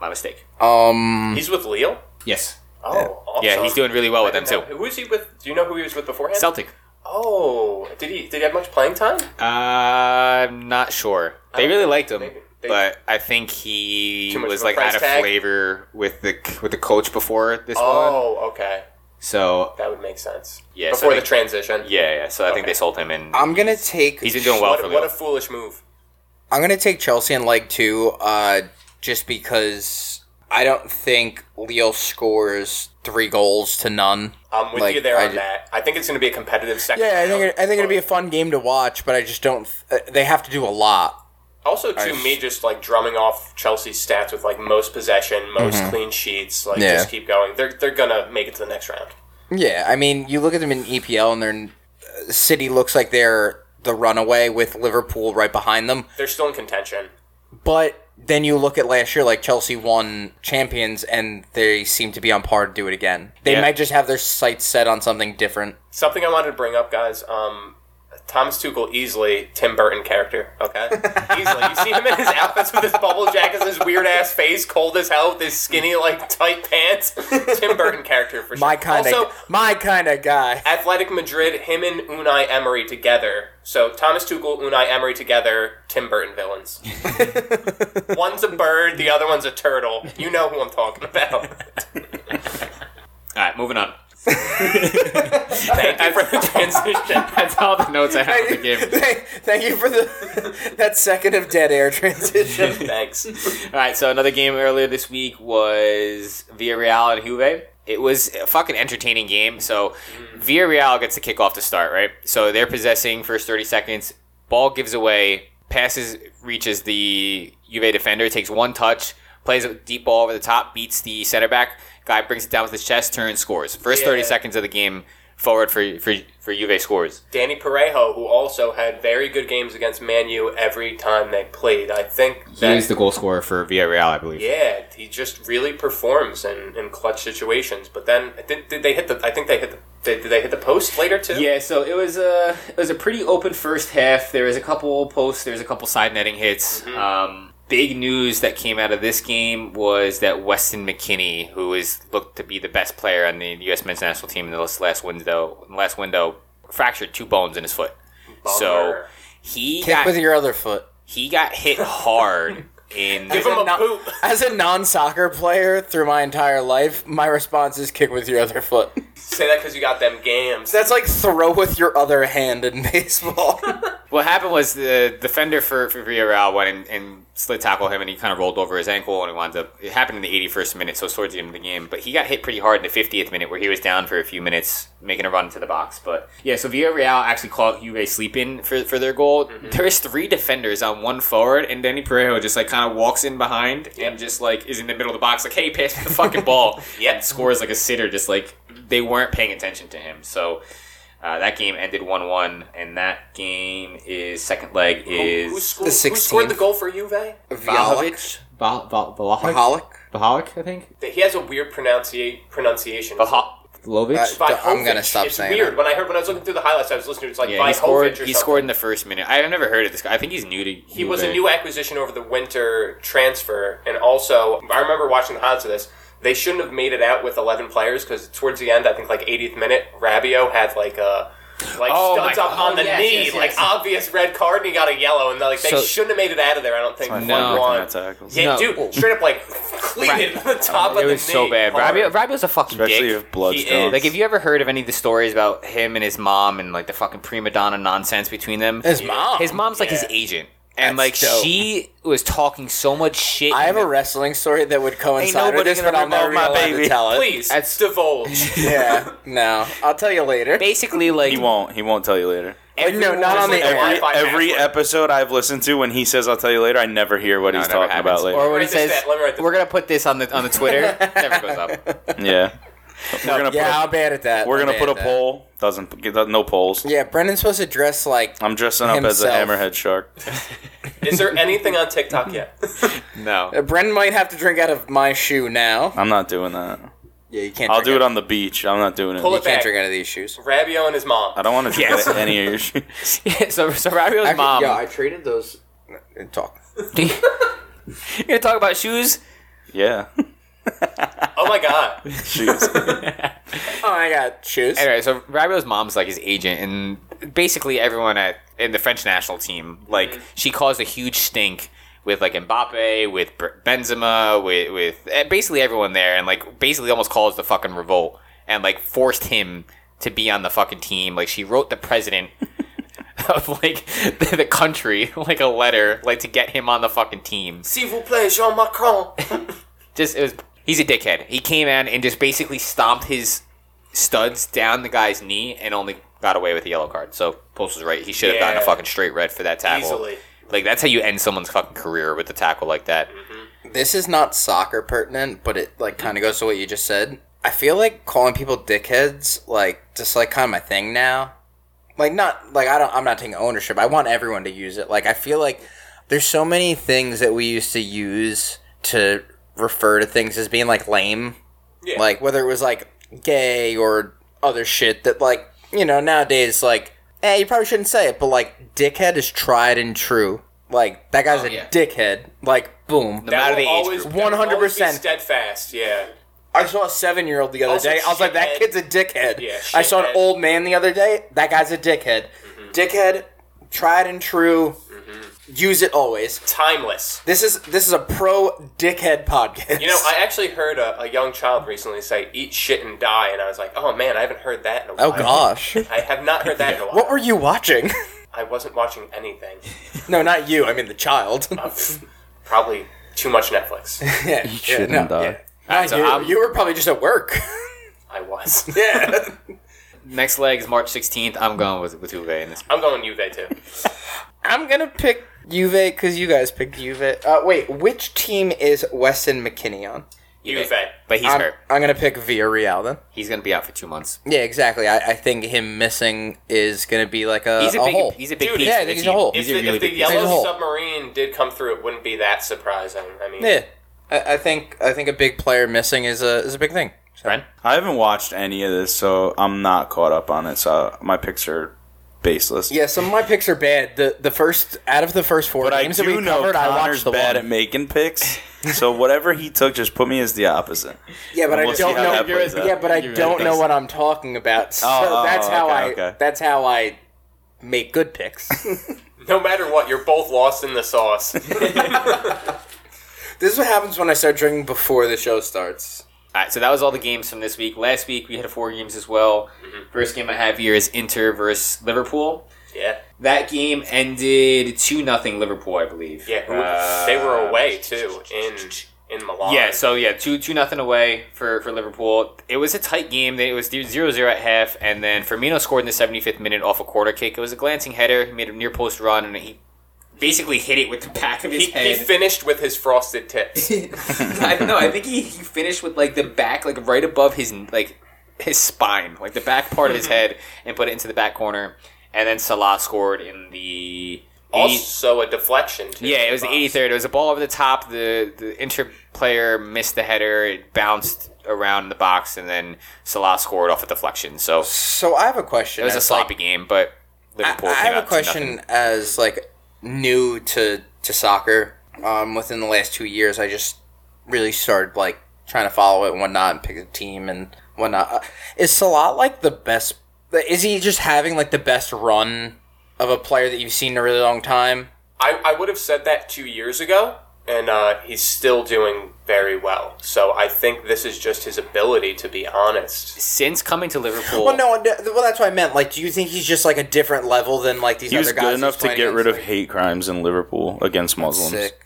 S4: my mistake.
S1: Um,
S3: He's with Lille.
S4: Yes.
S3: Oh, awesome.
S4: Yeah, he's doing really well with
S3: I
S4: them
S3: didn't know.
S4: too.
S3: Who was he with? Do you know who he was with beforehand?
S4: Celtic.
S3: Oh, did he did he have much playing time?
S4: Uh, I'm not sure. They
S3: don't
S4: really
S3: know.
S4: liked him,
S3: Maybe. They-
S4: but I think he
S3: Too much
S4: was
S3: of a
S4: like out
S3: price
S4: of
S3: tag?
S4: flavor with the with the coach before this one.
S3: Oh, okay,
S4: So
S3: that would make sense.
S4: Yeah, so
S3: before
S4: I
S3: the
S4: think-
S3: transition.
S4: yeah, yeah. So I think
S3: Okay.
S4: they sold him, and
S1: I'm gonna take.
S4: he's been doing well
S3: what,
S4: for
S3: what a
S4: Lille.
S3: foolish move.
S1: I'm gonna take Chelsea in leg two, uh, just because I don't think Leo scores three goals to none.
S3: I'm with
S1: Like,
S3: you there
S1: I
S3: on
S1: ju-
S3: that. I think it's going to be a competitive second.
S1: Yeah, I think
S3: round,
S1: it, I think it'd be a
S3: but-
S1: fun game to watch, but I just don't. Uh, they have to do a lot.
S3: Also, too, me just like drumming off Chelsea's stats with like most possession, most clean sheets. Like,
S1: Mm-hmm. Yeah.
S3: just keep going. They're they're gonna make it to the next round.
S1: Yeah, I mean, you look at them in EPL, and their city looks like they're the runaway with Liverpool right behind them.
S3: They're still in contention.
S1: But then you look at last year, like Chelsea won Champions, and they seem to be on par to do it again. They
S2: Yeah.
S1: might just have their sights set on something different.
S3: Something I wanted to bring up, guys. Um, Thomas Tuchel easily Tim Burton character. Okay, easily. You see him in his outfits with his bubble jackets, his weird ass face, cold as hell, with his skinny like tight pants. Tim Burton character for sure.
S1: My kind
S3: Also,
S1: of my kind of guy.
S3: Athletic Madrid, him and Unai Emery together. So Thomas Tuchel, Unai Emery together, Tim Burton villains. one's a bird, the other one's a turtle. You know who I'm talking about.
S4: All right, moving on.
S3: Thank you for the transition.
S4: That's all the notes I have on the game.
S1: Thank thank you for the that second of dead air transition.
S3: Thanks.
S4: All right, so another game earlier this week was Villarreal and Juve. It was a fucking entertaining game. So Villarreal gets the kick off to start, right? So they're possessing first 30 seconds. Ball gives away, passes, reaches the Juve defender, takes one touch, plays a deep ball over the top, beats the center back. Guy brings it down with his chest, turns, scores. First 30
S3: Yeah.
S4: seconds of the game, forward for, for, for Juve scores.
S3: Danny Parejo, who also had very good games against Man U every time they played. I think
S4: He
S3: that
S4: is the goal scorer for Villarreal, I believe.
S3: yeah, he just really performs in, in clutch situations. But then did, did they hit the? I think they hit the. Did, did they hit the post later too?
S4: Yeah, so it was a it was a pretty open first half. There was a couple posts, there was a couple side netting hits.
S3: Mm-hmm.
S4: Um, big news that came out of this game was that Weston McKinney, who is looked to be the best player on the U.S. men's national team in the last window, last window, fractured two bones in his foot. So
S3: Bummer.
S4: he
S1: Kick
S4: got
S1: with your other foot.
S4: he got hit hard in
S3: Give him a
S1: Not-
S3: poop.
S1: As a non-soccer player through my entire life, my response is kick with your other foot.
S3: Say that because you got them games.
S1: That's like throw with your other hand in baseball.
S4: What happened was the defender for, for Villarreal went and, and slid tackle him, and he kind of rolled over his ankle, and it wound up. It happened in the 81st minute, so it's towards the end of the game. But he got hit pretty hard in the 50th minute, where he was down for a few minutes, making a run into the box. But yeah, so Villarreal actually called Juve sleeping for, for their goal. There's three defenders on one forward, and Danny Parejo just like kind of walks in behind and just like is in the middle of the box, like, "Hey, pass me the fucking ball!"
S3: Yep.
S4: and scores like a sitter. Just like they weren't paying attention to him, so. Uh, that game ended one one, and that game is second leg
S3: who, who,
S4: is
S1: The
S3: scored, who scored the
S1: 16th.
S3: goal for Juve?
S4: Vlahovic, Val- Val- Vlahovic,
S1: Mahalik?
S4: Vlahovic, I think.
S3: That He has a weird pronuncia- pronunciation.
S4: Vlaho-
S1: Uh,
S4: Vlahovic.
S3: Vlahovic.
S1: I'm gonna stop
S3: it's
S1: saying
S3: weird.
S1: it.
S3: When I heard when I was looking through the highlights, I was listening. to It's like
S4: Yeah,
S3: Vlahovic
S4: he
S3: or
S4: scored.
S3: something.
S4: He scored in the first minute. I've never heard of this guy. I think he's new to.
S3: He was a new acquisition over the winter transfer, and also I remember watching the highlights of this. They shouldn't have made it out with eleven players because towards the end, I think like 80th minute, Rabio had like a. Like
S4: Oh
S3: studs
S4: my-
S3: up on
S4: oh,
S3: the
S4: yes,
S3: knee,
S4: yes,
S3: like
S4: yes.
S3: obvious red card, and he got a yellow, and like they
S1: So-
S3: shouldn't have made it out of there. I don't think
S2: my
S3: one
S4: fault.
S3: one.
S2: Looking at tackles.
S3: Yeah,
S4: No.
S3: dude, straight up like clean it to the top of
S4: It
S3: the knee.
S4: was so bad.
S3: Hard.
S4: Rabio, Rabio's a fucking
S2: Especially
S4: dick.
S2: if blood's
S3: He is.
S2: drawn.
S4: Like, have you ever heard of any of the stories about him and his mom and like the fucking prima donna nonsense between them?
S1: His mom.
S4: His mom's like his
S3: Yeah.
S4: agent, and
S1: That's
S4: like
S1: dope.
S4: she was talking so much shit.
S1: I
S4: in
S1: have
S4: the
S1: a wrestling story that would coincide with
S2: nobody
S1: this,
S2: gonna
S1: but I'll
S2: remove
S1: never be
S2: my
S1: allowed to
S2: baby.
S1: tell it.
S3: Please,
S4: That's-
S3: divulge.
S1: Yeah, no, I'll tell you later.
S4: basically like
S2: He won't. He won't tell you later.
S1: no, not on the
S3: Everyone-
S1: air.
S2: Every,
S3: Wi-Fi
S2: every
S3: password.
S2: episode I've listened to, when he says "I'll tell you later," I never hear what
S4: No,
S2: he's
S4: it never
S2: talking about
S4: happens.
S2: later.
S4: Or when he
S3: Let me write
S4: says,
S3: this down, let me write this
S4: "We're gonna put this on the on the Twitter," never goes up.
S2: yeah, we're gonna
S1: Yeah,
S2: put.
S1: I'm bad at that.
S2: A, we're
S1: I'm
S2: gonna
S1: bad
S2: put a
S1: at that.
S2: poll. Doesn't get no polls.
S1: Yeah, Brendan's supposed to dress like.
S2: I'm dressing up as a
S1: Himself.
S2: hammerhead shark.
S3: Is there anything on TikTok yet?
S4: No,
S1: Uh, Brendan might have to drink out of my shoe now.
S2: I'm not doing that.
S1: Yeah, you can't.
S2: I'll
S1: drink
S2: do it
S1: out-
S2: on the beach. I'm not doing
S3: Pull
S1: You
S2: it.
S3: it-
S1: can't
S3: back.
S1: drink out of these shoes.
S3: Rabio and his mom.
S2: I don't want to drink
S4: Yes.
S2: out of any of your shoes.
S4: so so Rabio's mom.
S1: yeah, I traded those. Talk.
S4: You're gonna talk about shoes.
S2: Yeah,
S3: Oh my god.
S2: shoes.
S1: Oh, I got shoes.
S4: Anyway, so Rabio's mom's like his agent, and basically everyone at in the French national team, like she caused a huge stink with like Mbappe, with B- Benzema, with with eh, basically everyone there, and like basically almost caused the fucking revolt, and like forced him to be on the fucking team. Like she wrote the president. Of like the, the country, like a letter, like to get him on the fucking team.
S3: S'il vous plaît, Jean Macron.
S4: Just it was he's a dickhead. He came in and just basically stomped his studs down the guy's knee and only got away with a yellow card. So Post was right. He should have gotten
S3: Yeah.
S4: a fucking straight red for that tackle.
S3: Easily.
S4: Like that's how you end someone's fucking career with a tackle like that.
S1: This is not soccer pertinent, but it like kind of goes to what you just said. I feel like calling people dickheads like just like kind of my thing now. Like not like I don't I'm not taking ownership. I want everyone to use it. Like I feel like there's so many things that we used to use to refer to things as being like lame.
S3: Yeah.
S1: Like whether it was like gay or other shit that like, you know, nowadays like eh, you probably shouldn't say it, but like dickhead is tried and true. Like that guy's
S4: Oh,
S1: a
S4: yeah.
S1: dickhead. Like boom.
S4: No matter
S3: will
S4: the age
S3: always-
S1: group.
S3: that will always be
S1: 100%.
S3: steadfast. Yeah,
S1: I saw a seven year old the other
S3: Also
S1: day. I was like, that
S3: Oh, shithead.
S1: kid's a dickhead.
S3: Yeah,
S1: I saw an
S3: shithead. Mm-hmm.
S1: old man the other day. That guy's a dickhead. Dickhead, tried and true. Use it always.
S3: timeless.
S1: This is this is a pro dickhead podcast.
S3: You know, I actually heard a, a young child recently say "eat shit and die," and I was like, "Oh man, I haven't heard that in a while."
S1: oh gosh,
S3: I have not heard that in a while.
S1: what were you watching?
S3: I wasn't watching anything.
S1: no, not you. I mean the child.
S3: Probably too much Netflix.
S1: yeah, yeah,
S2: shouldn't
S1: no,
S2: die.
S1: yeah. Not
S4: so
S1: you.
S4: I'm-
S1: you were probably just at work.
S3: I was.
S1: yeah.
S4: Next leg is March 16th. I'm going with with Uwe in this.
S3: I'm going E Juve
S4: E
S3: too.
S1: I'm gonna pick Juve because you guys picked Juve. Uh, wait, which team is Weston McKinney on?
S3: Juve.
S4: But he's
S1: I'm,
S4: hurt.
S1: I'm gonna pick Villarreal then.
S4: He's gonna be out for two months.
S1: Yeah, exactly. I, I think him missing is going to be like a,
S4: He's a,
S1: a
S4: big.
S1: hole.
S4: He's a big
S3: Dude,
S4: piece.
S3: yeah,
S4: of
S1: I think
S4: the
S1: he's a
S4: team.
S1: hole.
S3: If
S4: He's
S3: the,
S4: a really
S3: if the
S4: big. piece.
S1: There's a
S3: yellow
S1: hole.
S3: submarine did come through, it wouldn't be that surprising. I mean,
S1: yeah, I, I think I think a big player missing is a is a big thing.
S4: Friend?
S2: I haven't watched any of this, so I'm not caught up on it. So my picks are baseless.
S1: Yeah, some of my picks are bad. The the first out of the first four
S2: But I
S1: games that
S2: do
S1: we
S2: know
S1: covered, I watched
S2: Connor's
S1: the
S2: bad
S1: one.
S2: at making picks, so whatever he took, just put me as the opposite.
S1: yeah, but I
S2: We'll see
S1: don't
S2: how
S1: know.
S2: that plays out.
S1: Yeah, but I don't know what I'm talking about. So
S2: Oh, oh,
S1: that's how
S2: okay,
S1: I
S2: okay.
S1: that's how I make good picks.
S3: no matter what, you're both lost in the sauce.
S1: this is what happens when I start drinking before the show starts.
S4: All right, so that was all the games from this week. Last week we had four games as well.
S3: Mm-hmm.
S4: First game I have here is Inter versus Liverpool.
S3: yeah,
S4: That game ended two nothing Liverpool, I believe.
S3: yeah. who-
S4: Uh,
S3: they were away too in in Milan.
S4: Yeah, so yeah, two two nothing away for, for Liverpool. It was a tight game. They- It was 0-0 at half, and then Firmino scored in the seventy fifth minute off a corner kick. It was a glancing header. He made a near post run, and he basically hit it with the back of his
S3: he, he
S4: head.
S3: finished with his frosted tips.
S4: I don't know. I think he, he finished with like the back, like right above his like his spine, like the back part of his head, and put it into the back corner. And then Salah scored in the eight-
S3: also, a deflection. Too,
S4: yeah, it was the
S3: Box.
S4: eighty third. It was a ball over the top. The the Inter player missed the header. It bounced around the box, and then Salah scored off a deflection. So it
S1: So I have a question.
S4: was a
S1: It's like-
S4: sloppy game, but Liverpool.
S1: I, I
S4: came
S1: have
S4: out
S1: a
S4: 2-0.
S1: question as like new to to soccer. Um, within the last two years, I just really started like trying to follow it and whatnot, and pick a team and whatnot. Uh, Is Salah like the best? Is he just having like the best run of a player that you've seen in a really long time?
S3: I, I would have said that two years ago, and uh, he's still doing very well. So I think this is just his ability to be honest.
S4: Since coming to Liverpool,
S1: Well, no. no, Well, that's what I meant. Like, do you think he's just like a different level than like these
S2: He
S1: other
S2: was
S1: guys?
S2: good
S1: he's
S2: enough to
S1: playing
S2: get rid of
S1: against?
S2: hate crimes in Liverpool against Muslims.
S1: Sick.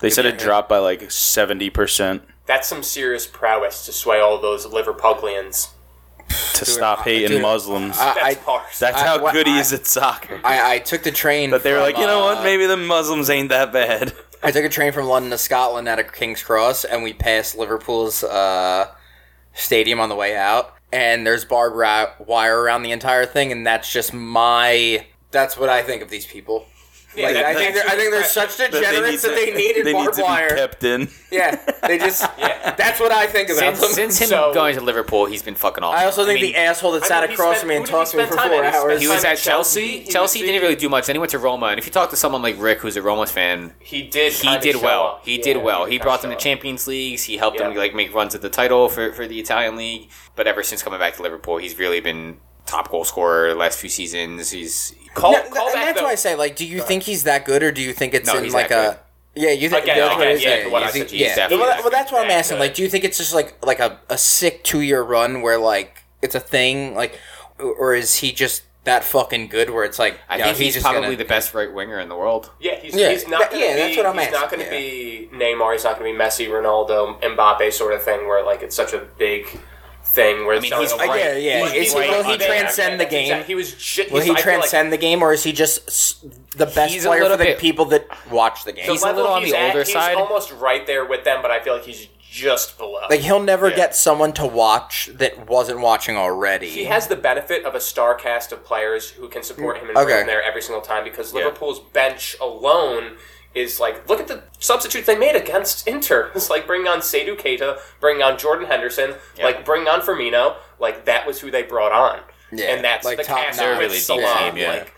S2: They said it dropped by like seventy percent
S3: That's some serious prowess to sway all those Liverpuglians.
S2: to stop hating
S1: dude,
S2: Muslims.
S1: I,
S3: That's bars.
S2: That's
S1: I-
S2: how
S1: what
S2: good
S1: I-
S2: he is at soccer.
S1: I, I took the train.
S2: but they were
S1: from,
S2: like, you know
S1: uh,
S2: what? Maybe the Muslims ain't that bad.
S1: I took a train from London to Scotland out of King's Cross, and we passed Liverpool's uh, stadium on the way out. And there's barbed ri- wire around the entire thing, and that's just my. That's what I think of these people.
S3: Yeah,
S1: Like,
S3: that-
S1: I think they're, I think they're such degenerates that they needed
S2: they need
S1: barbed
S2: to be
S1: wire.
S2: kept in.
S1: Yeah, they just.
S3: Yeah.
S1: That's what I think about
S4: since,
S1: them.
S4: since him
S3: So-
S4: going to Liverpool, he's been fucking off.
S1: I also think
S4: mean,
S1: the asshole that
S3: I
S1: sat
S3: mean, he
S1: across
S3: spent-
S1: from me and
S3: who did he
S1: talked to me
S3: spent
S1: for
S3: time
S1: four
S3: at? He
S1: hours.
S4: He was
S3: time
S4: at
S3: at
S4: Chelsea.
S3: Chelsea,
S4: Chelsea,
S3: he was
S4: didn't
S3: in-
S4: really do much. Then he went to Roma, and if you talk to someone like Rick, who's a Roma fan,
S3: He did.
S4: he
S3: kinda
S4: did
S3: show
S4: well.
S3: up.
S4: He
S3: Yeah,
S4: did well. He
S3: kinda
S4: brought them
S3: show
S4: to
S3: up.
S4: Champions Leagues. He helped them
S3: Yeah.
S4: like make runs at the title for, for the Italian league. But ever since coming back to Liverpool, he's really been top goal scorer the last few seasons. He's
S3: Call,
S1: Yeah,
S3: call
S1: and
S3: back,
S1: that's
S3: though.
S1: why I say, like, do you think he's that good, or do you think it's
S4: No,
S1: in
S4: he's
S1: like
S4: that
S1: a? Yeah, you think
S3: Again,
S1: that's what
S3: again,
S1: I was
S3: yeah,
S1: saying.
S3: what
S1: You
S3: I
S1: think-
S3: said, he's
S1: yeah.
S4: definitely
S1: well,
S4: that
S1: well, that's what I'm
S3: good.
S1: asking. Like, do you think it's just like like a, a sick two year run where like it's a thing, like, or is he just that fucking good where it's like
S4: I
S1: yeah,
S4: think he's,
S1: just
S4: probably
S1: gonna-
S4: the best right winger in the world.
S3: Yeah, he's,
S1: Yeah,
S3: he's
S1: that-
S3: not. Gonna
S1: yeah,
S3: be,
S1: that's what I'm
S3: He's not
S1: asking,
S3: going to
S1: yeah.
S3: be Neymar. He's not going to be Messi, Ronaldo, Mbappe, sort of thing, where like it's such a big thing where
S4: mean,
S3: selling
S4: he's
S3: a
S4: right.
S3: blank-
S1: Yeah, yeah.
S3: he's-
S1: Is
S3: he's
S1: he-
S3: right
S1: will he
S3: on that.
S1: transcend the
S3: That's
S1: game?
S3: exact- He was just.
S1: Will he transcend the game, or is he just s- the best
S5: He's a
S1: player
S5: little
S1: for the
S5: bit-
S1: people that watch the game?
S5: He's a little on the older side.
S3: He's almost right there with them, but I feel like he's just below.
S1: like he'll never
S3: Yeah.
S1: get someone to watch that wasn't watching already.
S3: He has the benefit of a star cast of players who can support him and
S1: Okay.
S3: bring him there every single time because Liverpool's bench alone is like look at the substitutes they made against Inter. It's like bring on Seydou Keita, bring on Jordan Henderson, like bring on Firmino. Like that was who they brought on,
S1: Yeah,
S3: and that's
S1: like
S3: the
S1: top
S3: cast
S1: notch.
S3: with
S5: Really deep
S3: Salah.
S5: team, yeah.
S3: Like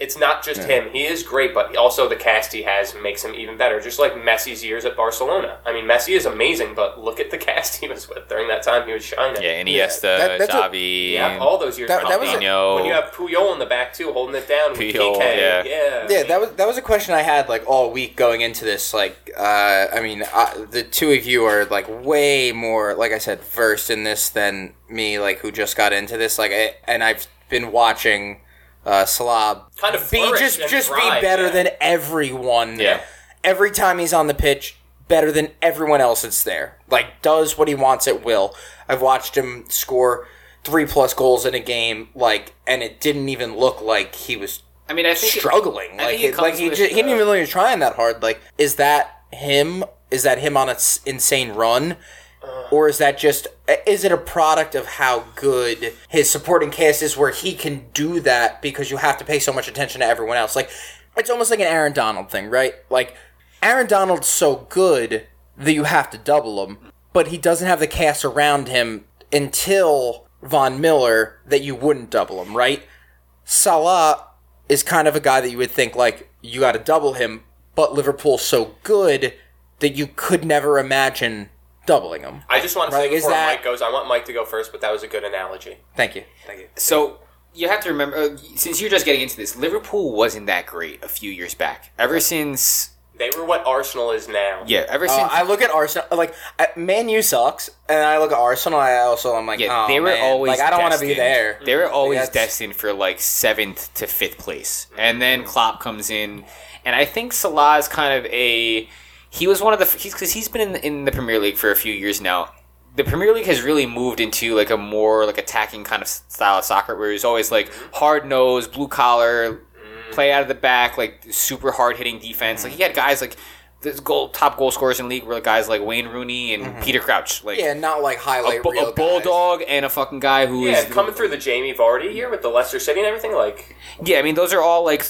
S3: it's not just him. He is great, but also the cast he has makes him even better. Just like Messi's years at Barcelona. I mean, Messi is amazing, but look at the cast he was with during that time. He was shining.
S5: Yeah, Iniesta,
S1: that- that's a-
S5: Xavi,
S3: Yeah, all those years.
S1: That- that was a-
S5: Ronaldinho.
S3: when you have Puyol in the back too, holding it down with
S5: Puyol,
S3: PK.
S5: yeah.
S3: Yeah,
S1: Yeah, that was that was a question I had like all week going into this. Like, uh, I mean, I, the two of you are like way more, like I said, versed in this than me, like who just got into this. Like, I, and I've been watching uh, Salah
S3: Kind of
S1: be
S3: flourish
S1: just
S3: and
S1: just be
S3: thrive,
S1: better
S3: yeah.
S1: than everyone.
S5: Yeah.
S1: Every time he's on the pitch, better than everyone else that's there. Like, does what he wants at will. I've watched him score three plus goals in a game, like, and it didn't even look like he was
S4: I mean, I think
S1: struggling.
S4: I
S1: like,
S4: think it
S1: it- like
S4: comes
S1: he,
S4: with,
S1: just, he didn't
S4: uh,
S1: even really trying that hard. Like, is that him? Is that him on an insane run?
S4: Uh.
S1: Or is that just is it a product of how good his supporting cast is where he can do that because you have to pay so much attention to everyone else? Like it's almost like an Aaron Donald thing, right? Like Aaron Donald's so good that you have to double him, but he doesn't have the cast around him until Von Miller that you wouldn't double him, right? Salah is kind of a guy that you would think like you got to double him, but Liverpool's so good that you could never imagine doubling him.
S3: I just want to
S1: Like,
S3: say
S1: is
S3: before
S1: that-
S3: Mike goes, I want Mike to go first, but that was a good analogy.
S1: Thank you.
S3: Thank you.
S4: So you have to remember, uh, since you're just getting into this, Liverpool wasn't that great a few years back. Ever since,
S3: They were what Arsenal is now.
S4: yeah, ever
S1: Uh,
S4: since
S1: I look at Arsenal like I, Man U sucks, and I look at Arsenal. I also I'm like,
S4: Yeah,
S1: oh,
S4: they were
S1: man.
S4: always
S1: like I don't want to be
S4: destined-
S1: there.
S4: They were always
S1: That's-
S4: destined for like seventh to fifth place, and then Klopp comes in, and I think Salah is kind of a he was one of the he's because he's been in the, in the Premier League for a few years now. The Premier League has really moved into like a more like attacking kind of style of soccer, where it's always like hard nose, blue collar, play out of the back, like super hard hitting defense. Like he had guys like. This goal, top goal scorers in the league were guys like Wayne Rooney and Peter Crouch, like
S1: Mm-hmm. Yeah, not like highlight
S4: a, bu-
S1: real
S4: a
S1: guys.
S4: bulldog and a fucking guy who is
S3: Yeah, coming through the Jamie Vardy here with the Leicester City and everything, like
S4: Yeah, I mean, those are all like.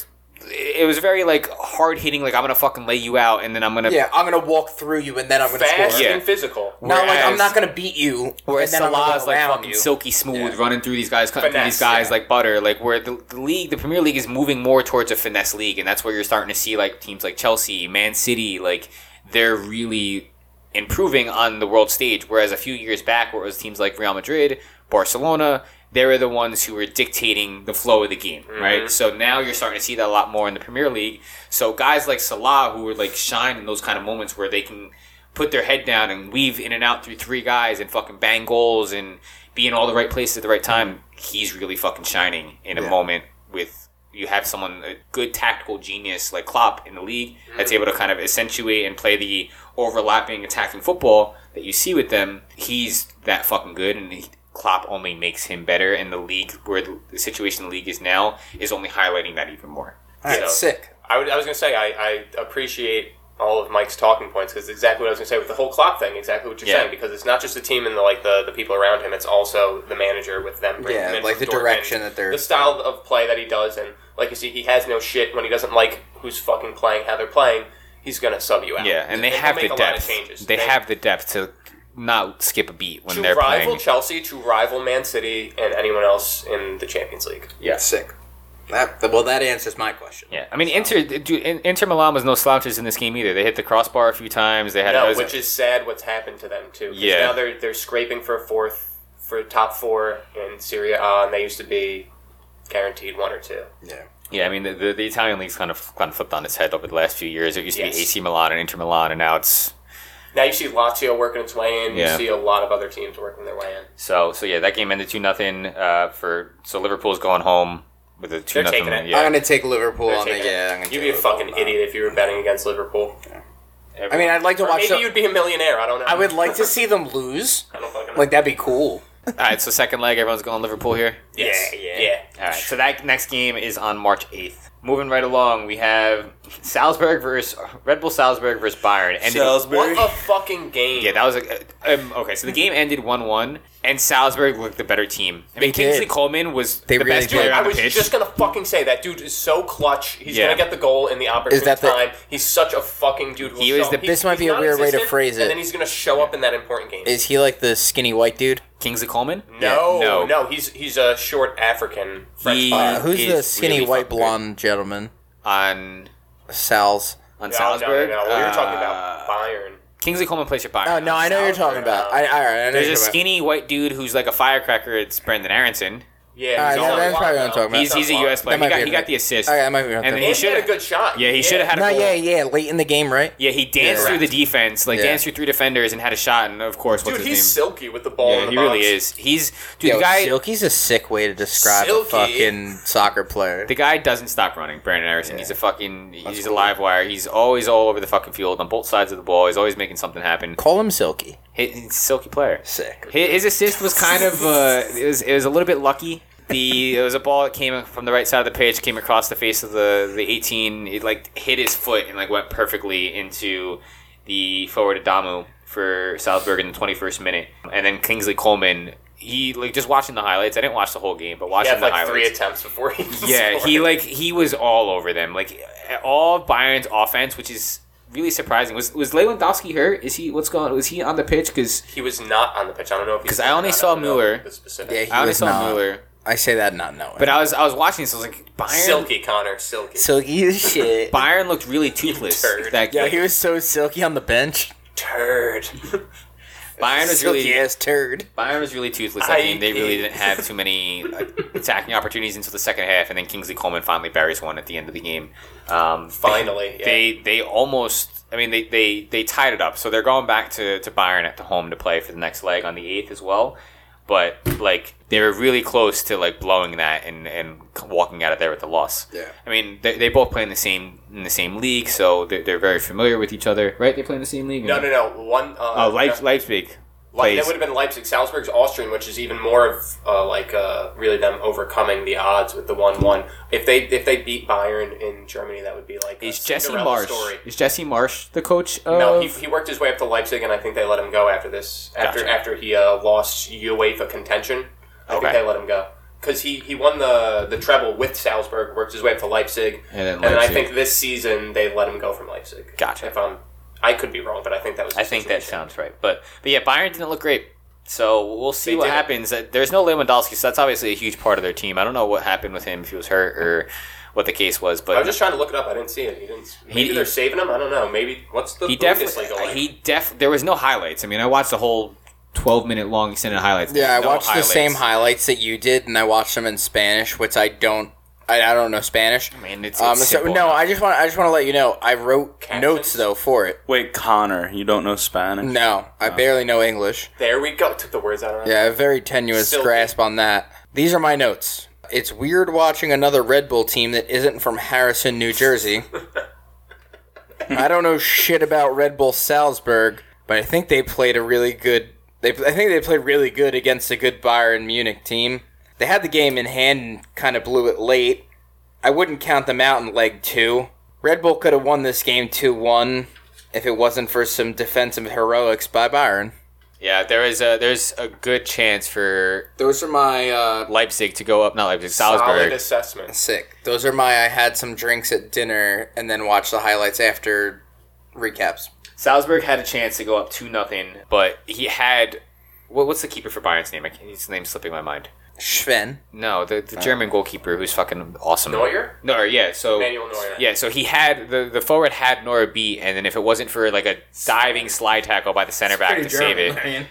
S4: It was very like hard hitting. Like I'm gonna fucking lay you out, and then I'm gonna.
S1: Yeah, I'm gonna walk through you, and then I'm gonna
S3: fast
S1: score.
S4: Yeah.
S3: and physical.
S1: Not like I'm
S4: Whereas-
S1: not gonna beat you,
S4: Whereas
S1: and then I'm gonna
S4: Salah's
S1: go
S4: like
S1: around
S4: fucking
S1: you.
S4: silky smooth, running through these guys, cutting through
S3: Finesse,
S4: these guys
S3: yeah.
S4: like butter. Like where the, the league, the Premier League is moving more towards a finesse league, and that's where you're starting to see like teams like Chelsea, Man City, like they're really improving on the world stage. Whereas a few years back, where it was teams like Real Madrid, Barcelona, they were the ones who were dictating the flow of the game,
S1: Mm-hmm.
S4: right? So now you're starting to see that a lot more in the Premier League. So guys like Salah, who would like shine in those kind of moments where they can put their head down and weave in and out through three guys and fucking bang goals and be in all the right places at the right time, he's really fucking shining in a moment with you have someone a good tactical genius like Klopp in the league that's able to kind of accentuate and play the overlapping attacking football that you see with them. He's that fucking good, and he, Klopp only makes him better. And the league, where the, the situation the league is now, is only highlighting that even more.
S1: All right,
S4: So-
S1: sick.
S3: I, would, I was going to say, I, I appreciate all of Mike's talking points because exactly what I was going to say with the whole Klopp thing, exactly what you're
S4: Yeah.
S3: saying, because it's not just the team and the like the, the people around him, it's also the manager with them. bringing
S1: Yeah,
S3: him in
S1: like
S3: from
S1: the
S3: Dortmund,
S1: direction that they're-
S3: the style of play that he does, and like you see, he has no shit when he doesn't like who's fucking playing, how they're playing. He's going to sub you out.
S4: Yeah, and they
S3: They'll
S4: have
S3: make
S4: the
S3: a lot of
S4: depth.
S3: changes.
S4: They have the depth to not skip a beat when
S3: to
S4: they're
S3: rival
S4: playing.
S3: Chelsea, to rival Man City, and anyone else in the Champions League.
S1: Sick. That well, that answers my question.
S4: Yeah, I mean Inter. Dude, In- Inter Milan was no slouches in this game either. They hit the crossbar a few times. They had
S3: No,
S4: it was-
S3: which is sad. What's happened to them too? 'cause
S4: Yeah.
S3: Now they're they're scraping for a fourth, for top four in Serie A, and they used to be guaranteed one or two.
S1: Yeah.
S4: yeah. I mean the, the, the Italian league's kind of kind of flipped on its head over the last few years. It used to
S3: Yes.
S4: be AC Milan and Inter Milan, and now it's
S3: Now you see Lazio working its way in.
S4: Yeah.
S3: You see a lot of other teams working their way in.
S4: so so yeah. That game ended two nothing uh, for so Liverpool's going home with a two nothing.
S3: taking it.
S4: Yeah,
S1: I'm gonna take Liverpool on the
S3: Taking it.
S1: yeah. I'm gonna
S3: You'd
S1: take
S3: be a
S1: Liverpool
S3: fucking
S1: on that.
S3: idiot if you were betting against Liverpool.
S1: I mean, I'd like to
S3: Or
S1: watch.
S3: maybe
S1: the-
S3: you'd be a millionaire. I don't know.
S1: I would like to see them lose.
S3: I don't fucking know.
S1: Like that'd be cool.
S4: All right, so second leg, everyone's going Liverpool here.
S3: Yes.
S1: Yeah, yeah.
S4: All right, so that next game is on March 8th. Moving right along, we have Salzburg versus Red Bull Salzburg versus Bayern. Ended-
S2: Salisbury.
S3: What a fucking game.
S4: Yeah, that was a, um, okay. So the game ended one-one, and Salzburg looked the better team. I mean,
S1: They did.
S4: Kingsley Coleman was
S1: They
S4: the
S1: really
S4: best
S1: did.
S4: player
S3: I
S4: on the
S3: was
S4: pitch.
S3: just gonna fucking say that dude is so clutch. He's
S4: Yeah.
S3: gonna get the goal in the opportune
S1: Is that the-
S3: time. he's such a fucking dude. Who
S4: He was the-
S1: this might be a weird way to phrase it.
S3: And then he's gonna show up in that important game.
S1: Is he like the skinny white dude?
S4: Kingsley Coleman?
S3: no,
S4: Yeah,
S3: no, He's he's a short African French
S4: He-
S3: guy.
S1: Uh, who's
S4: He
S1: the
S4: is
S1: skinny
S4: really
S1: white
S4: fucking
S1: blonde gentleman?
S4: On
S1: Sal's.
S3: No,
S4: on
S3: no, no,
S4: Salzburg,
S3: no. We were talking
S2: Uh,
S3: about Bayern.
S4: Kingsley Coleman plays for Bayern.
S1: Oh no,
S4: On
S1: I know you're
S3: Sal's,
S1: talking about.
S3: uh,
S1: I, all right, I know
S4: There's
S1: you're
S4: a
S1: talking about-
S4: skinny white dude who's like a firecracker. It's Brandon Aronson.
S3: Yeah,
S1: Alright,
S3: he's on
S1: that-
S3: the
S1: that's
S3: block
S1: probably what I'm
S3: now.
S1: talking about.
S4: He's he's a
S3: on the
S4: U.S.
S3: block.
S4: player.
S1: That might
S4: He got,
S1: be
S4: he
S1: it.
S4: got the assist.
S1: Okay, I might be wrong.
S4: And then he
S3: And he had
S4: should've-
S3: a good shot.
S4: yeah, he should have had a
S1: No,
S4: goal.
S1: yeah, yeah, late in the game, right?
S4: Yeah, he danced
S1: Yeah.
S4: through the defense, like
S1: Yeah.
S4: danced through three defenders, and had a shot. And of course, what's
S3: Dude,
S4: his
S3: he's
S4: name?
S3: silky with the ball. in
S4: yeah,
S3: the
S4: he really
S3: box.
S4: is. He's dude.
S1: Yo,
S4: the guy,
S1: Silky's a sick way to describe
S3: Silky.
S1: a fucking soccer player.
S4: the guy doesn't stop running. Brandon Harrison. He's a fucking. he's a
S1: cool.
S4: live wire. He's always all over the fucking field on both sides of the ball. He's always making something happen.
S1: Call him Silky.
S4: He- He's a silky player.
S1: Sick.
S4: Hi- His assist was kind of uh, it was it was a little bit lucky. The it was a ball that came from the right side of the pitch, came across the face of the the 18. It like hit his foot and like went perfectly into the forward Adamu for Salzburg in the 21st minute, and then Kingsley Coleman. He like just watching the highlights. I didn't watch the whole game, but
S3: He
S4: watching
S3: had
S4: the
S3: like three
S4: highlights.
S3: attempts before he.
S4: Yeah,
S3: scored.
S4: he like he was all over them. Like all of Bayern's offense, which is really surprising. Was was Lewandowski hurt? Is he what's going? Was he on the pitch? Because
S3: he was not on the pitch. I don't know if he's
S4: 'Cause I only
S3: not,
S4: saw
S3: don't know
S4: Mueller.
S3: the specific.
S1: Yeah, he
S4: I only
S1: was
S4: saw
S1: not.
S4: Mueller.
S1: I say that not knowing.
S4: But I was I was watching this. I was like, Bayern.
S3: silky Connor, silky.
S1: silky as shit.
S4: Bayern looked really toothless.
S3: turd.
S4: That
S1: Yo,
S4: game.
S1: he was so silky on the bench.
S3: turd.
S4: Bayern was really
S1: silky ass turd.
S4: Bayern was really toothless. That
S3: I
S4: game. They really
S3: hate-
S4: didn't have too many like, attacking opportunities until the second half, and then Kingsley Coleman finally buries one at the end of the game. Um,
S3: Finally, yeah.
S4: they they almost. I mean, they, they, they tied it up, so they're going back to, to Bayern at the home to play for the next leg on the eighth as well. But like they were really close to like blowing that and, and walking out of there with a loss.
S1: Yeah.
S4: I mean, they, they both play in the same in the same league, so they're, they're very familiar with each other, right? They play in the same league.
S3: no, no, no. One. Uh,
S4: Oh, Leip- Leipzig.
S3: Like, that
S4: plays-
S3: would have been Leipzig. Salzburg's Austrian, which is even more of uh, like uh, really them overcoming the odds with the one-one. If they if they beat Bayern in Germany, that would be like a
S4: Is Jesse
S3: Cinderella
S4: Marsh?
S3: story.
S4: Is Jesse Marsh the coach? Of...
S3: No, he, he worked his way up to Leipzig, and I think they let him go after this. After
S4: Gotcha.
S3: after he uh, lost UEFA contention, I think
S4: Okay.
S3: they let him go because he, he won the the treble with Salzburg, worked his way up to Leipzig,
S4: And then
S3: I
S4: Leipzig.
S3: think this season they let him go from Leipzig.
S4: Gotcha.
S3: If I'm, I could be wrong, but I think that was. the
S4: I think that
S3: situation.
S4: sounds right. But but yeah, Byron didn't look great. So we'll see
S3: They
S4: what
S3: didn't.
S4: happens. Uh, There's no Lewandowski, so that's obviously a huge part of their team. I don't know what happened with him, if he was hurt or what the case was,
S3: I was
S4: but
S3: just trying to look it up. I didn't see it. He didn't. Maybe
S4: He-
S3: they're saving him. I don't know. Maybe what's the
S4: he
S3: Bundesliga
S4: definitely
S3: like?
S4: he def there was no highlights. I mean, I watched the whole 12 minute long extended highlights.
S1: Yeah, I
S4: No
S1: watched
S4: highlights.
S1: the same highlights that you did, and I watched them in Spanish, which I don't. I, I don't know Spanish. I
S4: mean, it's-
S1: um,
S4: it's
S1: so,
S4: simple.
S1: no. I just want. I just want to let you know. I wrote
S3: Captions?
S1: notes though for it.
S2: Wait, Connor, you don't know Spanish?
S1: No,
S4: Oh.
S1: I barely know English.
S3: there we go. Took the words out of my
S1: Yeah, I have a very tenuous
S3: Silky.
S1: grasp on that. These are my notes. It's weird watching another Red Bull team that isn't from Harrison, New Jersey. I don't know shit about Red Bull Salzburg, but I think they played a really good. They, I think they played really good against a good Bayern Munich team. They had the game in hand and kind of blew it late. I wouldn't count them out in leg two. Red Bull could have won this game two one if it wasn't for some defensive heroics by Bayern.
S4: Yeah, there is a there's a good chance for
S1: Those are my uh,
S4: Leipzig to go up, not Leipzig,
S3: solid
S4: Salzburg.
S3: assessment.
S1: Sick. Those are my I had some drinks at dinner and then watched the highlights after recaps.
S4: Salzburg had a chance to go up two nothing, but he had what, what's the keeper for Bayern's name? I can't, his name's slipping my mind.
S1: Schwen.
S4: No, the, the German goalkeeper who's fucking awesome.
S3: Neuer?
S4: No, yeah. So
S3: Manuel Neuer.
S4: Yeah, so he had the the forward had Nora beat, and then if it wasn't for like a diving slide tackle by the center back to save it,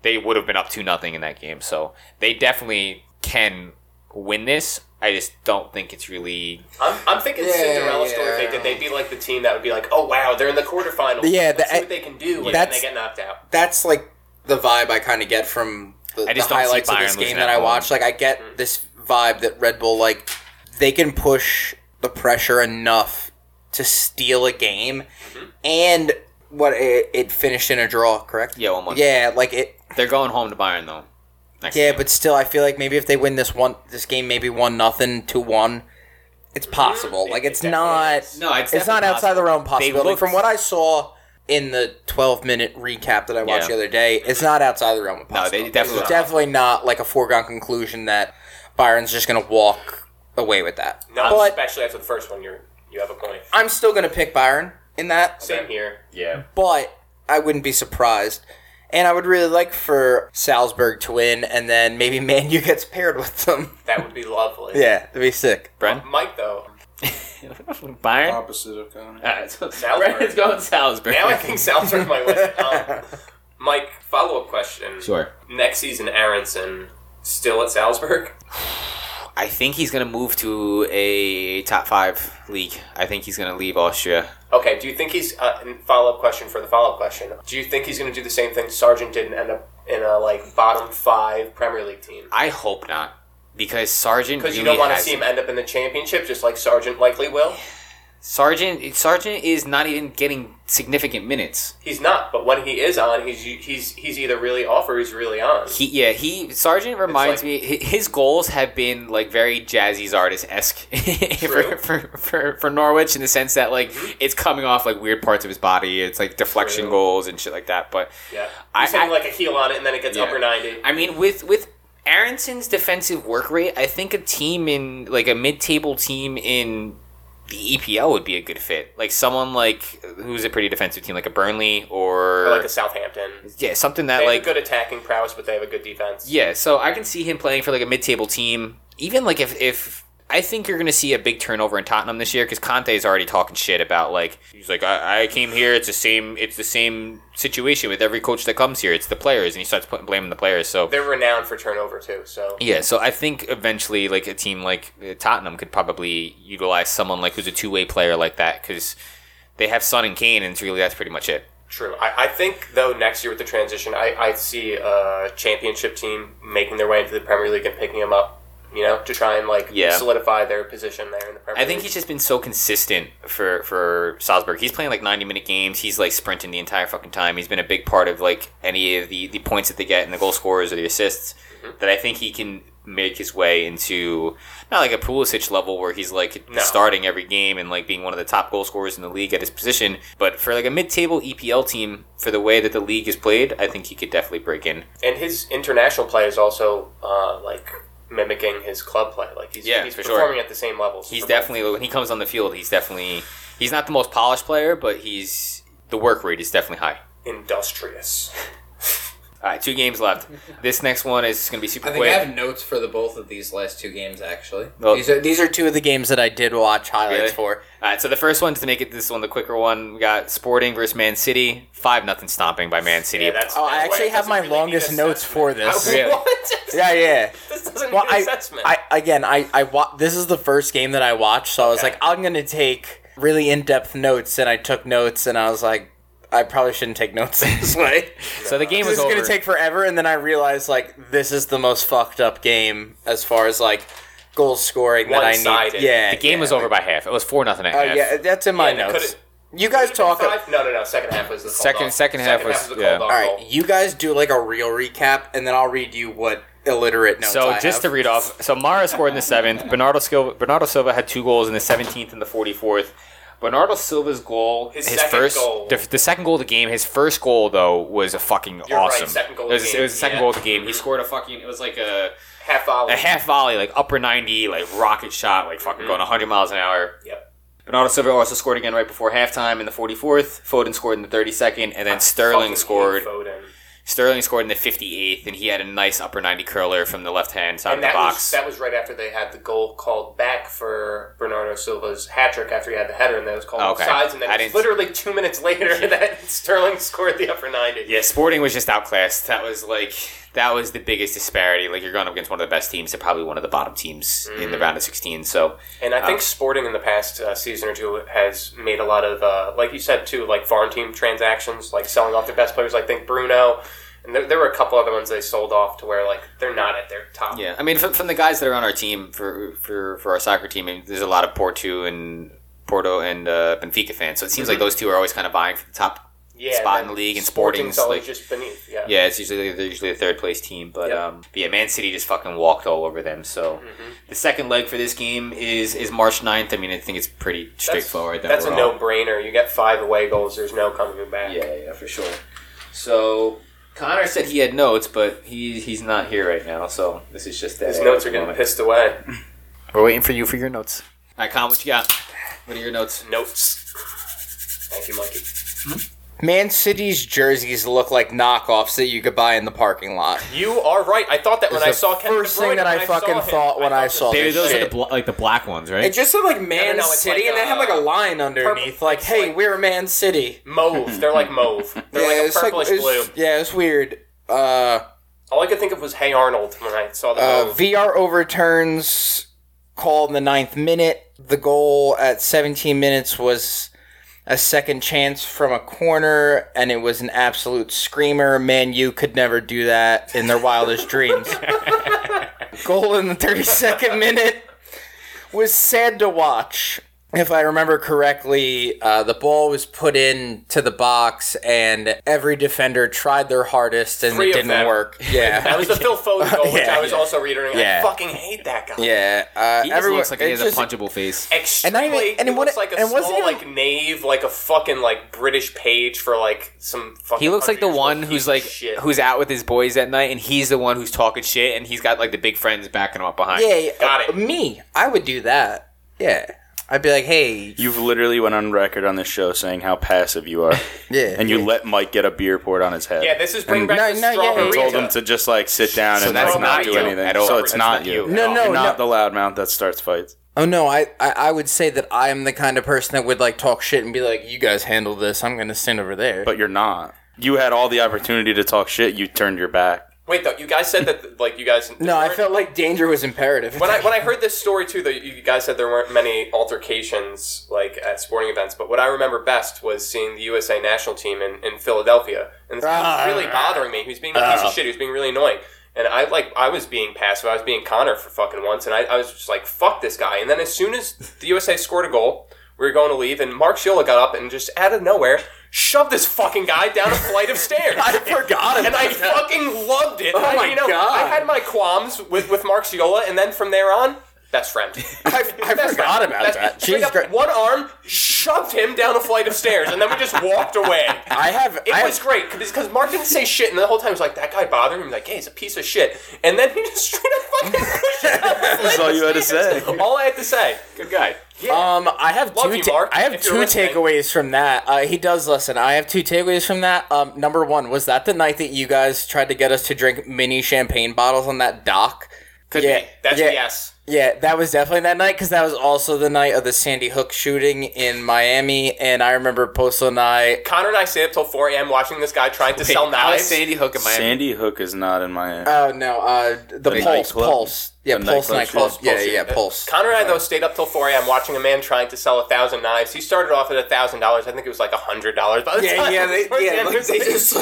S4: they would have been up two nothing in that game. So they definitely can win this. I just don't think it's really.
S3: I'm, I'm thinking
S1: Yeah,
S3: Cinderella
S1: yeah.
S3: story. If they did, they'd be like the team that would be like, "Oh wow, they're in the quarterfinals.
S1: Yeah,
S3: Let's
S1: that-
S3: see what they can do." And then
S1: that's-
S3: they get knocked out.
S1: That's like the vibe I kind of get from the,
S4: I just
S1: the
S4: don't see
S1: highlights of this
S4: Bayern
S1: game
S4: losing
S1: that
S4: at
S1: I
S4: home.
S1: watched. Like I get this vibe that Red Bull like they can push the pressure enough to steal a game
S4: Mm-hmm.
S1: and what it, it finished in a draw, correct?
S4: Yeah, one one.
S1: Yeah, like it
S4: They're going home to Bayern though.
S6: next
S1: Yeah,
S6: game.
S1: but still, I feel like maybe if they win this one, this game, maybe one nothing, two one, it's possible. Like it's
S3: definitely
S1: not.
S3: is.
S4: No, it's,
S1: it's not
S4: definitely
S1: outside the realm of
S4: possible. They
S1: possibility.
S4: looked-
S1: From what I saw in the 12 minute recap that I watched
S4: Yeah.
S1: the other day, it's not outside the realm of
S4: No,
S1: possibility.
S4: they definitely
S1: it's
S4: not.
S1: definitely not like a foregone conclusion that Byron's just going to walk away with that.
S3: No,
S1: but
S3: especially after the first one, you're you have a point.
S1: I'm still going to pick Byron in that,
S3: Same here.
S6: yeah.
S1: but I wouldn't be surprised. And I would really like for Salzburg to win, and then maybe Manu gets paired with them.
S3: That would be lovely.
S1: Yeah, that'd be sick.
S4: Brent?
S3: Mike though.
S4: Byron?
S2: Opposite of Connor.
S4: Alright, so
S3: Salisbury.
S4: Brennan's going Salisbury.
S3: Now I think Salzburg might win. Um, Mike, follow up question.
S4: Sure.
S3: Next season, Aronson still at Salzburg.
S4: I think he's going to move to a top five league. I think he's going to leave Austria.
S3: Okay. Do you think he's uh, follow up question for the follow up question? Do you think he's going to do the same thing Sargent did and end up in a like bottom five Premier League team?
S4: I hope not. Because Sargent
S3: Because you
S4: really
S3: don't want to
S4: has-
S3: see him end up in the championship, just like Sargent likely will.
S4: Sargent Sargent is not even getting significant minutes.
S3: He's not, but when he is on, he's he's he's either really off or he's really on.
S4: He yeah he Sargent reminds
S3: like-
S4: me hi- his goals have been like very Jazzy's artist esque for,
S3: True. Mm-hmm.
S4: for, for for Norwich in the sense that like it's coming off like weird parts of his body. It's like deflection
S3: True.
S4: goals and shit like that. But
S3: yeah,
S4: I-
S3: he's hitting
S4: I-
S3: like a heel on it, and then it gets
S4: Yeah.
S3: upper ninety.
S4: I mean, with with Aronson's defensive work rate, I think a team in like a mid-table team in the EPL would be a good fit. Like someone like who's a pretty defensive team, like a Burnley or,
S3: Or like a Southampton.
S4: yeah, something
S3: They
S4: that
S3: have a
S4: like
S3: good attacking prowess, but they have a good defense.
S4: yeah. So I can see him playing for like a mid-table team. Even like if if I think you're going to see a big turnover in Tottenham this year because Conte is already talking shit about like he's like I, I came here. It's the same. It's the same situation with every coach that comes here. It's the players, and he starts putting blaming the players. So
S3: They're renowned for turnover too. So
S4: yeah, so I think eventually, like a team like uh, Tottenham could probably utilize someone like who's a two way player like that because they have Son and Kane, and it's really that's pretty much it.
S3: true. I, I think though next year with the transition, I, I see a championship team making their way into the Premier League and picking him up. You know, to try and like
S4: Yeah.
S3: solidify their position there in the Premier.
S4: I think
S3: League.
S4: he's just been so consistent for for Salzburg. He's playing like ninety minute games. He's like sprinting the entire fucking time. He's been a big part of like any of the the points that they get and the goal scorers or the assists. That I think he can make his way into not like a Pulisic level where he's like
S3: No.
S4: starting every game and like being one of the top goal scorers in the league at his position. But for like a mid table EPL team, for the way that the league is played, I think he could definitely break in.
S3: and his international play is also uh, like mimicking his club play. Like he's
S4: Yeah,
S3: he's
S4: for sure.
S3: performing at the same level.
S4: He's definitely when he comes on the field, he's definitely he's not the most polished player, but he's the work rate is definitely high.
S3: industrious.
S4: All right, two games left. This next one is going to be super
S7: I think
S4: quick.
S7: I have notes for the both of these last two games. Actually,
S4: Well-
S1: These are, these are two of the games that I did watch highlights
S4: Really?
S1: for.
S4: All right, so the first one to make it this one the quicker one. We got Sporting versus Man City, five nothing stomping by Man City.
S3: Yeah, that's,
S1: Oh, I
S3: that's why
S1: actually
S3: it
S1: have
S3: doesn't
S1: my
S3: really need
S1: longest notes for this.
S3: assessment.
S4: Really?
S3: What?
S1: Yeah, yeah.
S3: this doesn't
S1: Well,
S3: need
S1: I,
S3: assessment.
S1: I again, I, I wa- this is the first game that I watched, so I was
S3: Okay.
S1: like, I'm gonna take really in depth notes, and I took notes, and I was like, I probably shouldn't take notes this way.
S4: so the game
S1: This is
S4: was over.
S1: gonna take forever, and then I realized like this is the most fucked up game as far as like goal scoring that I
S3: One-sided.
S1: need. Yeah,
S4: the game
S1: yeah.
S4: was over by half. It was four nothing at
S1: Oh
S4: half.
S1: yeah, that's in my
S3: Yeah, they
S1: notes.
S3: could've-
S1: You guys talk.
S3: Five? No, no, no. Second half was the
S4: Second-
S3: called off.
S4: second half was-
S3: the
S4: yeah.
S3: called off
S1: All right,
S3: goal.
S1: you guys do like a real recap, and then I'll read you what illiterate notes.
S4: So
S1: I
S4: just
S1: have.
S4: to read off, so Mara scored in the seventh. Bernardo Silva, Bernardo Silva had two goals in the seventeenth and the forty fourth. Bernardo Silva's goal,
S3: His
S4: his,
S3: second
S4: first,
S3: goal.
S4: The, the second goal of the game. His first goal though was a fucking
S3: You're right,
S4: awesome.
S3: second goal of
S4: it was,
S3: the
S4: it
S3: game,
S4: was the second
S3: yeah.
S4: goal of the game. He scored a fucking. It was like a
S3: half volley.
S4: a half volley, like upper 90, like rocket shot, like fucking going 100 miles an hour.
S3: Yep.
S4: Bernardo Silva also scored again right before halftime in the 44th. Foden scored in the 32nd, and then Sterling
S3: Fucking
S4: scored.
S3: Foden.
S4: Sterling scored in the 58th, and he had a nice upper 90 curler from the left hand side
S3: And
S4: of the
S3: that
S4: box.
S3: was, that was right after they had the goal called back for Bernardo Silva's hat trick after he had the header, and that was
S5: Oh,
S3: called
S4: Okay.
S3: offsides. And
S4: I
S3: then it's
S4: didn't-
S3: literally two minutes later that Sterling scored the upper 90.
S4: yeah, Sporting was just outclassed. That was like that was the biggest disparity. Like you're going up against one of the best teams to probably one of the bottom teams in
S3: Mm.
S4: the round of 16. So
S3: And
S5: Oh.
S3: I think Sporting in the past uh, season or two has made a lot of, uh, like you said too, like farm team transactions, like selling off their best players. I think Bruno, and there, there were a couple other ones they sold off to where like they're not at their top.
S4: Yeah, I mean, from, from the guys that are on our team for for, for our soccer team, I mean, there's a
S3: Mm-hmm.
S4: lot of Porto and Porto and uh, Benfica fans. So it seems like those two are always kind of vying for the top
S3: yeah,
S5: spot in
S3: and
S5: the league, and
S3: Sporting's
S5: Sporting's,
S3: always
S5: like-
S3: just beneath. Yeah.
S5: Yeah, it's usually they're usually a third place team, but
S3: Yep. Mm-hmm.
S5: um, but yeah, Man City just fucking walked all over them. So the second leg for this game is is March 9th. I mean, I think it's pretty straightforward. that
S3: That's a
S5: we're
S3: no
S5: all-
S3: brainer. You get five away goals. There's no coming back.
S5: Yeah, yeah, for sure. So Connor said he had notes, but he he's not here right now. So this is just that
S3: His notes are getting pissed away.
S5: We're waiting for you for your notes. All right, Con, what you got? What are your notes?
S3: Notes. Thank you, Mikey.
S1: Man City's jerseys look like knockoffs that you could buy in the parking lot.
S3: You are right. I thought that when
S1: It's
S3: I
S1: the
S3: saw Kevin
S1: first thing that I fucking thought when I saw
S5: They,
S1: Dude,
S5: those are
S1: shit.
S5: the bl- like the black ones, right?
S1: It just said like
S3: No,
S1: Man
S3: no, no, it's
S1: City,
S3: like,
S1: and they have like a
S3: uh,
S1: line underneath,
S3: purple.
S1: like,
S3: It's
S1: "Hey,
S3: like-
S1: we're Man City."
S3: mauve. They're like mauve. They're like a
S1: it's
S3: purplish
S1: it's-
S3: blue.
S1: Yeah, it's weird. Uh,
S3: All I could think of was Hey Arnold when I saw the
S1: uh,
S3: mauve.
S1: VR overturns call in the ninth minute. The goal at 17 minutes was a second chance from a corner, and it was an absolute screamer. Man, you could never do that in their wildest dreams. goal in the 32nd minute was sad to watch. If I remember correctly, uh, the ball was put in to the box, and every defender tried their hardest, and
S3: Three
S1: it
S3: of
S1: didn't
S3: them.
S1: work. Yeah,
S3: That was the Phil Foden goal, which
S1: Yeah.
S3: I was also reiterating.
S1: Yeah.
S3: I fucking hate that guy.
S1: Yeah, uh,
S5: he just
S1: everyone
S5: looks like he
S1: it's
S5: has
S1: just-
S5: a punchable face.
S1: And not even-
S3: Extremely,
S1: and
S3: and
S1: it
S3: it
S1: wouldn't-
S3: looks like a
S1: and it wasn't
S3: small
S1: even-
S3: like knave, like a fucking like British page for like some fucking.
S5: He looks like the
S3: 100-year-old
S5: one
S3: piece
S5: who's
S3: of
S5: like
S3: shit.
S5: who's out with his boys at night, and he's the one who's talking shit, and he's got like the big friends backing him up behind.
S1: Yeah, yeah,
S3: Got it.
S1: Me, I would do that. Yeah, I'd be like, hey,
S2: You've literally went on record on this show saying how passive you are,
S1: yeah,
S2: and you let Mike get a beer poured on his head.
S3: yeah. This is bring back
S1: No,
S3: the
S1: no, yeah,
S3: strawberry.
S1: yeah,
S2: told him to just like sit down
S5: So
S2: and
S5: that's
S2: like,
S5: not
S2: not do
S5: you
S2: anything.
S5: at all.
S2: So it's
S5: That's
S2: not
S5: not
S2: you.
S5: you.
S1: No, no,
S2: You're not
S1: no.
S2: the loudmouth that starts fights.
S1: oh no, I, I, I would say that I am the kind of person that would like talk shit and be like, you guys handle this. I'm gonna stand over there.
S2: But you're not. You had all the opportunity to talk shit. You turned your back.
S3: Wait though, you guys said that like you guys.
S1: no, I
S3: weren't-
S1: felt like danger was imperative.
S3: when I when I heard this story too, that you guys said there weren't many altercations like at sporting events, but what I remember best was seeing the USA national team in, in Philadelphia, and this was really bothering me. He was being a piece of shit. He was being really annoying, and I like I was being passive. I was being Connor for fucking once, and I, I was just like fuck this guy. And then as soon as the USA scored a goal. We were going to leave, and Mark Schiller got up and just out of nowhere shoved this fucking guy down a flight of stairs.
S1: I forgot
S3: and I
S1: about that.
S3: fucking loved it. I,
S1: Oh my
S3: you know,
S1: God.
S3: I had my qualms with with Mark Sciola, and then from there on, best friend.
S1: I, I
S3: Best
S1: forgot
S3: friend.
S1: about
S3: Best-
S1: that.
S3: straight
S1: Jesus
S3: up,
S1: Christ.
S3: one arm shoved him down a flight of stairs, and then we just walked away.
S1: I have.
S3: It
S1: I
S3: was
S1: have-
S3: great because Mark didn't say shit, and the whole time he was like, "That guy bothering me." I'm like, "Hey, he's a piece of shit," and then he just straight up fucking pushed him down the
S2: That's
S3: flight
S2: all
S3: of
S2: you had to
S3: stairs.
S2: say.
S3: All I had to say.
S5: good guy.
S1: Um, I have
S3: Love
S1: two.
S3: you,
S1: ta-
S3: Mark,
S1: I have
S3: if
S1: two
S3: you're listening.
S1: takeaways from that. Uh, he does listen. I have two takeaways from that. Um, number one was that the night that you guys tried to get us to drink mini champagne bottles on that dock.
S3: Could
S1: Yeah,
S3: be. That's
S1: yeah.
S3: yes.
S1: Yeah, that was definitely that night because that was also the night of the Sandy Hook shooting in Miami, and I remember Postal and I.
S3: Connor and I stayed up till 4 a.m. watching this guy trying to sell knives.
S5: Sandy Hook in Miami.
S2: Sandy Hook is not in my.
S1: Oh no, uh, the, Pulse,
S2: nightclub?
S1: Pulse, yeah,
S2: The
S1: Pulse
S2: nightclub
S1: nightclub,
S2: shit?
S1: yeah,
S3: Pulse,
S1: yeah,
S3: yeah.
S1: Pulse.
S3: Connor and I though stayed up till 4 a.m. watching a man trying to sell a thousand knives. He started off at a thousand dollars. I think it was like a hundred dollars. By the
S1: Yeah,
S3: time
S1: yeah, they,
S3: towards the
S1: yeah.
S3: end
S1: Like,
S3: of
S1: they
S3: it,
S1: just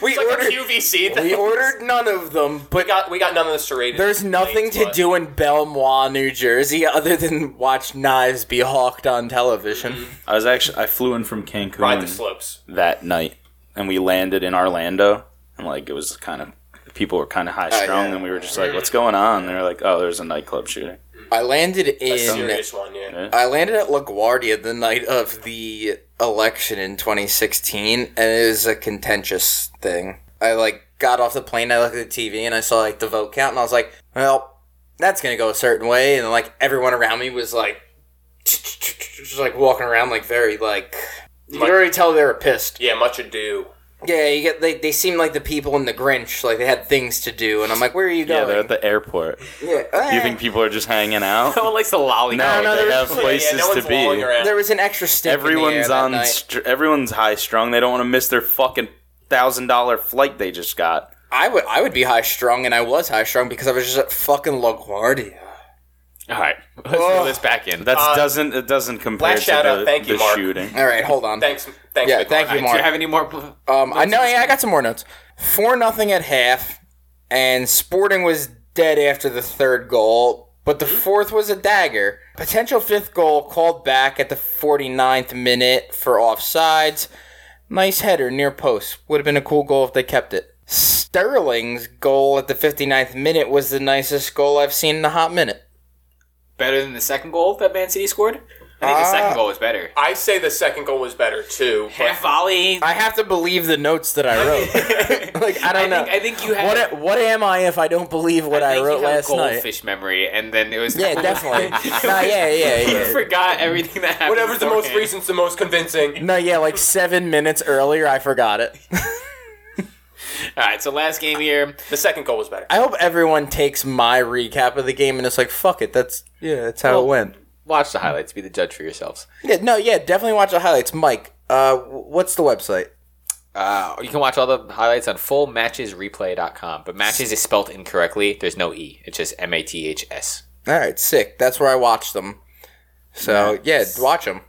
S1: we
S3: it's like a
S1: ordered
S3: QVC. Thing.
S1: we ordered none of them,
S3: We
S1: but
S3: got we got none of the serrated.
S1: there's nothing
S3: blades,
S1: to
S3: but-
S1: do in Belmont, New Jersey, other than watch knives be hawked on television.
S3: Mm-hmm.
S2: I was actually. I flew in from Cancun.
S3: Ride the slopes.
S2: that night, and we landed in Orlando, and like it was kind of people were kind of high strung,
S1: yeah.
S2: and we were just like, "What's going on?" And they were like, "Oh, there's a nightclub shooting."
S1: I landed in
S3: Serious one, yeah.
S1: I landed at LaGuardia the night of the election in 2016, and it was a contentious thing. I like got off the plane, I looked at the TV, and I saw like the vote count, and I was like, "Well, that's gonna go a certain way." And then, like everyone around me was like, just like walking around like very like you could already tell they were pissed.
S3: Yeah, much ado.
S1: Yeah, you get they they seemed like the people in the Grinch, like they had things to do, and I'm like, "Where are you
S2: Yeah,
S1: going?"
S2: they're at the airport.
S1: Yeah,
S2: You
S1: eh.
S2: think people are just hanging out?
S5: No one likes the lolly.
S2: No,
S1: no,
S2: they
S1: they're-
S2: have
S1: yeah, yeah,
S2: places
S3: yeah, no one's
S2: to
S3: lolling
S2: be.
S3: around.
S1: there was an extra stink. in the air
S2: Everyone's
S1: that
S2: on.
S1: night.
S2: Str- everyone's high strung. They don't want to miss their fucking thousand dollar flight they just got.
S1: I would I would be high strung, and I was high strung because I was just at fucking LaGuardia.
S5: All right,
S1: Oh.
S5: let's throw this back in.
S2: That
S3: Uh,
S2: doesn't. It doesn't compare to
S3: last shout out.
S2: the,
S3: Thank you,
S2: the
S3: Mark.
S2: shooting.
S1: All right, hold on.
S3: Thanks, thanks.
S1: yeah,
S3: Big
S1: thank
S3: Mark.
S1: you,
S5: Do you
S1: Mark.
S5: have any more?
S1: Um, I know. Yeah, I got some more notes. Four nothing at half, and Sporting was dead after the third goal, but the fourth was a dagger. Potential fifth goal called back at the 49th minute for offsides. Nice header near post. Would have been a cool goal if they kept it. Sterling's goal at the 59th minute was the nicest goal I've seen in a hot minute.
S4: Better than the second goal that Man City scored? I
S1: Uh,
S4: think the second goal was better.
S3: I say the second goal was better too. but-
S4: Half volley.
S1: I have to believe the notes that I wrote. like I
S4: I
S1: don't know.
S4: think, I think you had.
S1: what what am I if I don't believe what I,
S4: think
S1: wrote
S4: you had
S1: last night?
S4: goldfish memory, and then it was.
S1: Yeah, definitely. no, yeah, yeah,
S4: You
S1: yeah.
S4: forgot everything that happened.
S3: Whatever's the most
S4: beforehand.
S3: recent's the most convincing.
S1: No, yeah, like seven minutes earlier, I forgot it.
S4: All right, so last game here.
S3: The second goal was better.
S1: I hope everyone takes my recap of the game and it's like, fuck it, that's yeah, that's how it
S4: Well-
S1: went.
S4: Watch the highlights. Be the judge for yourselves.
S1: Yeah, no, yeah, definitely watch the highlights. Mike, uh, w- what's the website?
S4: Uh, you can watch all the highlights on fullmatchesreplay.com. But matches is spelled incorrectly. There's no e. It's just M A T H S.
S1: All right, sick. That's where I watch them. So yeah, watch them.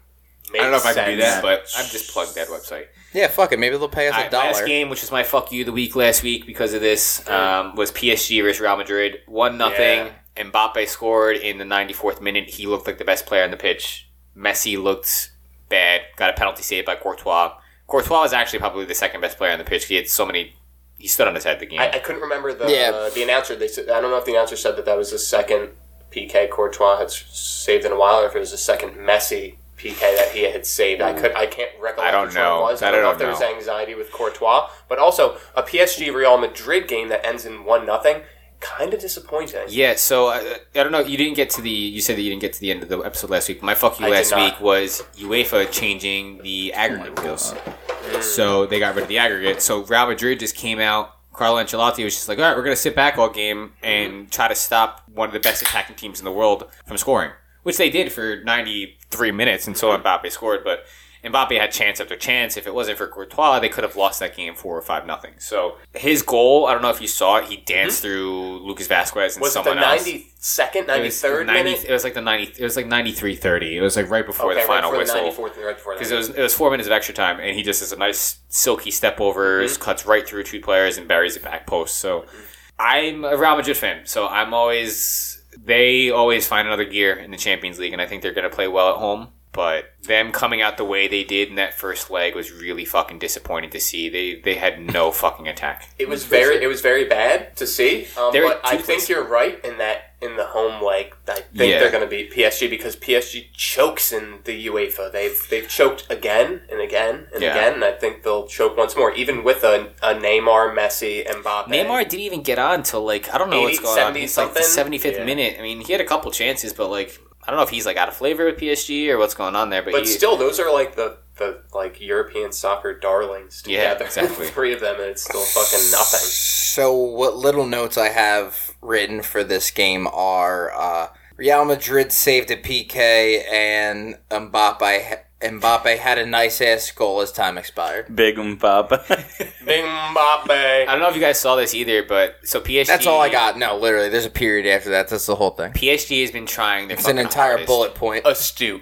S3: Makes
S2: I don't know if I can do
S3: sense.
S2: that.
S4: But I've just plugged that website.
S1: Yeah, fuck it. Maybe they'll pay us
S4: All
S1: a
S4: right, last
S1: dollar.
S4: game, which was my fuck you the week last week because of this, um, was PSG versus Real Madrid. One nothing. Mbappe scored in the 94th minute. He looked like the best player on the pitch. Messi looked bad. Got a penalty saved by Courtois. Courtois was actually probably the second best player on the pitch. 'cause He had so many. He stood on his head the game.
S3: I, I couldn't remember the
S1: Yeah.
S3: uh, the announcer. They said, I don't know if the announcer said that that was the second PK Courtois had s- saved in a while, or if it was the second Messi PK that he had saved. I could I can't recollect.
S4: I don't
S3: which one it
S4: know.
S3: was.
S4: That I
S3: know if
S4: don't
S3: there was
S4: know.
S3: anxiety with Courtois, but also a PSG Real Madrid game that ends in one nothing. Kind of disappointing.
S4: Yeah, so uh, I don't know. You didn't get to the. You said that you didn't get to the end of the episode last week. My fuck you
S3: I did
S4: last
S3: not. Oh
S4: week was UEFA changing the aggregate rules. So they got rid of the aggregate. So Real Madrid just came out. Carlo Ancelotti was just like, all right, we're going to sit back all game and try to stop one of the best attacking teams in the world from scoring, which they did for 93 minutes
S3: Hmm.
S4: until Mbappe scored. But Mbappe had chance after chance. If it wasn't for Courtois, they could have lost that game four or five nothing. So his goal, I don't know if you saw it, he danced through Lucas Vasquez and
S3: Hmm. Was it the
S4: someone else.
S3: ninety second,
S4: It
S3: ninety
S4: was
S3: third
S4: 90
S3: minute?
S4: It was like the ninety. It was like ninety three thirty. It was like right before the final
S3: right before the
S4: whistle.
S3: 94th and right before the
S4: Because it was it was four minutes of extra time, and he just does a nice silky step overs, cuts right through two players, and buries it back post. So I'm a Real Madrid fan, so I'm always they always find another gear in the Champions League, and I think they're going to play well at home. But them coming out the way they did in that first leg was really fucking disappointing to see. They they had no fucking attack.
S3: It was very, it was very bad to see. Um,
S4: There were
S3: but I
S4: two
S3: think
S4: places-
S3: you're right in that in the home leg, I think
S4: Yeah.
S3: they're going to beat PSG because PSG chokes in the UEFA. They've they've choked again and again and
S4: Yeah.
S3: again. And I think they'll choke once more, even with a, a Neymar, Messi, Mbappe.
S4: Neymar didn't even get on till like I don't know what's
S3: 80,
S4: going on.
S3: 70
S4: He's like the
S3: something?
S4: 75th
S3: Yeah.
S4: minute. I mean, he had a couple chances, but like I don't know if he's like out of flavor with PSG or what's going on there. But,
S3: but
S4: he,
S3: still, those are like the the like European soccer darlings
S4: Yeah,
S3: together.
S4: exactly.
S3: Three of them, and it's still fucking nothing.
S1: So, what little notes I have written for this game are uh, Real Madrid saved a PK, and Mbappe Mbappe had a nice ass goal as time expired.
S2: Big Mbappe.
S3: Bing Mbappe.
S4: I don't know if you guys saw this either, but so PSG.
S1: That's all I got. No, literally, there's a period after that. That's the whole thing.
S4: PSG has been trying. Their
S1: It's an
S4: fucking
S1: entire
S4: hardest.
S1: bullet point.
S4: Astute.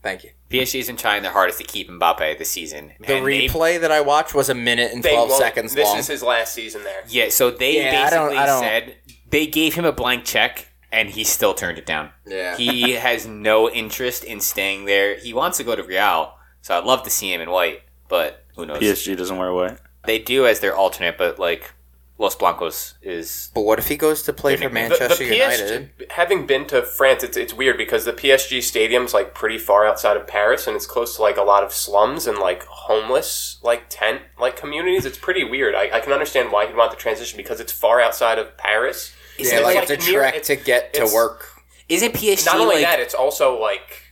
S1: Thank you.
S4: PSG has been trying their hardest to keep Mbappe this season.
S1: The
S4: and they-
S1: replay that I watched was a minute and
S3: They
S1: 12
S3: won't-
S1: seconds
S3: This
S1: long.
S3: is his last season there.
S4: yeah, so they
S1: Yeah, I don't-
S4: basically
S1: I don't-
S4: said they gave him a blank check, and he still turned it down.
S1: yeah.
S4: he has no interest in staying there. He wants to go to Real, so I'd love to see him in white, but who knows?
S2: PSG doesn't wear white.
S4: They do as their alternate, but like Los Blancos is
S1: but what if he goes to play for
S3: The-
S1: Manchester
S3: the PSG
S1: United?
S3: having been to France, it's, it's weird because the PSG stadium's like pretty far outside of Paris, and it's close to like a lot of slums and like homeless like tent like communities. It's pretty weird. I, I can understand why he'd want the transition because it's far outside of Paris.
S1: Yeah,
S3: It's
S1: like,
S3: like
S1: it's a
S3: near-
S1: trek
S3: it's-
S1: to get to
S3: it's-
S1: work.
S4: isn't PSG
S3: Not only
S4: like
S3: that, it's also like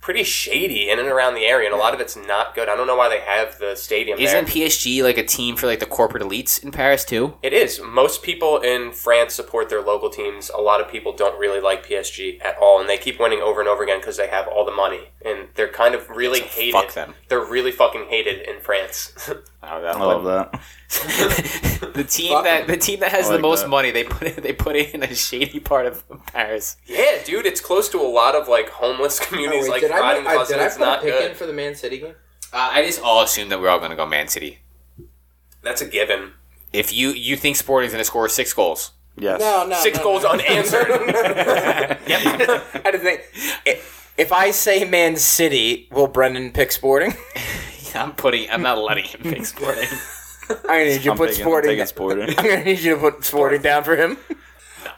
S3: pretty shady in and around the area, and a lot of it's not good. I don't know why they have the stadium there.
S4: isn't PSG like a team for like the corporate elites in Paris too?
S3: It is. Most people in France support their local teams. A lot of people don't really like PSG at all, and they keep winning over and over again because they have all the money, and they're kind of really hated.
S4: fuck them.
S3: They're really fucking hated in France.
S4: I
S2: I love that.
S4: the team that the team that has
S2: I
S4: the
S2: like
S4: most
S2: that.
S4: money they put it, they put it in a shady part of Paris.
S3: yeah, dude, it's close to a lot of like homeless communities, like
S8: did, I,
S3: rotting
S8: make- I-
S3: houses.
S8: did I
S3: It's
S8: put a
S3: not
S8: pick in
S3: good.
S8: for the Man City game?
S4: Uh, I just all assume that we're all going to go Man City.
S3: That's a given.
S4: If you you think Sporting's going to score six goals,
S2: Yes.
S1: no.
S3: Six goals unanswered.
S1: I didn't think. i- If I say Man City, will Brendan pick Sporting?
S4: I'm putting. I'm not letting him pick Sporting.
S1: I need you to
S2: I'm
S1: put
S2: taking- I'm
S1: Sporting.
S2: taking Sporting.
S1: I'm gonna need you to put Sporting down for him.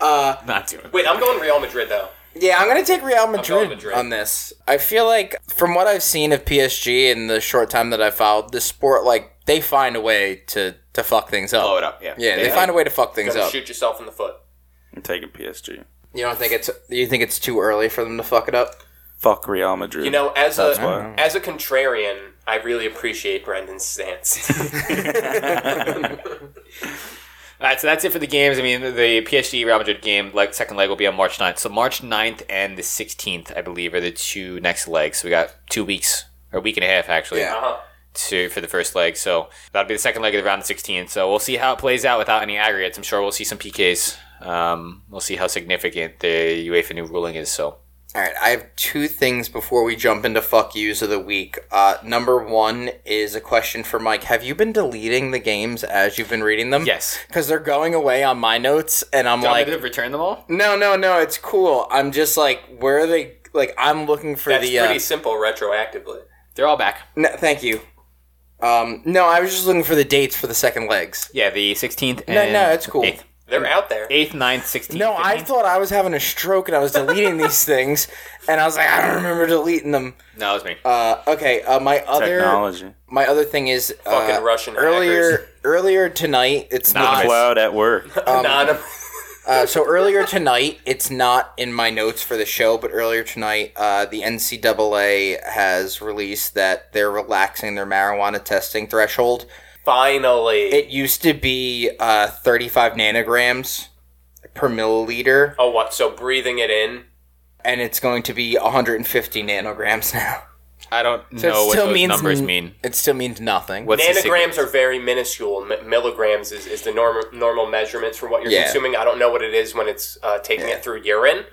S4: not doing. it.
S3: Wait, I'm going Real Madrid though.
S1: Yeah, I'm going to take Real Madrid,
S3: going Madrid.
S1: on this. I feel like from what I've seen of PSG in the short time that I followed the sport, like they find a way to to fuck things up.
S4: Blow it up. Oh, Yeah.
S1: Yeah, they, find a way to fuck
S3: You
S1: things
S3: gotta
S1: up.
S3: shoot yourself in the foot.
S2: I'm taking PSG.
S1: You don't think it's you think it's too early for them to fuck it up?
S2: Fuck Real Madrid.
S3: You know, as
S2: That's
S3: a
S2: why.
S3: as a contrarian, I really appreciate Brendan's stance.
S4: All right, so that's it for the games. I mean, the PSG Real Madrid game, like second leg, will be on March 9th. So March 9th and the 16th, I believe, are the two next legs. So we got two weeks or a week and a half actually
S1: Yeah.
S3: uh-huh.
S4: to for the first leg. So that'll be the second leg of the round of 16. So we'll see how it plays out without any aggregates. I'm sure we'll see some PKs. Um, we'll see how significant the UEFA new ruling is. So
S1: All right, I have two things before we jump into fuck yous of the week. Uh, number one is a question for Mike. Have you been deleting the games as you've been reading them?
S4: yes,
S1: because they're going away on my notes, and I'm like,
S4: like to return them all.
S1: no, no, no, it's cool. I'm just like, where are they? Like, I'm looking for
S3: That's
S1: the. uh,
S3: pretty simple retroactively.
S4: They're all back.
S1: No, thank you. Um, no, I was just looking for the dates for the second legs.
S4: Yeah, the 16th. And
S1: No, no, it's cool.
S4: Eighth,
S3: They're out there.
S4: eighth 9th, 16th.
S1: No, I
S4: 15th.
S1: thought I was having a stroke and I was deleting these things, and I was like, I don't remember deleting them.
S4: no, it was me.
S1: Uh, okay, uh, my other
S2: Technology.
S1: my other thing is uh,
S3: Fucking Russian
S1: earlier
S3: hackers.
S1: earlier tonight. It's
S4: Nice.
S1: not
S2: Cloud at work.
S3: Anon-
S1: uh, so earlier tonight. It's not in my notes for the show, but earlier tonight, uh, the NCAA has released that they're relaxing their marijuana testing threshold.
S3: Finally.
S1: It used to be uh, 35 nanograms per milliliter,
S3: oh, what? So breathing it in.
S1: and it's going to be 150 nanograms now.
S4: I don't
S1: So it
S4: know what
S1: still
S4: those
S1: means
S4: numbers
S1: n-
S4: mean.
S1: It still means nothing.
S4: What's the
S3: Nanograms
S4: significance?
S3: are very minuscule. M- milligrams is, is the normal normal measurements for what you're
S1: Yeah.
S3: consuming. I don't know what it is when it's uh, taking it through urine,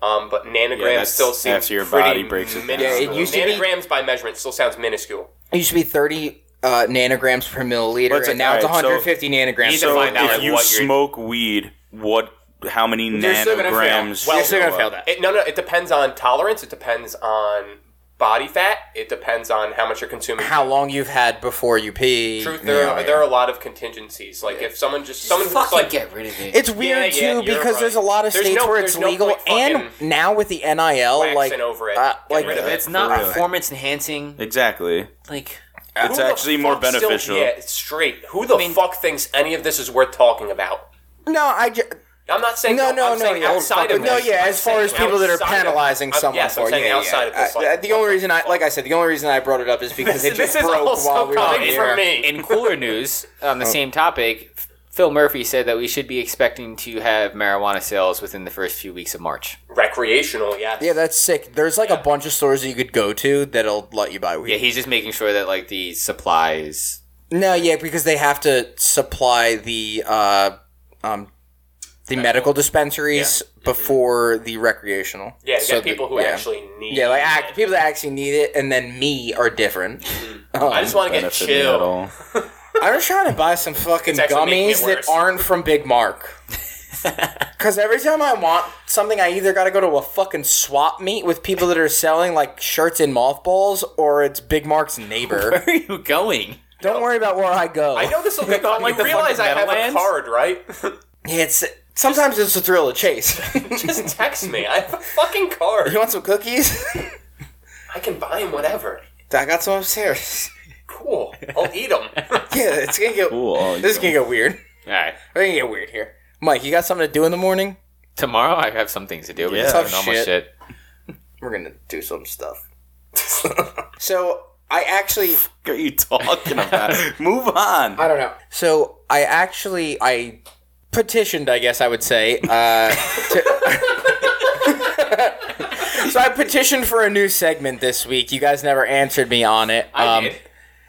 S3: um, but nanograms
S2: that's-
S3: still seems
S2: after your
S3: pretty
S2: body breaks it down.
S3: minuscule.
S1: Yeah, it used to be-
S3: nanograms by measurement still sounds minuscule.
S1: It used to be 30 uh, nanograms per milliliter,
S2: Let's-
S1: and now it's
S2: alright, so-
S1: 150 nanograms.
S4: Either
S1: So
S2: So
S4: find out
S2: if you
S4: what you're-
S2: smoke weed, what? How many
S1: you're still gonna fail.
S2: nanograms?
S1: you're still gonna
S2: go
S1: fail
S2: up?
S1: that.
S3: It, no, no, it depends on tolerance. It depends on body fat. It depends on how much you're consuming.
S1: How long you've had before you pee?
S3: Truth, there,
S1: Yeah,
S3: are,
S1: yeah.
S3: there are a lot of contingencies. Like if someone just someone who's like
S4: get rid of it.
S1: It's weird
S3: Yeah, yeah,
S1: too
S3: you're
S1: because there's a
S3: right.
S1: lot of
S3: There's
S1: states
S3: no-
S1: where it's
S3: there's no
S1: legal,
S3: point
S1: and
S3: fucking
S1: now with the NIL,
S3: waxing
S1: like
S3: over it.
S1: uh,
S3: Get
S1: like
S3: rid of it.
S4: it's not
S2: real.
S4: performance enhancing.
S1: Uh,
S2: Exactly.
S4: Like
S3: who
S2: It's
S3: the
S2: actually more
S3: fuck still-
S2: beneficial.
S3: yeah, it's straight. Who the fuck thinks any of this is worth talking about?
S1: no, I ju-
S3: I'm not saying
S1: No, no,
S3: I'm
S1: no,
S3: saying
S1: yeah.
S3: outside of
S1: no,
S3: this.
S1: yeah.
S3: I'm
S1: As far
S3: saying
S1: as people that are
S3: outside of-
S1: penalizing
S3: I'm-
S1: someone
S3: yes,
S1: for,
S3: I'm
S1: it,
S3: saying
S1: yeah,
S3: outside
S1: yeah.
S3: of this.
S1: I-
S3: like,
S1: the only reason I, like I said, the only reason I brought it up is because it
S3: this
S1: just
S3: is
S1: broke
S3: also
S1: while we were on
S3: coming
S1: the
S3: from
S1: air.
S3: me.
S4: in cooler news, on the
S1: Oh.
S4: same topic, Phil Murphy said that we should be expecting to have marijuana sales within the first few weeks of March.
S3: recreational, yes.
S1: Yeah, that's sick. There's like a bunch of stores that you could go to that'll let you buy
S4: Yeah,
S1: weed.
S4: he's just making sure that like the supplies.
S1: no, yeah, because they have to supply the uh, um, the medical dispensaries before the recreational.
S3: Mm-hmm. yeah. You
S1: So
S3: got
S1: the-
S3: people who
S1: yeah.
S3: actually need.
S1: Yeah, like act,
S3: it.
S1: people that actually need it, and then me are different. Um,
S3: I just want to get
S2: Benefit me at
S3: chill.
S2: all.
S1: I'm just trying to buy some fucking
S3: It's actually making it
S1: gummies that
S3: worse.
S1: aren't from Big Mark. Because every time I want something, I either got to go to a fucking swap meet with people that are selling like shirts in mothballs, or it's Big Mark's neighbor.
S4: Where are you going?
S1: Don't worry about where I go.
S3: I know this will get on.
S4: like
S3: Like
S4: the
S3: you realize I
S4: fucking
S3: have a
S4: Meadowlands?
S3: card, right?
S1: Yeah, It's sometimes it's a thrill of chase.
S3: Just text me. I have a fucking card.
S1: you want some cookies?
S3: I can buy him whatever.
S1: I got some upstairs.
S3: Cool. I'll eat him.
S1: Yeah, it's gonna get
S2: Cool. I'll eat
S1: this is gonna get weird.
S4: All right,
S1: We're gonna get weird here. Mike, you got something to do in the morning?
S4: tomorrow I have some things to do.
S2: Yeah.
S4: Yeah,
S1: Tough
S4: normal
S1: shit.
S4: shit.
S1: We're gonna do some stuff. so I actually
S2: What are you talking about? Move on.
S1: I don't know. So I actually I petitioned, I guess I would say. Uh, to- so I petitioned for a new segment this week. You guys never answered me on it. Um,
S4: I did.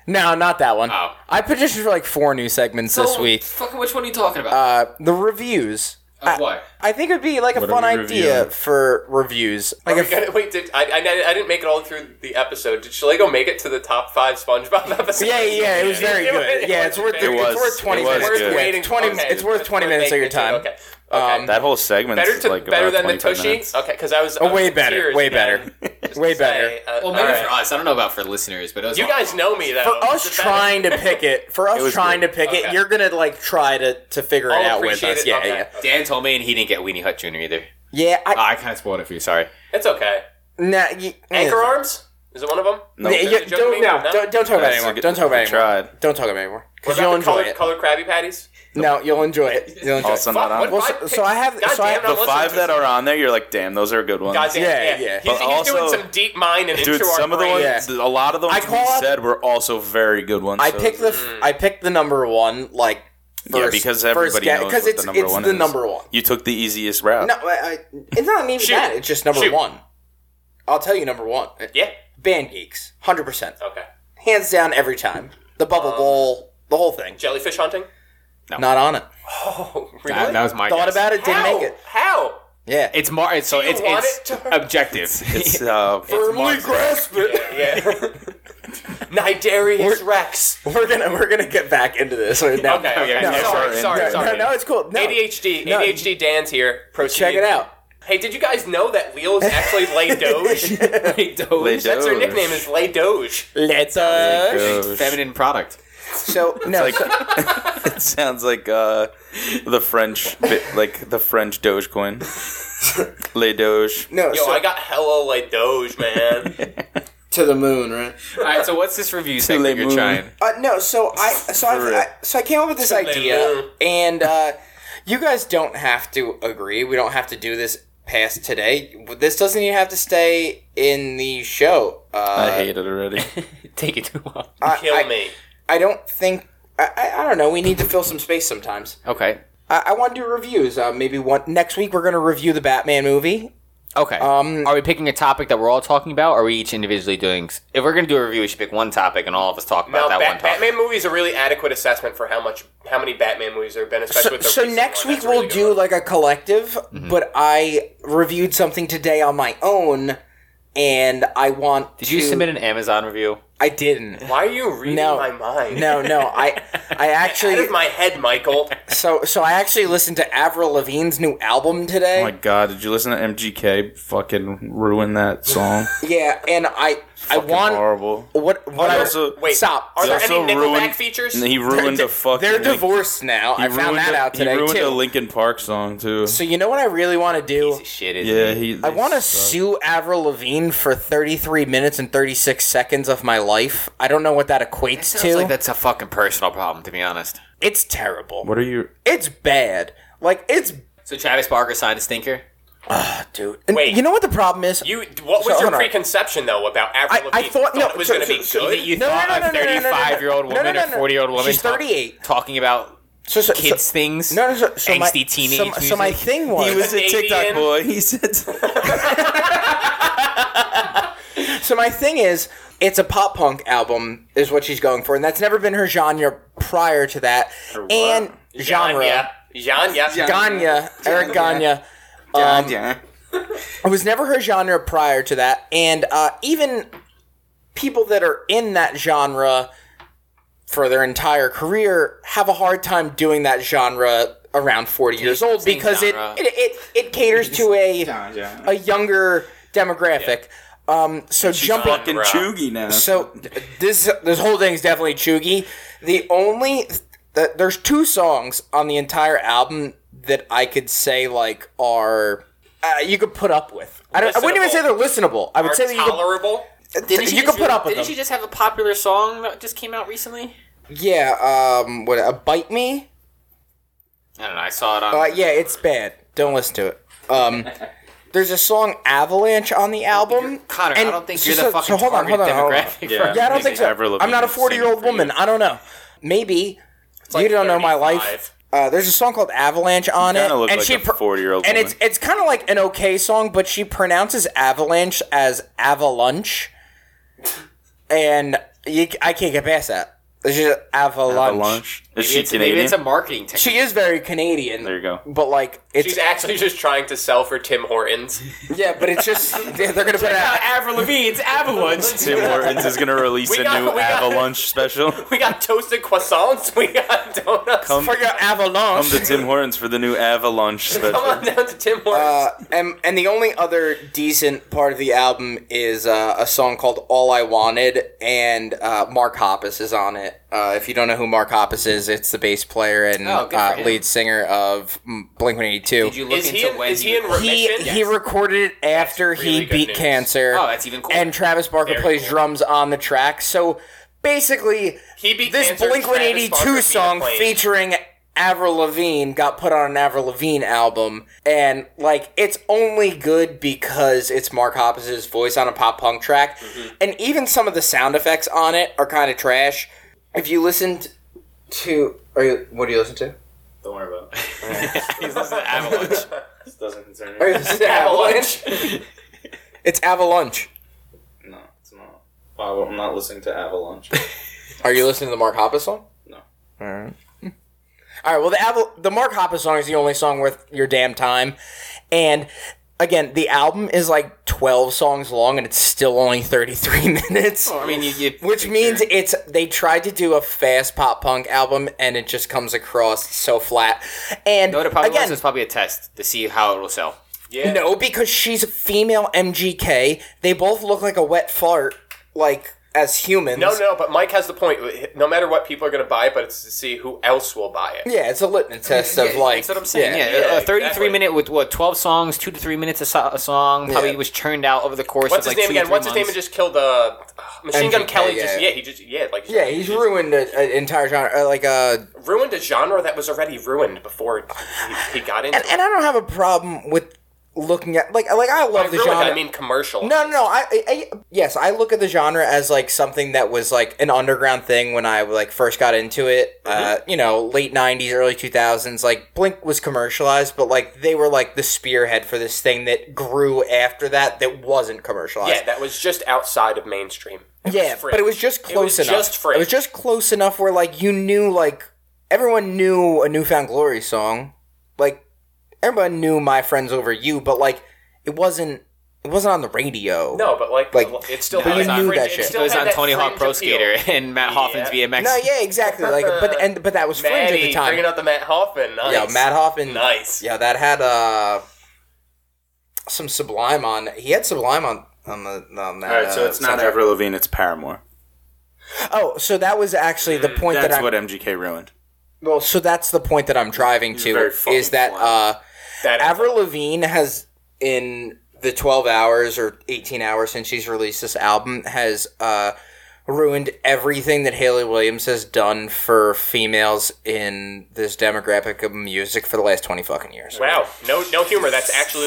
S1: No, not that one.
S4: Oh.
S1: I petitioned for like four new segments this week.
S4: Fucking which one are you talking about?
S1: Uh, the reviews. I,
S4: what?
S1: I think it'd be like a
S2: What are
S1: fun
S2: we
S1: idea
S2: reviewing?
S1: for reviews. Like
S3: We
S1: a-
S3: gotta- Oh wait, did I, I? I didn't make it all through the episode. Did Shalego make it to the top five SpongeBob episodes?
S1: yeah, yeah, it was very
S3: It
S1: good.
S3: was-
S1: Yeah, it's worth
S3: it
S1: it's
S2: was-
S1: worth twenty
S2: it was
S1: minutes.
S2: good.
S1: It's worth
S3: Waiting-
S1: 20
S3: okay,
S1: It's worth twenty
S3: worth
S1: minutes of your
S3: making it
S1: time. Um,
S3: to- Okay. okay.
S2: That whole segment
S3: better to,
S2: like
S3: better
S2: about
S3: than the
S2: 25
S3: Toshi.
S2: minutes.
S3: Okay, because I was I
S1: Oh,
S3: was
S1: way
S3: in
S1: better,
S3: tears,
S1: way
S3: man.
S1: better. Way
S3: say, uh,
S9: Well, maybe for
S3: all
S5: For
S3: right.
S5: us, I don't know about for listeners, but it was
S3: you guys know me though.
S1: For us
S3: Defend-
S1: trying to pick it, for us trying to pick it,
S3: Okay.
S1: you're gonna like try to to figure it
S3: I'll
S1: out with
S3: appreciate
S1: us.
S3: it.
S1: Yeah,
S3: Okay.
S1: yeah,
S5: Dan told me, and he didn't get Weenie Hut Jr. either.
S1: yeah. I,
S5: Oh, I kind of spoiled it for you. Sorry.
S3: It's okay.
S1: nah, y-
S3: Anchor
S1: yeah.
S3: arms? Is it one of them?
S1: Yeah, you-
S3: Is it joking
S1: don't,
S3: me?
S1: no, don't, don't talk about it
S2: That's a
S1: anymore.
S2: good-
S1: Don't talk about
S2: I
S1: it anymore.
S2: tried.
S1: Don't talk about it anymore.
S3: What
S1: Because
S3: about
S1: you'll
S3: the
S1: enjoy
S3: colored,
S1: it.
S3: colored Krabby Patties?
S1: No, you'll enjoy it. You'll enjoy
S2: Also
S1: it.
S2: not
S3: Fuck,
S2: on.
S3: what
S1: Well,
S3: five
S1: so, so I
S3: picks?
S1: have.
S3: God
S1: so I
S3: damn
S1: have
S2: the
S3: it, listen
S2: five
S3: to
S2: that
S3: this.
S2: are on there, you're like, damn, those are good ones.
S3: Goddamn,
S1: Yeah,
S3: yeah,
S1: yeah.
S3: He's,
S2: But
S3: he's doing
S2: also-
S3: some deep mine and
S2: Dude,
S3: into
S2: some of
S3: our
S2: the
S3: brain.
S2: ones,
S1: Yeah.
S2: a lot of the ones we
S1: call up-
S2: said were also very good ones.
S1: I
S2: so-
S1: picked the. f- I picked the number one. Like. First,
S2: yeah, because everybody
S1: first
S2: knows
S1: because
S2: what
S1: it's
S2: the number
S1: it's
S2: one
S1: the
S2: is.
S1: number one.
S2: You took the easiest route.
S1: No, I, I, it's not even
S3: Shoot.
S1: that. It's just number
S3: Shoot.
S1: one. I'll tell you, number one.
S3: Yeah.
S1: Band geeks, hundred percent,
S3: Okay.
S1: hands down, every time. The bubble bowl, the whole thing.
S3: Jellyfish hunting?
S1: Not on it.
S3: Oh, really?
S5: That, that was my
S1: Thought
S5: guess.
S1: about it, didn't
S3: How?
S1: make it.
S3: How?
S1: Yeah,
S5: It's Mar. It's, so
S3: Do you
S5: it's
S3: want
S5: it's
S3: it to-
S5: objective.
S2: It's uh,
S1: firmly grasp it.
S3: Yeah. Nidarius Rex.
S1: We're gonna we're gonna get back into this. Now, no,
S3: Okay, okay.
S1: No,
S3: sorry, sorry,
S2: sorry,
S3: sorry.
S1: no, no, no, it's cool. No.
S3: ADHD,
S1: No.
S3: ADHD Dan's here. Proceed.
S1: Check it out.
S3: Hey, did you guys know that Leo's actually Lay Doge?
S5: Lay Doge.
S3: That's her nickname is Lay Doge.
S1: Let's uh.
S2: Doge.
S5: Feminine product.
S1: So no,
S2: like-
S1: so-
S2: It sounds like uh, the French, bit, like the French Dogecoin, Le Doge.
S1: no.
S3: Yo,
S1: so-
S3: I got hella Lay Doge, man.
S9: To the moon, right?
S5: All right. So what's this review
S2: Lay
S5: segment you're
S2: Moon.
S5: trying?
S1: Uh, no, so I so
S2: For
S1: I,
S2: real.
S1: I so I came up with this idea,
S3: Tomato.
S1: and uh, you guys don't have to agree. We don't have to do this past today. This doesn't even have to stay in the show. Uh,
S2: I hate it already.
S5: Take it too long.
S1: I,
S3: Kill
S1: I-
S3: me.
S1: I don't think. I, I, I don't know. We need to fill some space sometimes.
S5: Okay.
S1: I, I want to do reviews. Uh, maybe one next week. We're gonna review the Batman movie.
S5: Okay.
S1: Um,
S5: are we picking a topic that we're all talking about? Or are we each individually doing? s- If we're gonna do a review, we should pick one topic and all of us talk
S3: Now,
S5: about that
S3: Bat-
S5: one topic.
S3: Batman movies are really adequate assessment for how much, how many Batman movies there have been, especially
S1: So,
S3: with the
S1: so
S3: recent
S1: next
S3: one.
S1: week
S3: That's
S1: we'll
S3: really good
S1: do
S3: one.
S1: like a collective,
S5: Mm-hmm.
S1: but I reviewed something today on my own, and I want.
S5: Did you
S1: to-
S5: submit an Amazon review?
S1: I didn't.
S3: Why are you reading
S1: No.
S3: my mind?
S1: No, no, I, I
S3: Out
S1: actually,
S3: of my head, Michael.
S1: so, so I actually listened to Avril Lavigne's new album
S2: oh
S1: today.
S2: my god, did you listen to MGK fucking ruin that song?
S1: yeah, and I, I
S2: Fucking
S1: want
S2: horrible.
S1: what, what
S2: They
S1: I
S2: also-
S3: Wait,
S1: stop.
S3: Are there
S2: They also
S3: any Nickelback
S2: ruined-
S3: features?
S2: And he ruined the fucking.
S1: They're
S2: Link-
S1: divorced now.
S2: he
S1: I found
S2: ruined
S1: that
S2: a-
S1: out
S2: He
S1: today
S2: ruined
S1: too.
S2: a Linkin Park song too.
S1: so you know what I really want to do?
S5: Piece of shit. Isn't
S2: yeah,
S5: it?
S2: he.
S1: I
S2: they
S1: want to
S2: suck.
S1: sue Avril Lavigne for 33 minutes and 36 seconds of my life. I don't know what that equates
S5: Sounds
S1: to.
S5: like that's a fucking personal problem, to be honest.
S1: It's terrible.
S2: What are you?
S1: It's bad. Like it's
S5: So Travis Barker signed a stinker.
S1: dude. And
S3: Wait.
S1: you know what the problem is?
S3: you, what was
S1: So, hold
S3: your
S1: on.
S3: preconception though about
S1: I,
S3: Avril
S1: I
S3: Lavigne? You
S1: thought, no,
S3: it was
S1: so-
S3: going to
S1: so-
S3: be
S1: so
S3: good.
S5: You thought a 35-year-old
S1: no, no,
S5: woman
S1: no,
S5: or
S1: no, no.
S5: 40-year-old woman
S1: She's
S5: talk-
S1: 38.
S5: Talking about
S1: So, so,
S5: kids
S1: so,
S5: things.
S1: no, no, so, so my,
S5: angsty teenage
S1: so, so my
S5: music.
S1: thing was,
S2: He was a TikTok
S3: Canadian.
S2: boy. He said.
S1: so my thing is, it's a pop punk album is what she's going for, and that's never been her genre prior to that. And genre,
S3: Genre. Genre.
S1: Ganya, Eric Ganya. Um, It was never her genre prior to that, and uh, even people that are in that genre for their entire career have a hard time doing that genre around 40 years old because it,
S5: genre.
S1: it, it, it caters to a, a younger demographic. Um, so jumping
S2: fucking Chugi now.
S1: so th- this this whole thing's definitely chuggy. The only th- there's two songs on the entire album that I could say like are uh, you could put up with. I, don't, I wouldn't even
S3: Listenable.
S1: say they're listenable. I would
S3: Are
S1: say that you could,
S3: tolerable.
S1: th- you could put up with
S5: Didn't
S1: them.
S5: she just have a popular song that just came out recently?
S1: yeah, um, what uh, bite me?
S5: I don't know. I saw it on.
S1: Uh, yeah, it's bad. Don't listen to it. Um, there's a song Avalanche on the album.
S5: Connor,
S1: and
S5: I don't think
S1: so-
S5: you're the
S1: so-
S5: fucking
S1: so hold on,
S5: target
S1: hold on, hold on.
S5: demographic.
S2: Yeah.
S5: for-
S1: Yeah, I don't think so.
S2: Avril Lavigne
S1: I'm not a
S2: is
S1: 40 year old
S2: singing for
S1: woman. I don't know. Maybe. you
S3: like
S1: don't know my life.
S3: 35.
S1: Uh, there's a song called Avalanche on it,
S2: Kinda looked
S1: and
S2: like
S1: she
S2: a
S1: pr-
S2: forty-year-old.
S1: and it's it's kind of like an okay song, but she pronounces avalanche as avalanche, and you, I can't get past that. She's an avalanche.
S2: Avalanche. Is
S5: Maybe
S2: she
S5: it's, maybe
S2: Canadian?
S5: it's a marketing technique.
S1: She is very Canadian.
S2: there you go.
S1: But like it's
S3: She's actually just trying to sell for Tim Hortons.
S1: yeah, but it's just they're gonna put it out.
S5: Avril Lavigne, it's Avalanche.
S2: Tim Hortons is gonna release
S3: We
S2: a
S3: got-
S2: new
S3: we got-
S2: Avalanche special.
S3: We got toasted croissants. We got donuts.
S2: Come,
S1: for your
S2: come
S1: avalanche.
S2: to Tim Hortons for the new Avalanche
S3: Come
S2: special.
S3: on down to Tim Hortons.
S1: Uh, and and the only other decent part of the album is uh, a song called "All I Wanted," and uh, Mark Hoppus is on it. Uh, if you don't know who Mark Hoppus is, it's the bass player and
S5: Oh, good for
S1: uh,
S5: him.
S1: lead singer of Blink One Eighty Two.
S5: Did you look
S3: is he
S5: into
S3: in,
S5: when
S3: is he in remission?
S1: He he recorded it after
S3: really
S1: he
S3: good
S1: beat
S3: news.
S1: cancer.
S5: Oh, that's even cooler.
S1: And Travis Barker
S3: Very
S1: plays
S3: cool.
S1: drums on the track. So basically,
S3: He beat
S1: this
S3: cancer,
S1: Blink One Eighty
S3: Travis Barker
S1: Two
S3: beat a
S1: song
S3: plane.
S1: featuring Avril Lavigne got put on an Avril Lavigne album, and like it's only good because it's Mark Hoppus's voice on a pop punk track,
S3: Mm-hmm.
S1: and even some of the sound effects on it are kind of trash. If you listened to, are you what do you listen to?
S4: Don't worry about it.
S5: He's listening to Avalanche.
S4: This doesn't concern
S1: Are
S4: me.
S1: you listening to Avalanche? it's Avalanche.
S4: No, it's not. Wow, I'm not listening to Avalanche.
S1: Are you listening to the Mark Hoppus song?
S4: No.
S1: All right. All right. Well, the Aval- the Mark Hoppus song is the only song worth your damn time, and again, the album is like twelve songs long, and it's still only thirty three minutes.
S5: Oh, I mean, you, you
S1: Which means it's they tried to do a fast pop punk album and it just comes across so flat. And
S5: know what it probably was?
S1: again,
S5: It's probably a test to see how it will sell.
S3: yeah.
S1: no, because she's a female MGK. They both look like a wet fart, like as humans.
S3: No, no, but Mike has the point. No matter what, people are going to buy it, but it's to see who else will buy it.
S1: Yeah, it's a litmus test of like.
S5: That's what I'm saying. Yeah,
S3: yeah,
S5: uh, a 33
S3: exactly.
S5: minute with what 12 songs, two to three minutes a, so- a song. Probably
S1: Yeah.
S5: was churned out over the course
S3: What's
S5: of like
S3: his
S5: two
S3: name again?
S5: three
S3: What's
S5: months.
S3: his name? Who just killed uh, Machine Gun
S1: MGK,
S3: Kelly.
S1: yeah.
S3: Just yeah, he just yeah, like
S1: Yeah, he's ruined an entire genre, uh, like a.
S3: ruined a genre that was already ruined before he, he got into.
S1: And,
S3: it.
S1: and I don't have a problem with looking at like like I love
S3: By
S1: the
S3: ruined,
S1: genre.
S3: I mean commercial.
S1: no, no, no. I, I, I- yes, I look at the genre as like something that was like an underground thing when I like first got into it. Uh,
S3: Mm-hmm.
S1: you know, late '90s, early 2000s. Like Blink was commercialized, but like they were like the spearhead for this thing that grew after that that wasn't commercialized.
S3: Yeah, that was just outside of mainstream. It was
S1: Yeah,
S3: fringe.
S1: but it was just close
S3: was
S1: enough.
S3: just fringe.
S1: it was just close enough where like you knew like everyone knew a New Found Glory song. Like everyone knew My Friends Over You, but like it wasn't it wasn't on the radio.
S3: no, but like,
S1: Like,
S3: it's still
S1: but
S3: had
S1: you
S3: that
S1: knew
S3: fringe-
S1: that
S3: it
S1: shit.
S5: It
S3: still
S5: was
S3: had
S5: on
S3: that
S5: Tony Hawk
S3: fringe
S5: Pro
S3: appeal.
S5: Skater and Matt Hoffman's VMX.
S1: No, yeah, exactly. Like but and but that was fringe at
S3: Maddie,
S1: the time.
S3: bringing up the Matt Hoffman. Nice.
S1: Yeah, Matt Hoffman.
S3: Nice.
S1: Yeah, that had uh some Sublime on. He had Sublime on on the on that.
S2: All right, so
S1: uh,
S2: it's not
S1: soundtrack.
S2: Avril Lavigne, it's Paramore.
S1: Oh, so that was actually the
S3: Mm,
S1: point that
S2: That's
S1: I.
S2: what MGK ruined.
S1: Well, so that's the point that I'm driving to
S2: very fucking
S1: is that.
S2: fly.
S1: uh
S3: That
S1: Avril Lavigne has in the 12 hours or 18 hours since she's released this album has uh, ruined everything that Haley Williams has done for females in this demographic of music for the last 20 fucking years.
S3: Wow, no, no humor. That's actually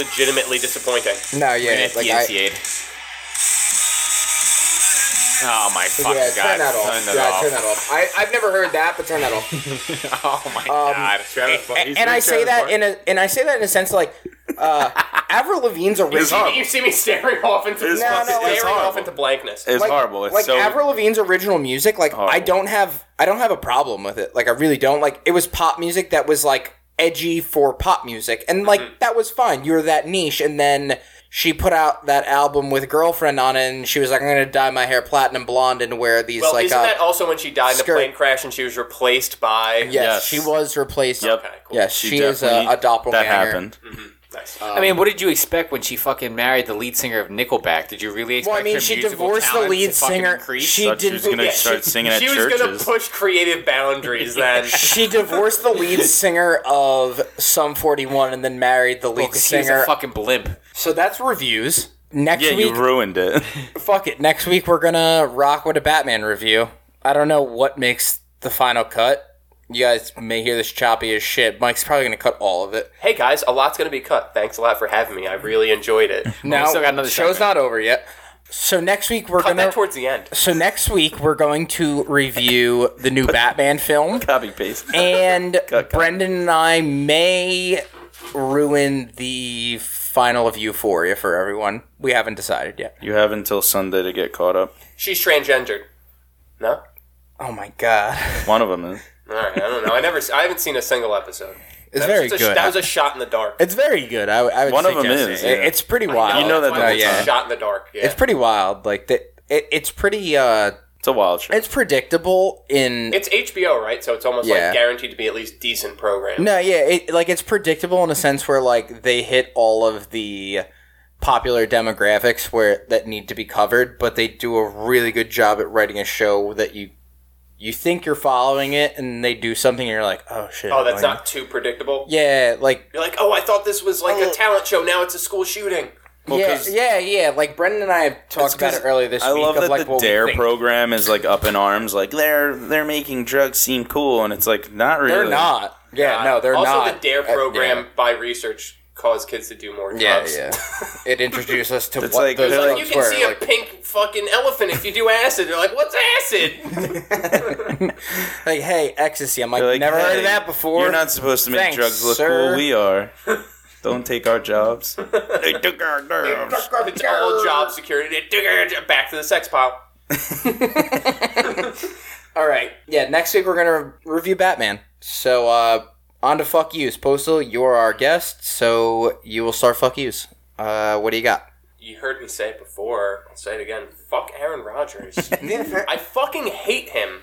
S3: legitimately disappointing.
S1: No, yeah,
S5: And
S1: like I,
S5: DNCA'd. Oh my fucking
S1: yeah,
S5: god!
S1: turn that off.
S5: Turn that
S1: yeah,
S5: off.
S1: turn that off. I, I've never heard that, but turn that off.
S5: Oh my god!
S1: A- Um, and, I say that in a and I say that in a sense like uh, Avril Lavigne's
S2: It's
S1: original.
S2: horrible.
S3: You see me staring off into
S2: It's
S1: No, no,
S2: fucking-
S1: it's
S2: it's
S3: staring off
S2: horrible.
S3: into blankness.
S2: It's
S1: like,
S2: horrible. It's
S1: like
S2: so
S1: Avril Lavigne's original music, like I
S2: Horrible.
S1: don't have I don't have a problem with it. Like I really don't. Like it was pop music that was like edgy for pop music, and like
S2: Mm-hmm.
S1: that was fine. You were that niche, and then she put out that album with girlfriend on it, and she was like, "I'm gonna dye my hair platinum blonde and wear these
S3: Well,
S1: like."
S3: isn't
S1: uh,
S3: that also when she died in a
S1: skirt.
S3: plane crash and she was replaced by?
S1: yes,
S2: Yes.
S1: she was replaced.
S2: Yep.
S3: Okay, cool.
S1: Yes, she, is a,
S2: definitely-
S1: a doppelganger.
S2: That happened.
S3: Nice.
S5: I
S1: Um,
S5: mean, what did you expect when she fucking married the lead singer of Nickelback? Did you really expect?
S1: Well, I mean,
S5: her
S1: she
S5: musical
S1: divorced the
S5: talent
S1: lead
S5: to fucking
S1: singer.
S5: increase?
S1: She
S2: Thought she
S1: did.
S2: was gonna
S1: yeah,
S2: start singing at
S3: she was going to
S2: churches.
S3: push creative boundaries then.
S1: She divorced the lead singer of Sum 41 and then married the lead
S5: 'Cause she was
S1: singer
S5: a fucking blimp.
S1: So that's reviews. Next
S2: Yeah,
S1: week,
S2: you ruined it.
S1: fuck it. Next week we're gonna rock with a Batman review. I don't know what makes the final cut. You guys may hear this choppy as shit. Mike's probably gonna cut all of it.
S3: hey guys, a lot's going to be cut. Thanks a lot for having me. I really enjoyed it.
S1: Now
S5: still got another
S1: show's
S5: segment.
S1: not over yet. So next week we're
S3: Cut
S1: gonna.
S3: that towards the end.
S1: so next week we're going to review the new Batman film,
S2: Copy paste.
S1: and
S2: Cut, cut.
S1: Brendan and I may ruin the final of Euphoria for everyone. We haven't decided yet.
S2: You have until Sunday to get caught up.
S3: She's transgendered. No.
S1: Oh my god,
S2: One of them is.
S3: All right, I don't know. I never, I haven't seen a single episode.
S1: it's
S3: That was
S1: very
S3: just a,
S1: good.
S3: That was a shot in the dark.
S1: it's very good. I, would- I would
S2: One of 'em
S1: suggest
S2: is,
S1: it.
S2: yeah.
S1: It- It's pretty wild.
S2: You know that
S3: that's why
S2: the
S3: it's
S1: whole
S3: a
S1: time.
S3: shot in the dark. Yeah.
S1: It's pretty wild. Like that. It, it's pretty. uh
S2: It's a wild show.
S1: It's predictable in.
S3: It's HBO, right? So it's almost
S1: Yeah.
S3: like guaranteed to be at least decent program.
S1: no, yeah, it, like it's predictable in a sense where like they hit all of the popular demographics where that need to be covered, but they do a really good job at writing a show that you you think you're following it, and they do something, and you're like, oh shit.
S3: Oh, that's
S1: like-
S3: not too predictable.
S1: Yeah, like
S3: You're like, oh, I thought this was like
S1: Oh.
S3: a talent show. Now it's a school shooting.
S1: yeah,
S2: 'cause-
S1: yeah, yeah. Like Brendan and I have talked about
S2: 'cause
S1: it earlier this
S2: I
S1: week.
S2: love
S1: of
S2: that
S1: like
S2: the
S1: what we
S2: Dare
S1: think.
S2: program is like up in arms. Like they're they're making drugs seem cool, and it's like not really.
S1: They're not. Yeah, no, they're
S3: Uh, also
S1: not.
S3: Also, the Dare
S1: Uh,
S3: program
S1: yeah.
S3: by research caused kids to do more
S1: Yeah,
S3: drugs.
S1: yeah. it introduced us to
S2: It's
S1: what
S2: like-
S1: those
S2: they're
S1: drugs
S3: Like, you can
S1: were.
S3: see a
S1: like,
S3: pink fucking elephant if you do acid. They're like, what's acid?
S1: like, hey, ecstasy. I'm like,
S2: They're like,
S1: never heard
S2: "Hey,
S1: of that before.
S2: You're not supposed to make
S1: Thanks,
S2: drugs look
S1: sir.
S2: cool. We are. Don't take our jobs. they took our jobs.
S3: it's all job security. Back to the sex pile.
S1: All right. Yeah. Next week we're gonna review Batman. So uh, on to fuck yous, Postal. You are our guest, so you will start fuck yous. Uh, what do you got?
S3: You heard me say it before. I'll say it again. Fuck Aaron Rodgers.
S10: Yeah, fair.
S3: I fucking hate him.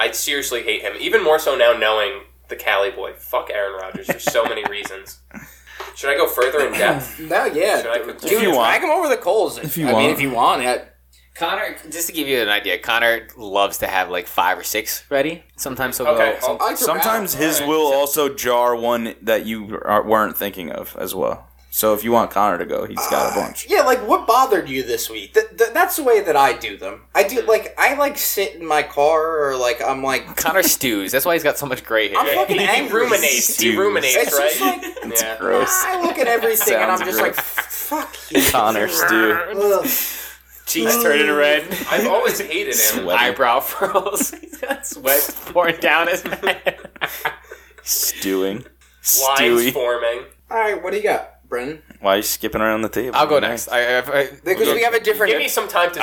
S3: I seriously hate him. Even more so now knowing the Cali boy. Fuck Aaron Rodgers for so many reasons. Should I go further in depth?
S10: No, yeah.
S3: Should I continue?
S2: If you
S10: drag
S2: want,
S10: him over the coals. If
S2: you
S10: I
S2: want.
S10: mean, if you want. I,
S4: Connor, just to give you an idea, Connor loves to have like five or six ready. Sometimes he'll
S3: Okay,
S4: go.
S3: I'll-
S10: I like your
S2: sometimes
S10: battle.
S2: his will also jar one that you are- weren't thinking of as well. So if you want Connor to go, he's got a bunch.
S10: Yeah, like what bothered you this week? Th- th- that's the way that I do them. I do
S1: Mm-hmm.
S10: like I like sit in my car or like I'm like
S4: Connor stews. That's why he's got so much gray hair.
S10: I'm fucking
S3: he
S10: angry.
S3: ruminates. He
S2: Dude.
S3: ruminates,
S10: It's
S3: right?
S10: just like
S3: yeah.
S2: Gross.
S10: I look at everything and I'm
S2: Sounds
S10: just like, fuck you.
S2: Connor Stew.
S10: Ugh.
S4: Cheeks turning red.
S3: I've always hated him.
S2: Sweating.
S4: Eyebrow furls. he's got sweat pouring down his neck.
S2: Stewing.
S3: Lines
S2: Stewie.
S3: forming.
S10: All right, what do you got, Brendan?
S2: Why are you skipping around the table?
S4: I'll go next. I, I, I,
S10: Because we have a different.
S3: Give me some time to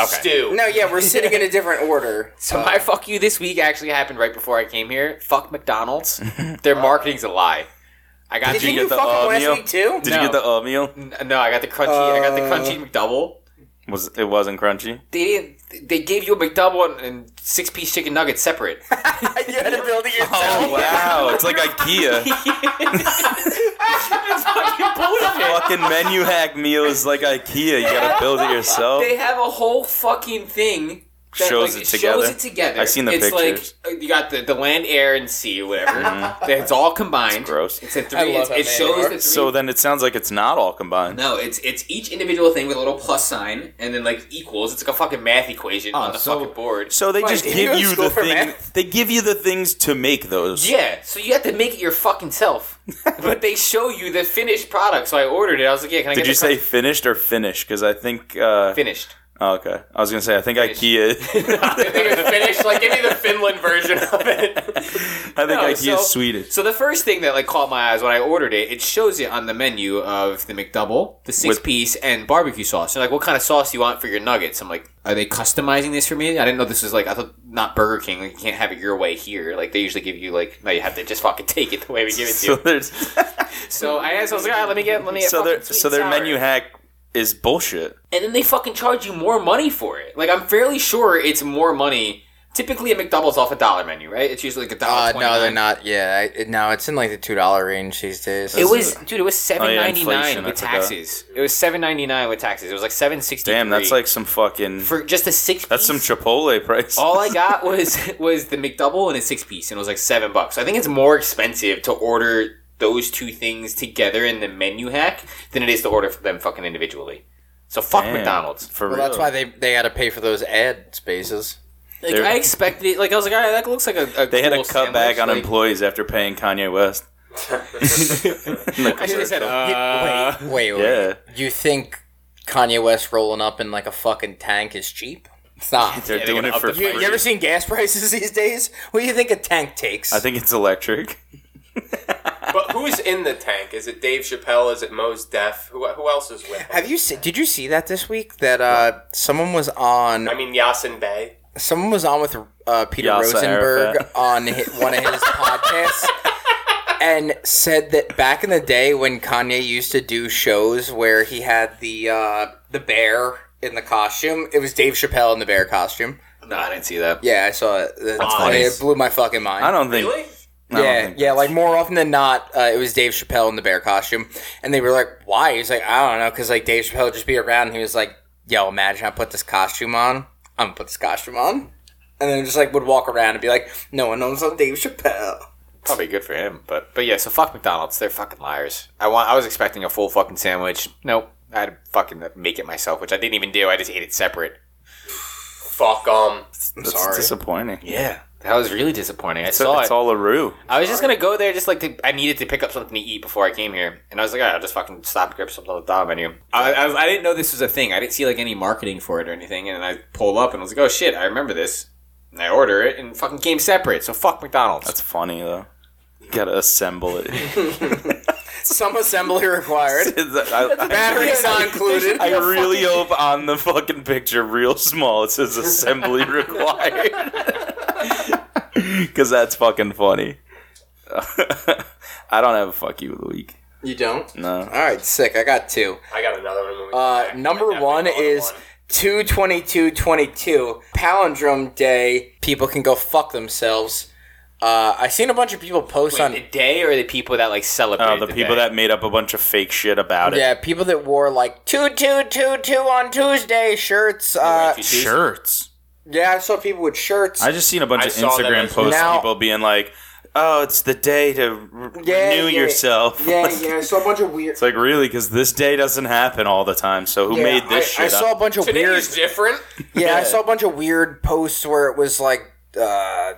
S3: stew.
S10: no, yeah, we're sitting in a different order.
S4: so my fuck you this week actually happened right before I came here. Fuck McDonald's. Their marketing's a lie. I got
S10: Did
S4: the-
S10: you,
S2: get
S10: you
S2: the
S10: fuck him last
S2: audio?
S10: week too?
S2: Did
S4: No.
S2: you get the oatmeal?
S4: no, I got the crunchy. I got the
S10: Uh,
S4: crunchy McDouble.
S2: Was it wasn't crunchy?
S4: They didn't. They gave you a McDouble and, and six piece chicken nuggets separate.
S10: you had to build it yourself.
S2: Oh
S1: Uh,
S2: wow! It's like IKEA.
S4: That's fucking bullshit.
S2: Fucking menu hack meal is like IKEA. You gotta build it yourself.
S4: They have a whole fucking thing that
S2: Shows
S4: like,
S2: it together.
S4: Shows it together.
S2: I've seen the
S4: it's
S2: pictures. Mm-hmm.
S4: like uh, you got the, the land, air, and sea, whatever. It's all combined. It's,
S2: Gross.
S4: a
S1: I
S4: three.
S1: love
S4: It's,
S1: how
S4: it
S1: many
S4: shows
S1: there
S4: the
S1: are.
S4: three.
S2: So then it sounds like it's not all combined.
S4: no, it's it's each individual thing with a little plus sign and then like equals. It's like a fucking math equation on the
S1: Ah, so-
S4: fucking board.
S2: So they just
S10: did you go
S2: give
S10: to
S2: you
S10: school
S2: the
S10: for
S2: thing.
S10: math?
S2: They give you the things to make those.
S4: Yeah, so you have to make it your fucking self. but they show you the finished product. So I ordered it. I was like, yeah, can I
S2: Did
S4: get
S2: you
S4: the
S2: say finished or finish? Because I think. Uh,
S4: finished?
S2: oh, okay. I was gonna say I think IKEA.
S3: I think it's finished. Like, give me the Finland version of it.
S2: I think
S4: No,
S2: IKEA is
S4: so-
S2: Swedish.
S4: So the first thing that like caught my eyes when I ordered it, it shows it on the menu of the McDouble, the six
S2: With-
S4: piece, and barbecue sauce. They're like, "What kind of sauce do you want for your nuggets?" I'm like, "Are they customizing this for me?" I didn't know this was like I thought not Burger King. Like, you can't have it your way here. Like they usually give you like no, you have to just fucking take it the way we give it to
S2: So
S4: you.
S2: there's
S4: So I asked, I was like, "All right, let me get let me get
S2: so
S4: fucking
S2: their
S4: sweet
S2: so their
S4: and sour."
S2: menu hack is bullshit.
S4: and then they fucking charge you more money for it. Like I'm fairly sure it's more money. Typically, a McDouble's off a dollar menu, right? It's usually like a dollar.
S1: Uh, no,
S4: 29.
S1: they're not. Yeah, I, no, it's in like the two dollar range these days.
S4: It was, dude. It was seven ninety
S2: Oh, inflation,
S4: nine
S2: I
S4: with
S2: forgot.
S4: taxes. It was seven ninety nine with taxes. It was like seven sixty.
S2: Damn, that's like some fucking.
S4: for just a six.
S2: That's some
S4: piece.
S2: Chipotle price.
S4: All I got was was the McDouble and a six piece, and it was like seven bucks. I think it's more expensive to order those two things together in the menu hack than it is to order them fucking individually. So fuck
S2: Damn,
S4: McDonald's.
S2: For
S1: Well,
S2: real.
S1: that's why they they got to pay for those ad spaces.
S4: Like
S2: They're-
S4: I expected, it- like I was like, all right, that looks like a. a
S2: They had a
S4: cool
S2: cut back
S4: sandwich,
S2: on
S4: like-
S2: employees after paying Kanye West.
S4: I should have said, uh,
S1: Wait, wait, wait.
S2: Yeah.
S1: You think Kanye West rolling up in like a fucking tank is cheap? It's not.
S2: They're doing
S4: gotta
S2: it
S4: up
S2: for
S4: the
S1: You,
S2: free.
S1: you ever seen gas prices these days? What do you think a tank takes?
S2: I think it's electric.
S3: But who's in the tank? Is it Dave Chappelle? Is it Moe's Def? Who, who else is with him?
S1: Have you se- did you see that this week that uh someone was on
S3: I mean, Yasin Bey.
S1: someone was on with uh, Peter
S2: Yasser
S1: Rosenberg
S2: Arafat.
S1: on hi one of his podcasts and said that back in the day when Kanye used to do shows where he had the uh, the bear in the costume, it was Dave Chappelle in the bear costume.
S4: No, I didn't see that.
S1: Yeah, I saw it. That's
S4: funny.
S1: It blew my fucking mind.
S2: I don't think.
S3: Really?
S2: I don't
S1: yeah,
S2: think
S1: yeah.
S2: that's-
S1: Like more often than not, uh, it was Dave Chappelle in the bear costume, and they were like, "Why?" He's like, "I don't know," because like Dave Chappelle would just be around, and he was like, "Yo, imagine I put this costume on. I'm gonna put this costume on," and then just like would walk around and be like, "No one knows I'm Dave Chappelle."
S4: Probably good for him, but but yeah. So fuck McDonald's. They're fucking liars. I want. I was expecting a full fucking sandwich. Nope. I had to fucking make it myself, which I didn't even do. I just ate it separate.
S3: Fuck um.
S2: that's
S1: sorry.
S2: disappointing.
S4: Yeah, that was really disappointing. I
S2: It's,
S4: saw
S2: it's
S4: it.
S2: all a rue.
S4: I was just gonna go there, just like to, I needed to pick up something to eat before I came here, and I was like, all right, I'll just fucking stop and grab something on the dollar menu. I, I, was- I didn't know this was a thing. I didn't see like any marketing for it or anything, and I pull up and I was like, oh shit, I remember this. And I order it and fucking came separate. So fuck McDonald's.
S2: That's funny though. You gotta assemble it.
S1: Some assembly required. Batteries
S2: I,
S1: not included.
S2: I really hope on the fucking picture, real small, it says assembly required. Because that's fucking funny. I don't have a fuck you of the week.
S1: You don't.
S2: No.
S1: All right, sick. I got two.
S3: I got another one. when we
S1: Uh,
S3: come back.
S1: number
S3: I definitely
S1: one
S3: got
S1: is two twenty two twenty two palindrome day. People can go fuck themselves. Uh, I seen a bunch of people post on
S4: the day or the people that like celebrate.
S2: Oh, the people that made up a bunch of fake shit about it.
S1: Yeah, people that wore like two two two two on Tuesday shirts. Uh,
S2: Shirts.
S1: yeah, I saw people with shirts.
S2: I just seen a bunch
S3: I
S2: of
S3: saw that
S2: Instagram
S3: as-
S2: posts
S1: Now-
S2: people being like, "Oh, it's the day to re-
S1: Yeah,
S2: renew
S1: yeah.
S2: yourself."
S1: yeah, yeah, I saw a bunch of weird.
S2: It's like really because this day doesn't happen all the time. So who
S1: Yeah,
S2: made this
S1: I, I
S2: shit
S1: saw
S2: up? Oh,
S1: a bunch of
S3: Today
S1: weird.
S3: is different.
S1: Yeah, I saw a bunch of weird posts where it was like, uh,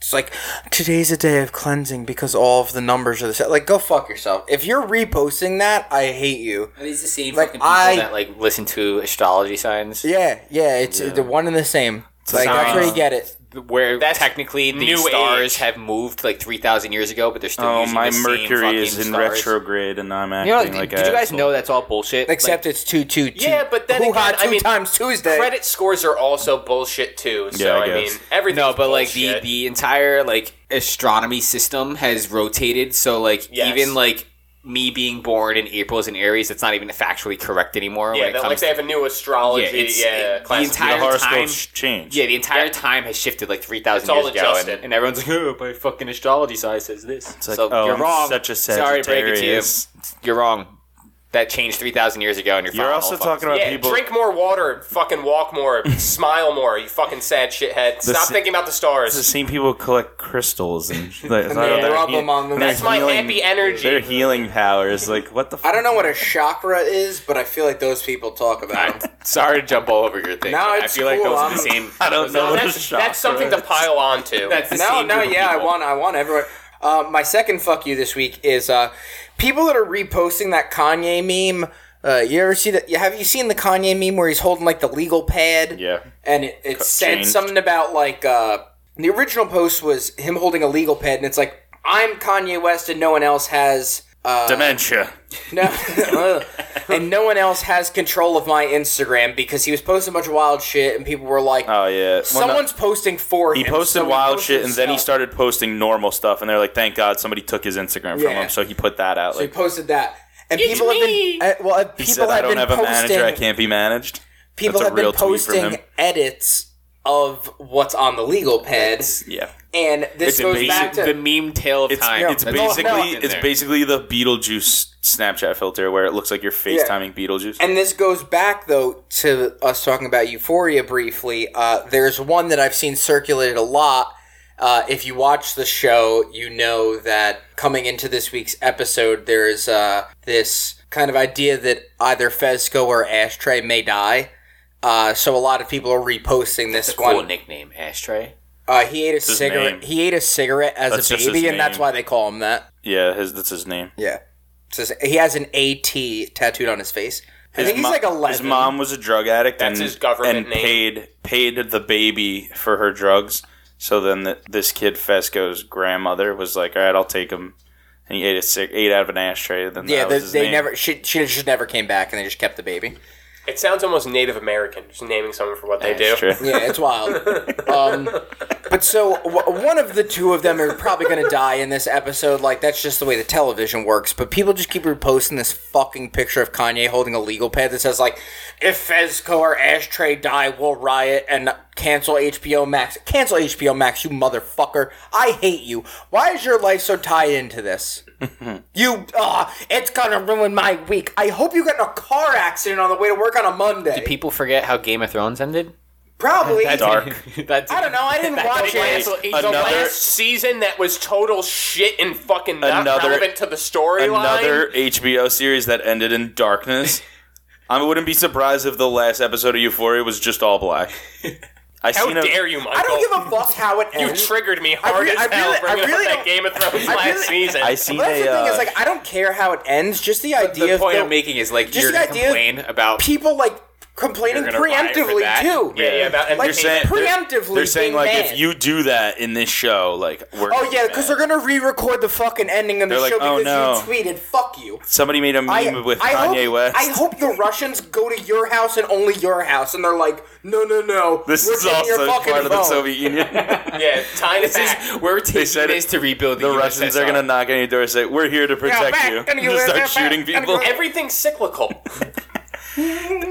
S1: it's like today's a day of cleansing because all of the numbers are the same. Like, go fuck yourself. If you're reposting that, I hate you.
S4: Are these the same
S1: Like,
S4: fucking people
S1: I-
S4: that like listen to astrology signs?
S1: Yeah, yeah, it's the one and the same. Like that's where you get it.
S4: Where technically the
S3: new
S4: stars
S3: age.
S4: have moved like three thousand years ago, but they're still
S2: Oh,
S4: using
S2: my
S4: the same
S2: Mercury is
S4: fucking
S2: in
S4: stars.
S2: retrograde, and I'm acting
S4: You know, did,
S2: like
S4: did you guys know that's all bullshit?
S1: Except it's two two two.
S3: Yeah, but then
S1: Hoo-ha,
S3: again, I
S1: two
S3: mean,
S1: times Tuesday.
S3: Credit scores are also bullshit too. So
S2: Yeah, I
S3: I,
S2: guess.
S3: mean, everything.
S4: No, but like the the entire like astronomy system has rotated. So like
S3: Yes.
S4: even like me being born in April as an Aries, that's not even factually correct anymore.
S3: yeah,
S4: when it
S3: that,
S4: comes
S3: like they have a new astrology.
S4: Yeah,
S3: Yeah,
S4: it's- it- the
S3: class-
S4: entire
S2: the horoscope
S4: time-
S2: sh- changed.
S4: yeah, the entire time has shifted like three thousand
S3: all
S4: years ago, and,
S3: adjusted.
S4: and everyone's like, "Oh, my fucking astrology sign says this."
S2: It's like,
S4: so
S2: oh,
S4: you're
S2: I'm
S4: wrong.
S2: Such a
S4: Sorry to break it to you,
S2: Sagittarius.
S4: you're wrong. That changed three thousand years ago, and you're.
S2: You're
S4: following
S2: also
S4: all
S2: talking
S4: fucking-
S2: about
S3: yeah,
S2: people.
S3: drink more water, fucking walk more, smile more. You fucking sad shithead. Stop
S2: si-
S3: thinking about the stars.
S2: the same people who collect crystals and, like,
S1: they rub them on them.
S3: That's my happy energy.
S2: Their healing powers. Like what the?
S11: I don't know what a chakra is, but I feel like those people talk about it.
S4: Sorry to jump all over your thing.
S11: No,
S4: but I
S11: it's
S4: feel like
S11: cool.
S4: those are
S11: I'm-
S4: the same.
S2: I don't know. what a
S3: that's,
S2: chakra
S3: that's something to
S2: is.
S3: pile on to.
S4: That's the
S1: No,
S4: same
S1: no,
S4: group of
S1: yeah, I
S4: people.
S1: want, I want everyone. Uh, my second fuck you this week is uh, people that are reposting that Kanye meme. Uh, you ever see that? Have you seen the Kanye meme where he's holding like the legal pad?
S2: Yeah.
S1: and it, it said
S2: changed.
S1: something about like uh, the original post was him holding a legal pad, and it's like I'm Kanye West, and no one else has. Uh,
S2: Dementia.
S1: no, and no one else has control of my Instagram because he was posting a bunch of wild shit, and people were like,
S2: Oh yeah. Well, no-
S1: "Someone's posting for
S2: He
S1: him."
S2: posted
S1: so
S2: wild
S1: posted
S2: shit and then he
S1: stuff.
S2: started posting normal stuff and they're like, thank God somebody took his Instagram from
S1: Yeah.
S2: him, so he put that out.
S1: So he
S2: Like
S1: posted that, and people have been uh, well, uh, people
S2: he said, I
S1: have
S2: don't
S1: been
S2: have a
S1: posting.
S2: manager, I can't be managed.
S1: people
S2: That's a
S1: have been
S2: real tweet from
S1: posting
S2: him.
S1: edits of what's on the legal pad,
S2: Yeah.
S1: and this
S2: It's
S1: goes
S2: amazing.
S1: back to
S4: the meme tale of
S2: It's,
S4: time.
S2: it's
S4: That's all
S2: basically
S4: in
S2: it's
S4: there.
S2: basically the Beetlejuice Snapchat filter where it looks like you're FaceTiming Beetlejuice.
S1: And this goes back though to us talking about Euphoria briefly. Uh, there's one that I've seen circulated a lot. Uh, if you watch the show, you know that coming into this week's episode, there's uh, this kind of idea that either Fezco or Ashtray may die. Uh, so a lot of people are reposting this
S4: cool
S1: one.
S4: nickname, ashtray.
S1: Uh, he ate a
S2: his
S1: cigarette.
S2: name.
S1: He ate a cigarette as
S2: That's
S1: a
S2: just his
S1: baby, and that's
S2: name.
S1: why they call him that.
S2: yeah, his that's his name.
S1: Yeah. It says he has an AT tattooed on his face. I think he's
S2: mo-
S1: like eleven.
S2: His mom was a drug addict.
S3: That's
S2: and,
S3: his government
S2: and
S3: name.
S2: paid paid the baby for her drugs. So then th this kid Fesco's grandmother was like, "All right, I'll take him." And he ate a cig- ate out of an ashtray. Then
S1: Yeah,
S2: that was
S1: they,
S2: his
S1: they
S2: name.
S1: never. She, she just never came back, and they just kept the baby.
S3: It sounds almost Native American, just naming someone for what they do.
S2: That's true.
S1: Yeah, it's wild. Um, but so w- one of the two of them are probably going to die in this episode. Like that's just the way the television works. But people just keep reposting this fucking picture of Kanye holding a legal pad that says like, "If Fezco or Ashtray die, we'll riot and cancel HBO Max. Cancel HBO Max, you motherfucker! I hate you. Why is your life so tied into this?" You, ah, it's gonna ruin my week. I hope you get in a car accident on the way to work on a Monday.
S5: People forget how Game of Thrones ended.
S1: Probably.
S2: Dark.
S5: That's
S1: I don't know. I didn't watch it.
S3: Cancel the
S2: Another-
S3: last season that was total shit and fucking not
S2: Another-
S3: relevant to the storyline.
S2: Another HBO series that ended in darkness. I wouldn't be surprised if the last episode of Euphoria was just all black. I
S3: How
S2: seen a-
S3: dare you, Michael?
S1: I don't give a fuck how it
S3: You
S1: ends.
S3: triggered me hard
S1: re- I
S3: as hell
S1: really- I
S3: bringing
S1: really
S3: up that
S1: don't-
S3: Game of Thrones
S1: I
S3: last
S1: really-
S3: season.
S2: I seen
S1: But that's
S2: a.
S1: the thing
S2: uh,
S1: is, like, I don't care how it ends. Just the idea
S5: the
S1: of
S5: point
S1: the-
S5: I'm making is like
S1: Just
S5: you're
S1: the
S5: gonna
S1: idea of
S5: complain about
S1: people like complaining
S5: You're gonna riot for
S1: preemptively
S5: that.
S1: too.
S3: yeah, yeah, about
S1: Like,
S2: They're saying- they're-
S1: preemptively
S2: They're saying
S1: being
S2: like
S1: mad.
S2: if you do that in this show, like we're
S1: Oh yeah,
S2: mad.
S1: because they're gonna re-record the fucking ending of the
S2: They're like,
S1: show
S2: "Oh,
S1: because
S2: no."
S1: you tweeted "fuck you."
S2: somebody made a meme
S1: I,
S2: with
S1: I
S2: Kanye
S1: hope,
S2: West.
S1: I hope the Russians go to your house and only your house, and they're like, "No, no, no."
S2: this
S1: we're
S2: is
S1: taking
S2: also
S1: your
S2: part
S1: fucking
S2: of the
S1: phone.
S2: Soviet Union.
S3: yeah, tying it back.
S5: we're taking
S2: said it-
S5: this to rebuild the,
S2: the Russians are gonna
S5: USSR.
S2: knock on your door and say, "We're here to protect
S1: back,
S2: you."
S1: and
S2: And
S1: you
S2: just start
S1: live there,
S2: shooting
S1: back, and
S2: people.
S1: you-
S3: Everything's cyclical.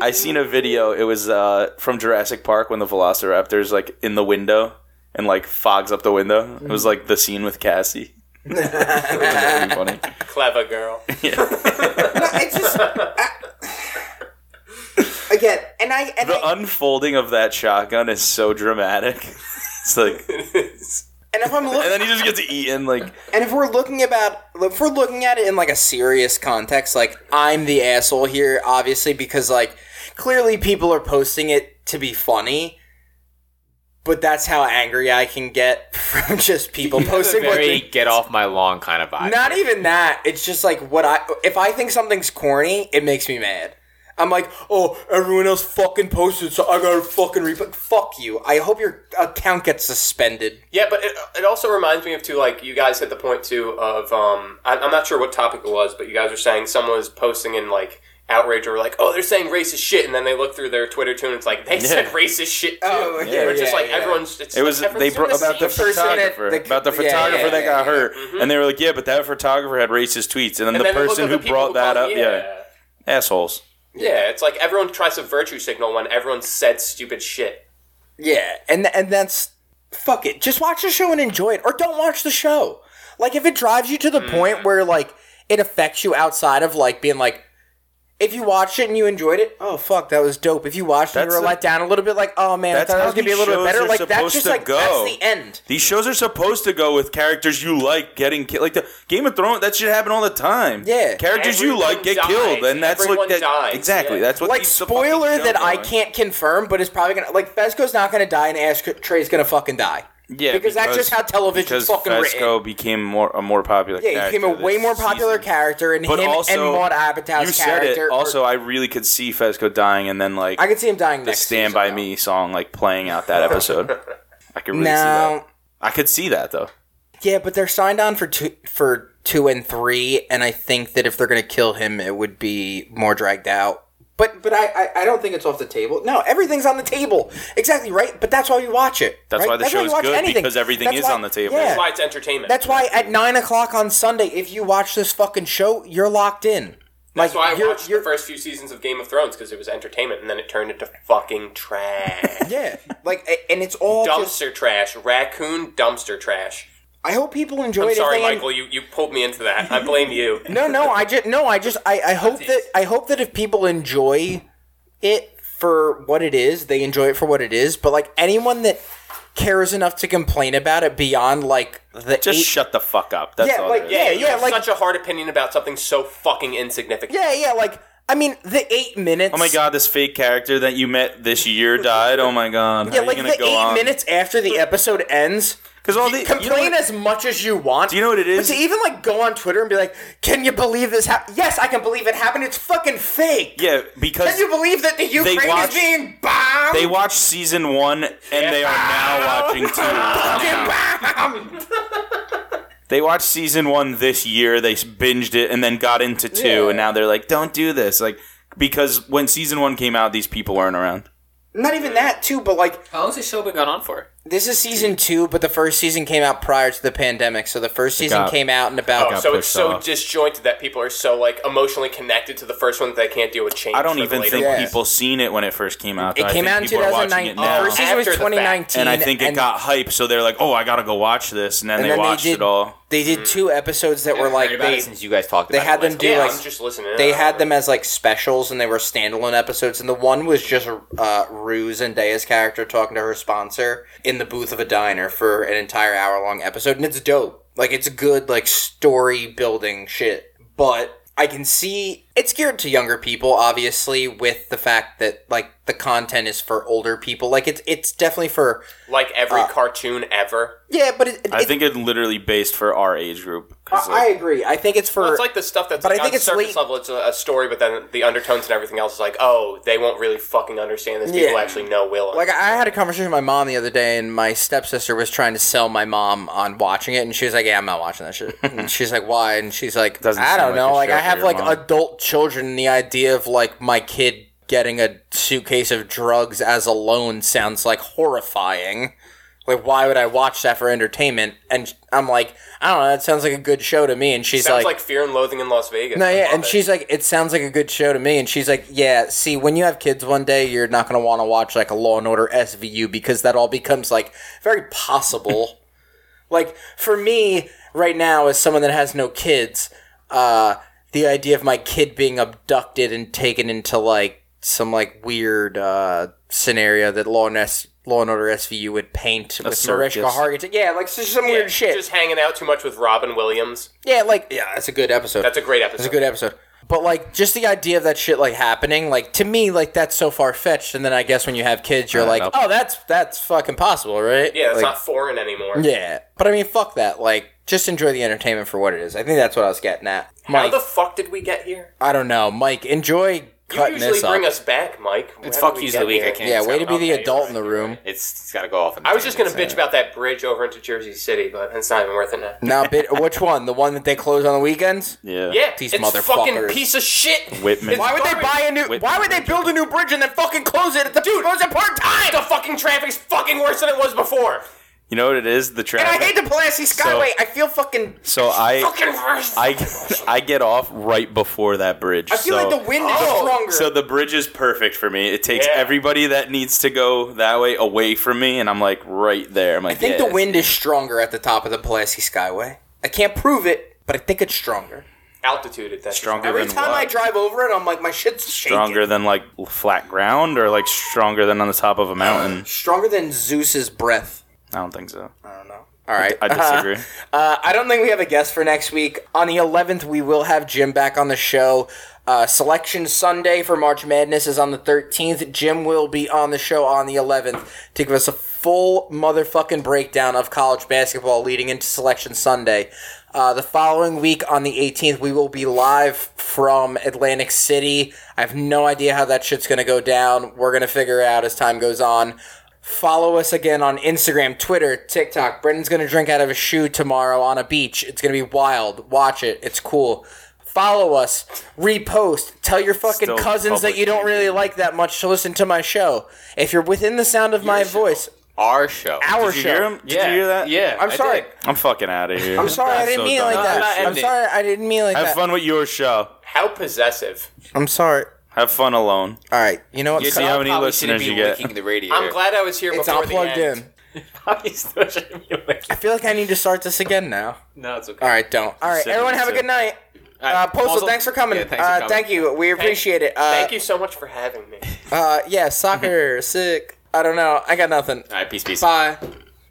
S2: I seen a video. It was uh, from Jurassic Park when the Velociraptor's like in the window and like fogs up the window. It was like the scene with Cassie. It was pretty funny.
S3: Clever girl.
S9: No, it's just I, again, and I and
S2: The
S9: I,
S2: unfolding of that shotgun is so dramatic. It's like, and
S1: And if I'm looking,
S2: then he just gets eaten. Like,
S1: And if we're looking about, if we're looking at it in like a serious context, like I'm the asshole here, obviously, because like clearly people are posting it to be funny, but that's how angry I can get from just people
S4: Oh,
S1: posting what
S5: very
S1: they.
S5: get off my lawn kind of vibe.
S1: Not even that. It's just like what I. If I think something's corny, it makes me mad. I'm like, oh, everyone else fucking posted, so I gotta fucking replay. Fuck you. I hope your account gets suspended.
S3: Yeah, but it, it also reminds me of too, like you guys hit the point too of um, I, I'm not sure what topic it was, but you guys were saying someone was posting in like outrage or like, oh, they're saying racist shit, and then they look through their Twitter too, and it's like they said racist shit too.
S1: Oh, yeah,
S3: Or just
S1: yeah,
S3: like
S1: yeah.
S3: everyone's. It's
S2: It was
S3: like,
S2: they
S3: everyone's doing
S2: brought about the
S3: same
S1: person
S3: shit.
S1: that-
S2: photographer
S1: that-
S2: about the
S1: yeah, yeah,
S2: photographer
S1: yeah,
S2: that got
S1: yeah, Mm-hmm.
S2: hurt, and they were like, "Yeah, but that photographer had racist tweets," and then
S3: And
S2: the
S3: then they look
S2: person
S3: at
S2: who
S3: the people
S2: brought that up,
S3: called-
S2: yeah. assholes.
S3: yeah, it's like everyone tries to virtue signal when everyone said stupid shit.
S1: Yeah, and and that's fuck it. Just watch the show and enjoy it, or don't watch the show. Like if it drives you to the
S2: Mm.
S1: point where like it affects you outside of like being like, if you watched it and you enjoyed it, oh fuck, that was dope. If you watched it and
S2: That's
S1: you were
S2: a-
S1: let down a little bit, like oh man, I
S2: that's
S1: thought it
S2: how
S1: was gonna be a
S2: these
S1: little bit
S2: shows
S1: better.
S2: are
S1: Like that's
S2: supposed
S1: just
S2: to
S1: like
S2: go.
S1: that's the end.
S2: These shows are supposed to go with characters you like getting killed. Like the Game of Thrones, that shit happen all the time.
S1: Yeah.
S2: characters you
S3: Everyone
S2: like get
S3: dies.
S2: killed, and that's
S3: Everyone
S2: what that,
S3: dies,
S2: exactly.
S3: yeah.
S2: That's what
S1: Like
S2: keeps the fucking
S1: spoiler
S2: show
S1: that I
S2: going.
S1: can't confirm, but it's probably gonna like Fesco's not gonna die and Ash Trey's gonna fucking die.
S2: Yeah,
S1: because that's just how television's
S2: because
S1: fucking written.
S2: Fesco became more a more popular.
S1: Yeah, he became a
S2: character
S1: way
S2: this
S1: more popular
S2: season.
S1: character, and
S2: But
S1: him
S2: also,
S1: and Maud Apatow's
S2: you said
S1: character.
S2: it.
S1: are-
S2: Also, I really could see Fesco dying, and then like
S1: I could see him dying
S2: the
S1: next.
S2: "Stand
S1: season,
S2: By
S1: though.
S2: Me" song like playing out that episode. I could really see
S1: Now,
S2: that. I could see that though.
S1: yeah, but they're signed on for two for two and three, and I think that if they're gonna kill him, it would be more dragged out. But but I, I, I don't think it's off the table. No, everything's on the table. Exactly right. But that's why you watch it.
S2: That's
S1: right?
S2: why the
S1: that's
S2: show
S1: why you
S2: is
S1: watch
S2: good
S1: anything.
S2: because everything
S1: That's
S2: is on the table.
S1: Yeah.
S3: That's why it's entertainment.
S1: That's why at nine o'clock on Sunday, if you watch this fucking show, you're locked in.
S3: That's why I
S1: you're-
S3: watched the first few seasons of Game of Thrones because it was entertainment, and then it turned into fucking trash,
S1: Yeah, like a- and it's all. Just,
S3: dumpster trash, raccoon dumpster trash.
S1: I hope people enjoyed
S3: I'm
S1: it.
S3: sorry,
S1: They en-
S3: Michael. You, you pulled me into that. I blame you.
S1: No, no, I just no, I just I, I hope that I hope that if people enjoy it for what it is, they enjoy it for what it is. But like anyone that cares enough to complain about it beyond like the
S2: Just
S1: eight,
S2: shut the fuck up. That's
S1: Yeah,
S2: all.
S1: like,
S2: there
S1: yeah,
S2: is.
S3: you have
S1: like-
S3: such a hard opinion about something so fucking insignificant.
S1: yeah, yeah, like I mean the eight minutes.
S2: Oh my god, this fake character that you met this year died. Oh my god.
S1: Yeah, like the eight minutes after the episode ends.
S2: Because all the
S1: Complain
S2: you know what-
S1: as much as you want.
S2: Do you know what it is?
S1: But to even like go on Twitter and be like, "Can you believe this happened?" Yes, I can believe it happened. It's fucking fake.
S2: yeah, because
S1: Can you believe that the Ukraine
S2: watch-
S1: is being bombed?
S2: they watched season one and they are now watching two. Calm down. They watched season one this year. They s- binged it and then got into two, and now they're like, "Don't do this." Like, because when season one came out, these people weren't around.
S1: Not even that too, but like
S5: How long's the show been going on for?
S1: this is season two, but the first season came out prior to the pandemic, so the first season
S2: got-
S1: came out in about
S2: got
S3: so it's
S2: pushed
S3: so
S2: off.
S3: disjointed that people are so like emotionally connected to the first one that they can't deal with change.
S2: I don't
S3: for the
S2: even
S3: later
S2: think
S3: one.
S1: Yeah.
S2: people seen it when it first came out.
S1: it
S2: though. I
S1: came
S2: think
S1: out in
S2: people are watching it
S1: 2019.
S2: now.
S1: The first season was
S3: After the fact.
S1: 2019,
S2: and I think it got hype, so they're like, "Oh, I gotta go watch this," and then
S1: and
S2: they
S1: then
S2: watched
S1: did,
S2: it all. Mm.
S1: They did two episodes that were like
S5: Heard about
S1: they
S5: it since you guys talked
S1: they
S5: about
S1: had
S5: it. last
S1: them do
S3: Yeah,
S1: like
S3: I'm just listening.
S1: they had them as like specials and they were standalone episodes and the one was just uh ruse and daya's character talking to her sponsor in the booth of a diner for an entire hour long episode and it's dope like it's good like story building shit but i can see it's geared to younger people obviously with the fact that like the content is for older people like it's it's definitely for
S3: like every
S1: uh,
S3: cartoon ever.
S1: yeah but it,
S2: I
S1: it-
S2: think it literally based for our age group. 'cause,
S1: I, I
S2: like,
S1: agree i think it's for
S3: Well, it's like the stuff that's
S1: but I
S3: like,
S1: think
S3: on
S1: it's
S3: surface
S1: late-
S3: level. It's a, a story, but then the undertones and everything else is like, oh, they won't really fucking understand this. People
S1: Yeah.
S3: actually know Will.
S1: Like I had a conversation with my mom the other day, and my stepsister was trying to sell my mom on watching it, and she was like, "Yeah, I'm not watching that shit." And she's like, "Why?" And she's like,
S2: Doesn't
S1: "I
S2: seem
S1: don't
S2: like
S1: know.
S2: a
S1: Like
S2: show
S1: I
S2: for
S1: have
S2: your
S1: like
S2: mom."
S1: adult children. and The idea of like my kid getting a suitcase of drugs as a loan sounds like horrifying. Like why would I watch that for entertainment?" And I'm like, "I don't know. That sounds like a good show to me." And she's
S3: sounds like, Fear and Loathing in Las Vegas.
S1: no,
S3: I
S1: yeah,
S3: love
S1: and
S3: it.
S1: she's like, it sounds like a good show to me. And she's like, yeah, see, when you have kids one day, you're not going to want to watch like a Law and Order SVU because that all becomes like very possible. like for me right now, as someone that has no kids, uh, the idea of my kid being abducted and taken into like some like weird uh, scenario that Law and S- Law and Order SVU would paint with Mariska
S2: circus.
S1: Hargitay, yeah, like s- some
S3: Yeah,
S1: weird shit.
S3: Just hanging out too much with Robin Williams.
S1: yeah, like yeah, that's a good episode.
S3: That's a great episode.
S1: It's a good episode. But like just the idea of that shit like happening, like to me, like that's so far fetched. And then I guess when you have kids, you're like,
S2: up.
S1: oh, that's that's fucking possible, right?
S3: yeah, it's
S1: Like,
S3: not foreign anymore.
S1: Yeah, but I mean, fuck that. Like, just enjoy the entertainment for what it is. I think that's what I was getting at.
S3: How
S1: Mike,
S3: the fuck did we get here?
S1: I don't know, Mike. Enjoy
S3: You
S1: cutting
S3: usually
S1: this up.
S3: bring us back, Mike.
S5: It's
S3: How did
S5: fuck
S3: we
S5: yous
S3: get
S5: of the week.
S3: here?
S5: I can't.
S1: yeah, way
S5: it's
S1: to be
S5: gotta-
S1: the
S3: Okay,
S1: adult
S3: you're
S1: in the
S3: right,
S1: room.
S5: It's, it's got to go off. on
S3: I was just gonna
S5: tangent,
S3: bitch about that bridge over into Jersey City, but it's not even worth it now.
S1: Now, bit which one? The one that they close on the weekends?
S2: yeah,
S3: Yeah,
S1: These
S3: it's fucking
S1: motherfuckers.
S3: piece of shit.
S2: Whitman.
S1: Why would they
S3: Sorry.
S1: buy a new?
S2: Wait,
S1: Why would they build a new bridge and then fucking close it at the dude? Close it part time.
S3: The fucking traffic's fucking worse than it was before.
S2: You know what it is? The
S1: And I
S2: traffic.
S1: hate the Pulaski Skyway. I feel fucking
S2: so I,
S3: Fucking worse.
S2: I, I get off right before that bridge.
S1: I feel
S2: so,
S1: like the wind
S3: Oh.
S1: is stronger.
S2: So the bridge is perfect for me. It takes
S3: Yeah.
S2: everybody that needs to go that way away from me, and I'm like right there. I'm
S1: I
S2: like,
S1: think
S2: yeah,
S1: the wind is stronger at the top of the Pulaski Skyway. I can't prove it, but I think it's stronger.
S3: altitude at that.
S2: Stronger
S1: Every
S2: than
S1: time
S2: what?
S1: I drive over it, I'm like, my shit's shaking.
S2: stronger than like flat ground, or like stronger than on the top of a mountain.
S1: Stronger than Zeus's breath.
S2: I don't think so.
S1: I don't know. All right.
S2: I disagree.
S1: Uh, I don't think we have a guest for next week. On the 11th, we will have Jim back on the show. Uh, Selection Sunday for March Madness is on the 13th. Jim will be on the show on the 11th to give us a full motherfucking breakdown of college basketball leading into Selection Sunday. Uh, the following week on the 18th, we will be live from Atlantic City. I have no idea how that shit's going to go down. We're going to figure out as time goes on. Follow us again on Instagram, Twitter, TikTok. Brendan's going to drink out of a shoe tomorrow on a beach. It's going to be wild. Watch it. It's cool. Follow us, repost, tell your fucking
S2: Still
S1: cousins that
S2: public
S1: you don't really like that much to listen to my show. If you're within the sound of my voice,
S5: Our show.
S1: our
S2: Did you
S1: show.
S2: hear him? Did
S5: yeah.
S2: you hear that?
S5: Yeah.
S1: I'm
S5: I
S1: sorry.
S5: did.
S2: I'm fucking out of here.
S1: I'm sorry. I didn't
S2: so
S1: mean it
S2: done.
S1: like
S5: No, no,
S1: that. I'm
S5: end it.
S1: sorry. I didn't mean it like
S2: Have
S1: that.
S2: fun with your show.
S3: How possessive.
S1: I'm sorry.
S2: Have fun alone.
S1: All right. You know what?
S5: You
S1: Cut
S2: See
S1: off.
S2: how many
S5: probably
S2: listeners
S5: shouldn't
S2: you
S5: be
S2: get.
S5: linking the radio.
S3: I'm glad I was here
S1: It's
S3: before
S1: all plugged
S3: the end.
S1: in.
S5: You still shouldn't be linking-
S1: I feel like I need to start this again now.
S5: no, it's okay.
S1: All right, don't. All right,
S2: Send
S1: everyone
S2: it
S1: have a
S2: to-
S1: good night.
S5: All right,
S1: Uh, Postal,
S5: Postal,
S1: thanks for coming.
S5: yeah, thanks for
S1: uh,
S5: coming.
S1: Thank you. We appreciate it. Uh,
S3: Thank you so much for having me.
S1: Uh, yeah, soccer, sick. I don't know. I got nothing.
S5: All right. Peace. Peace.
S1: Bye.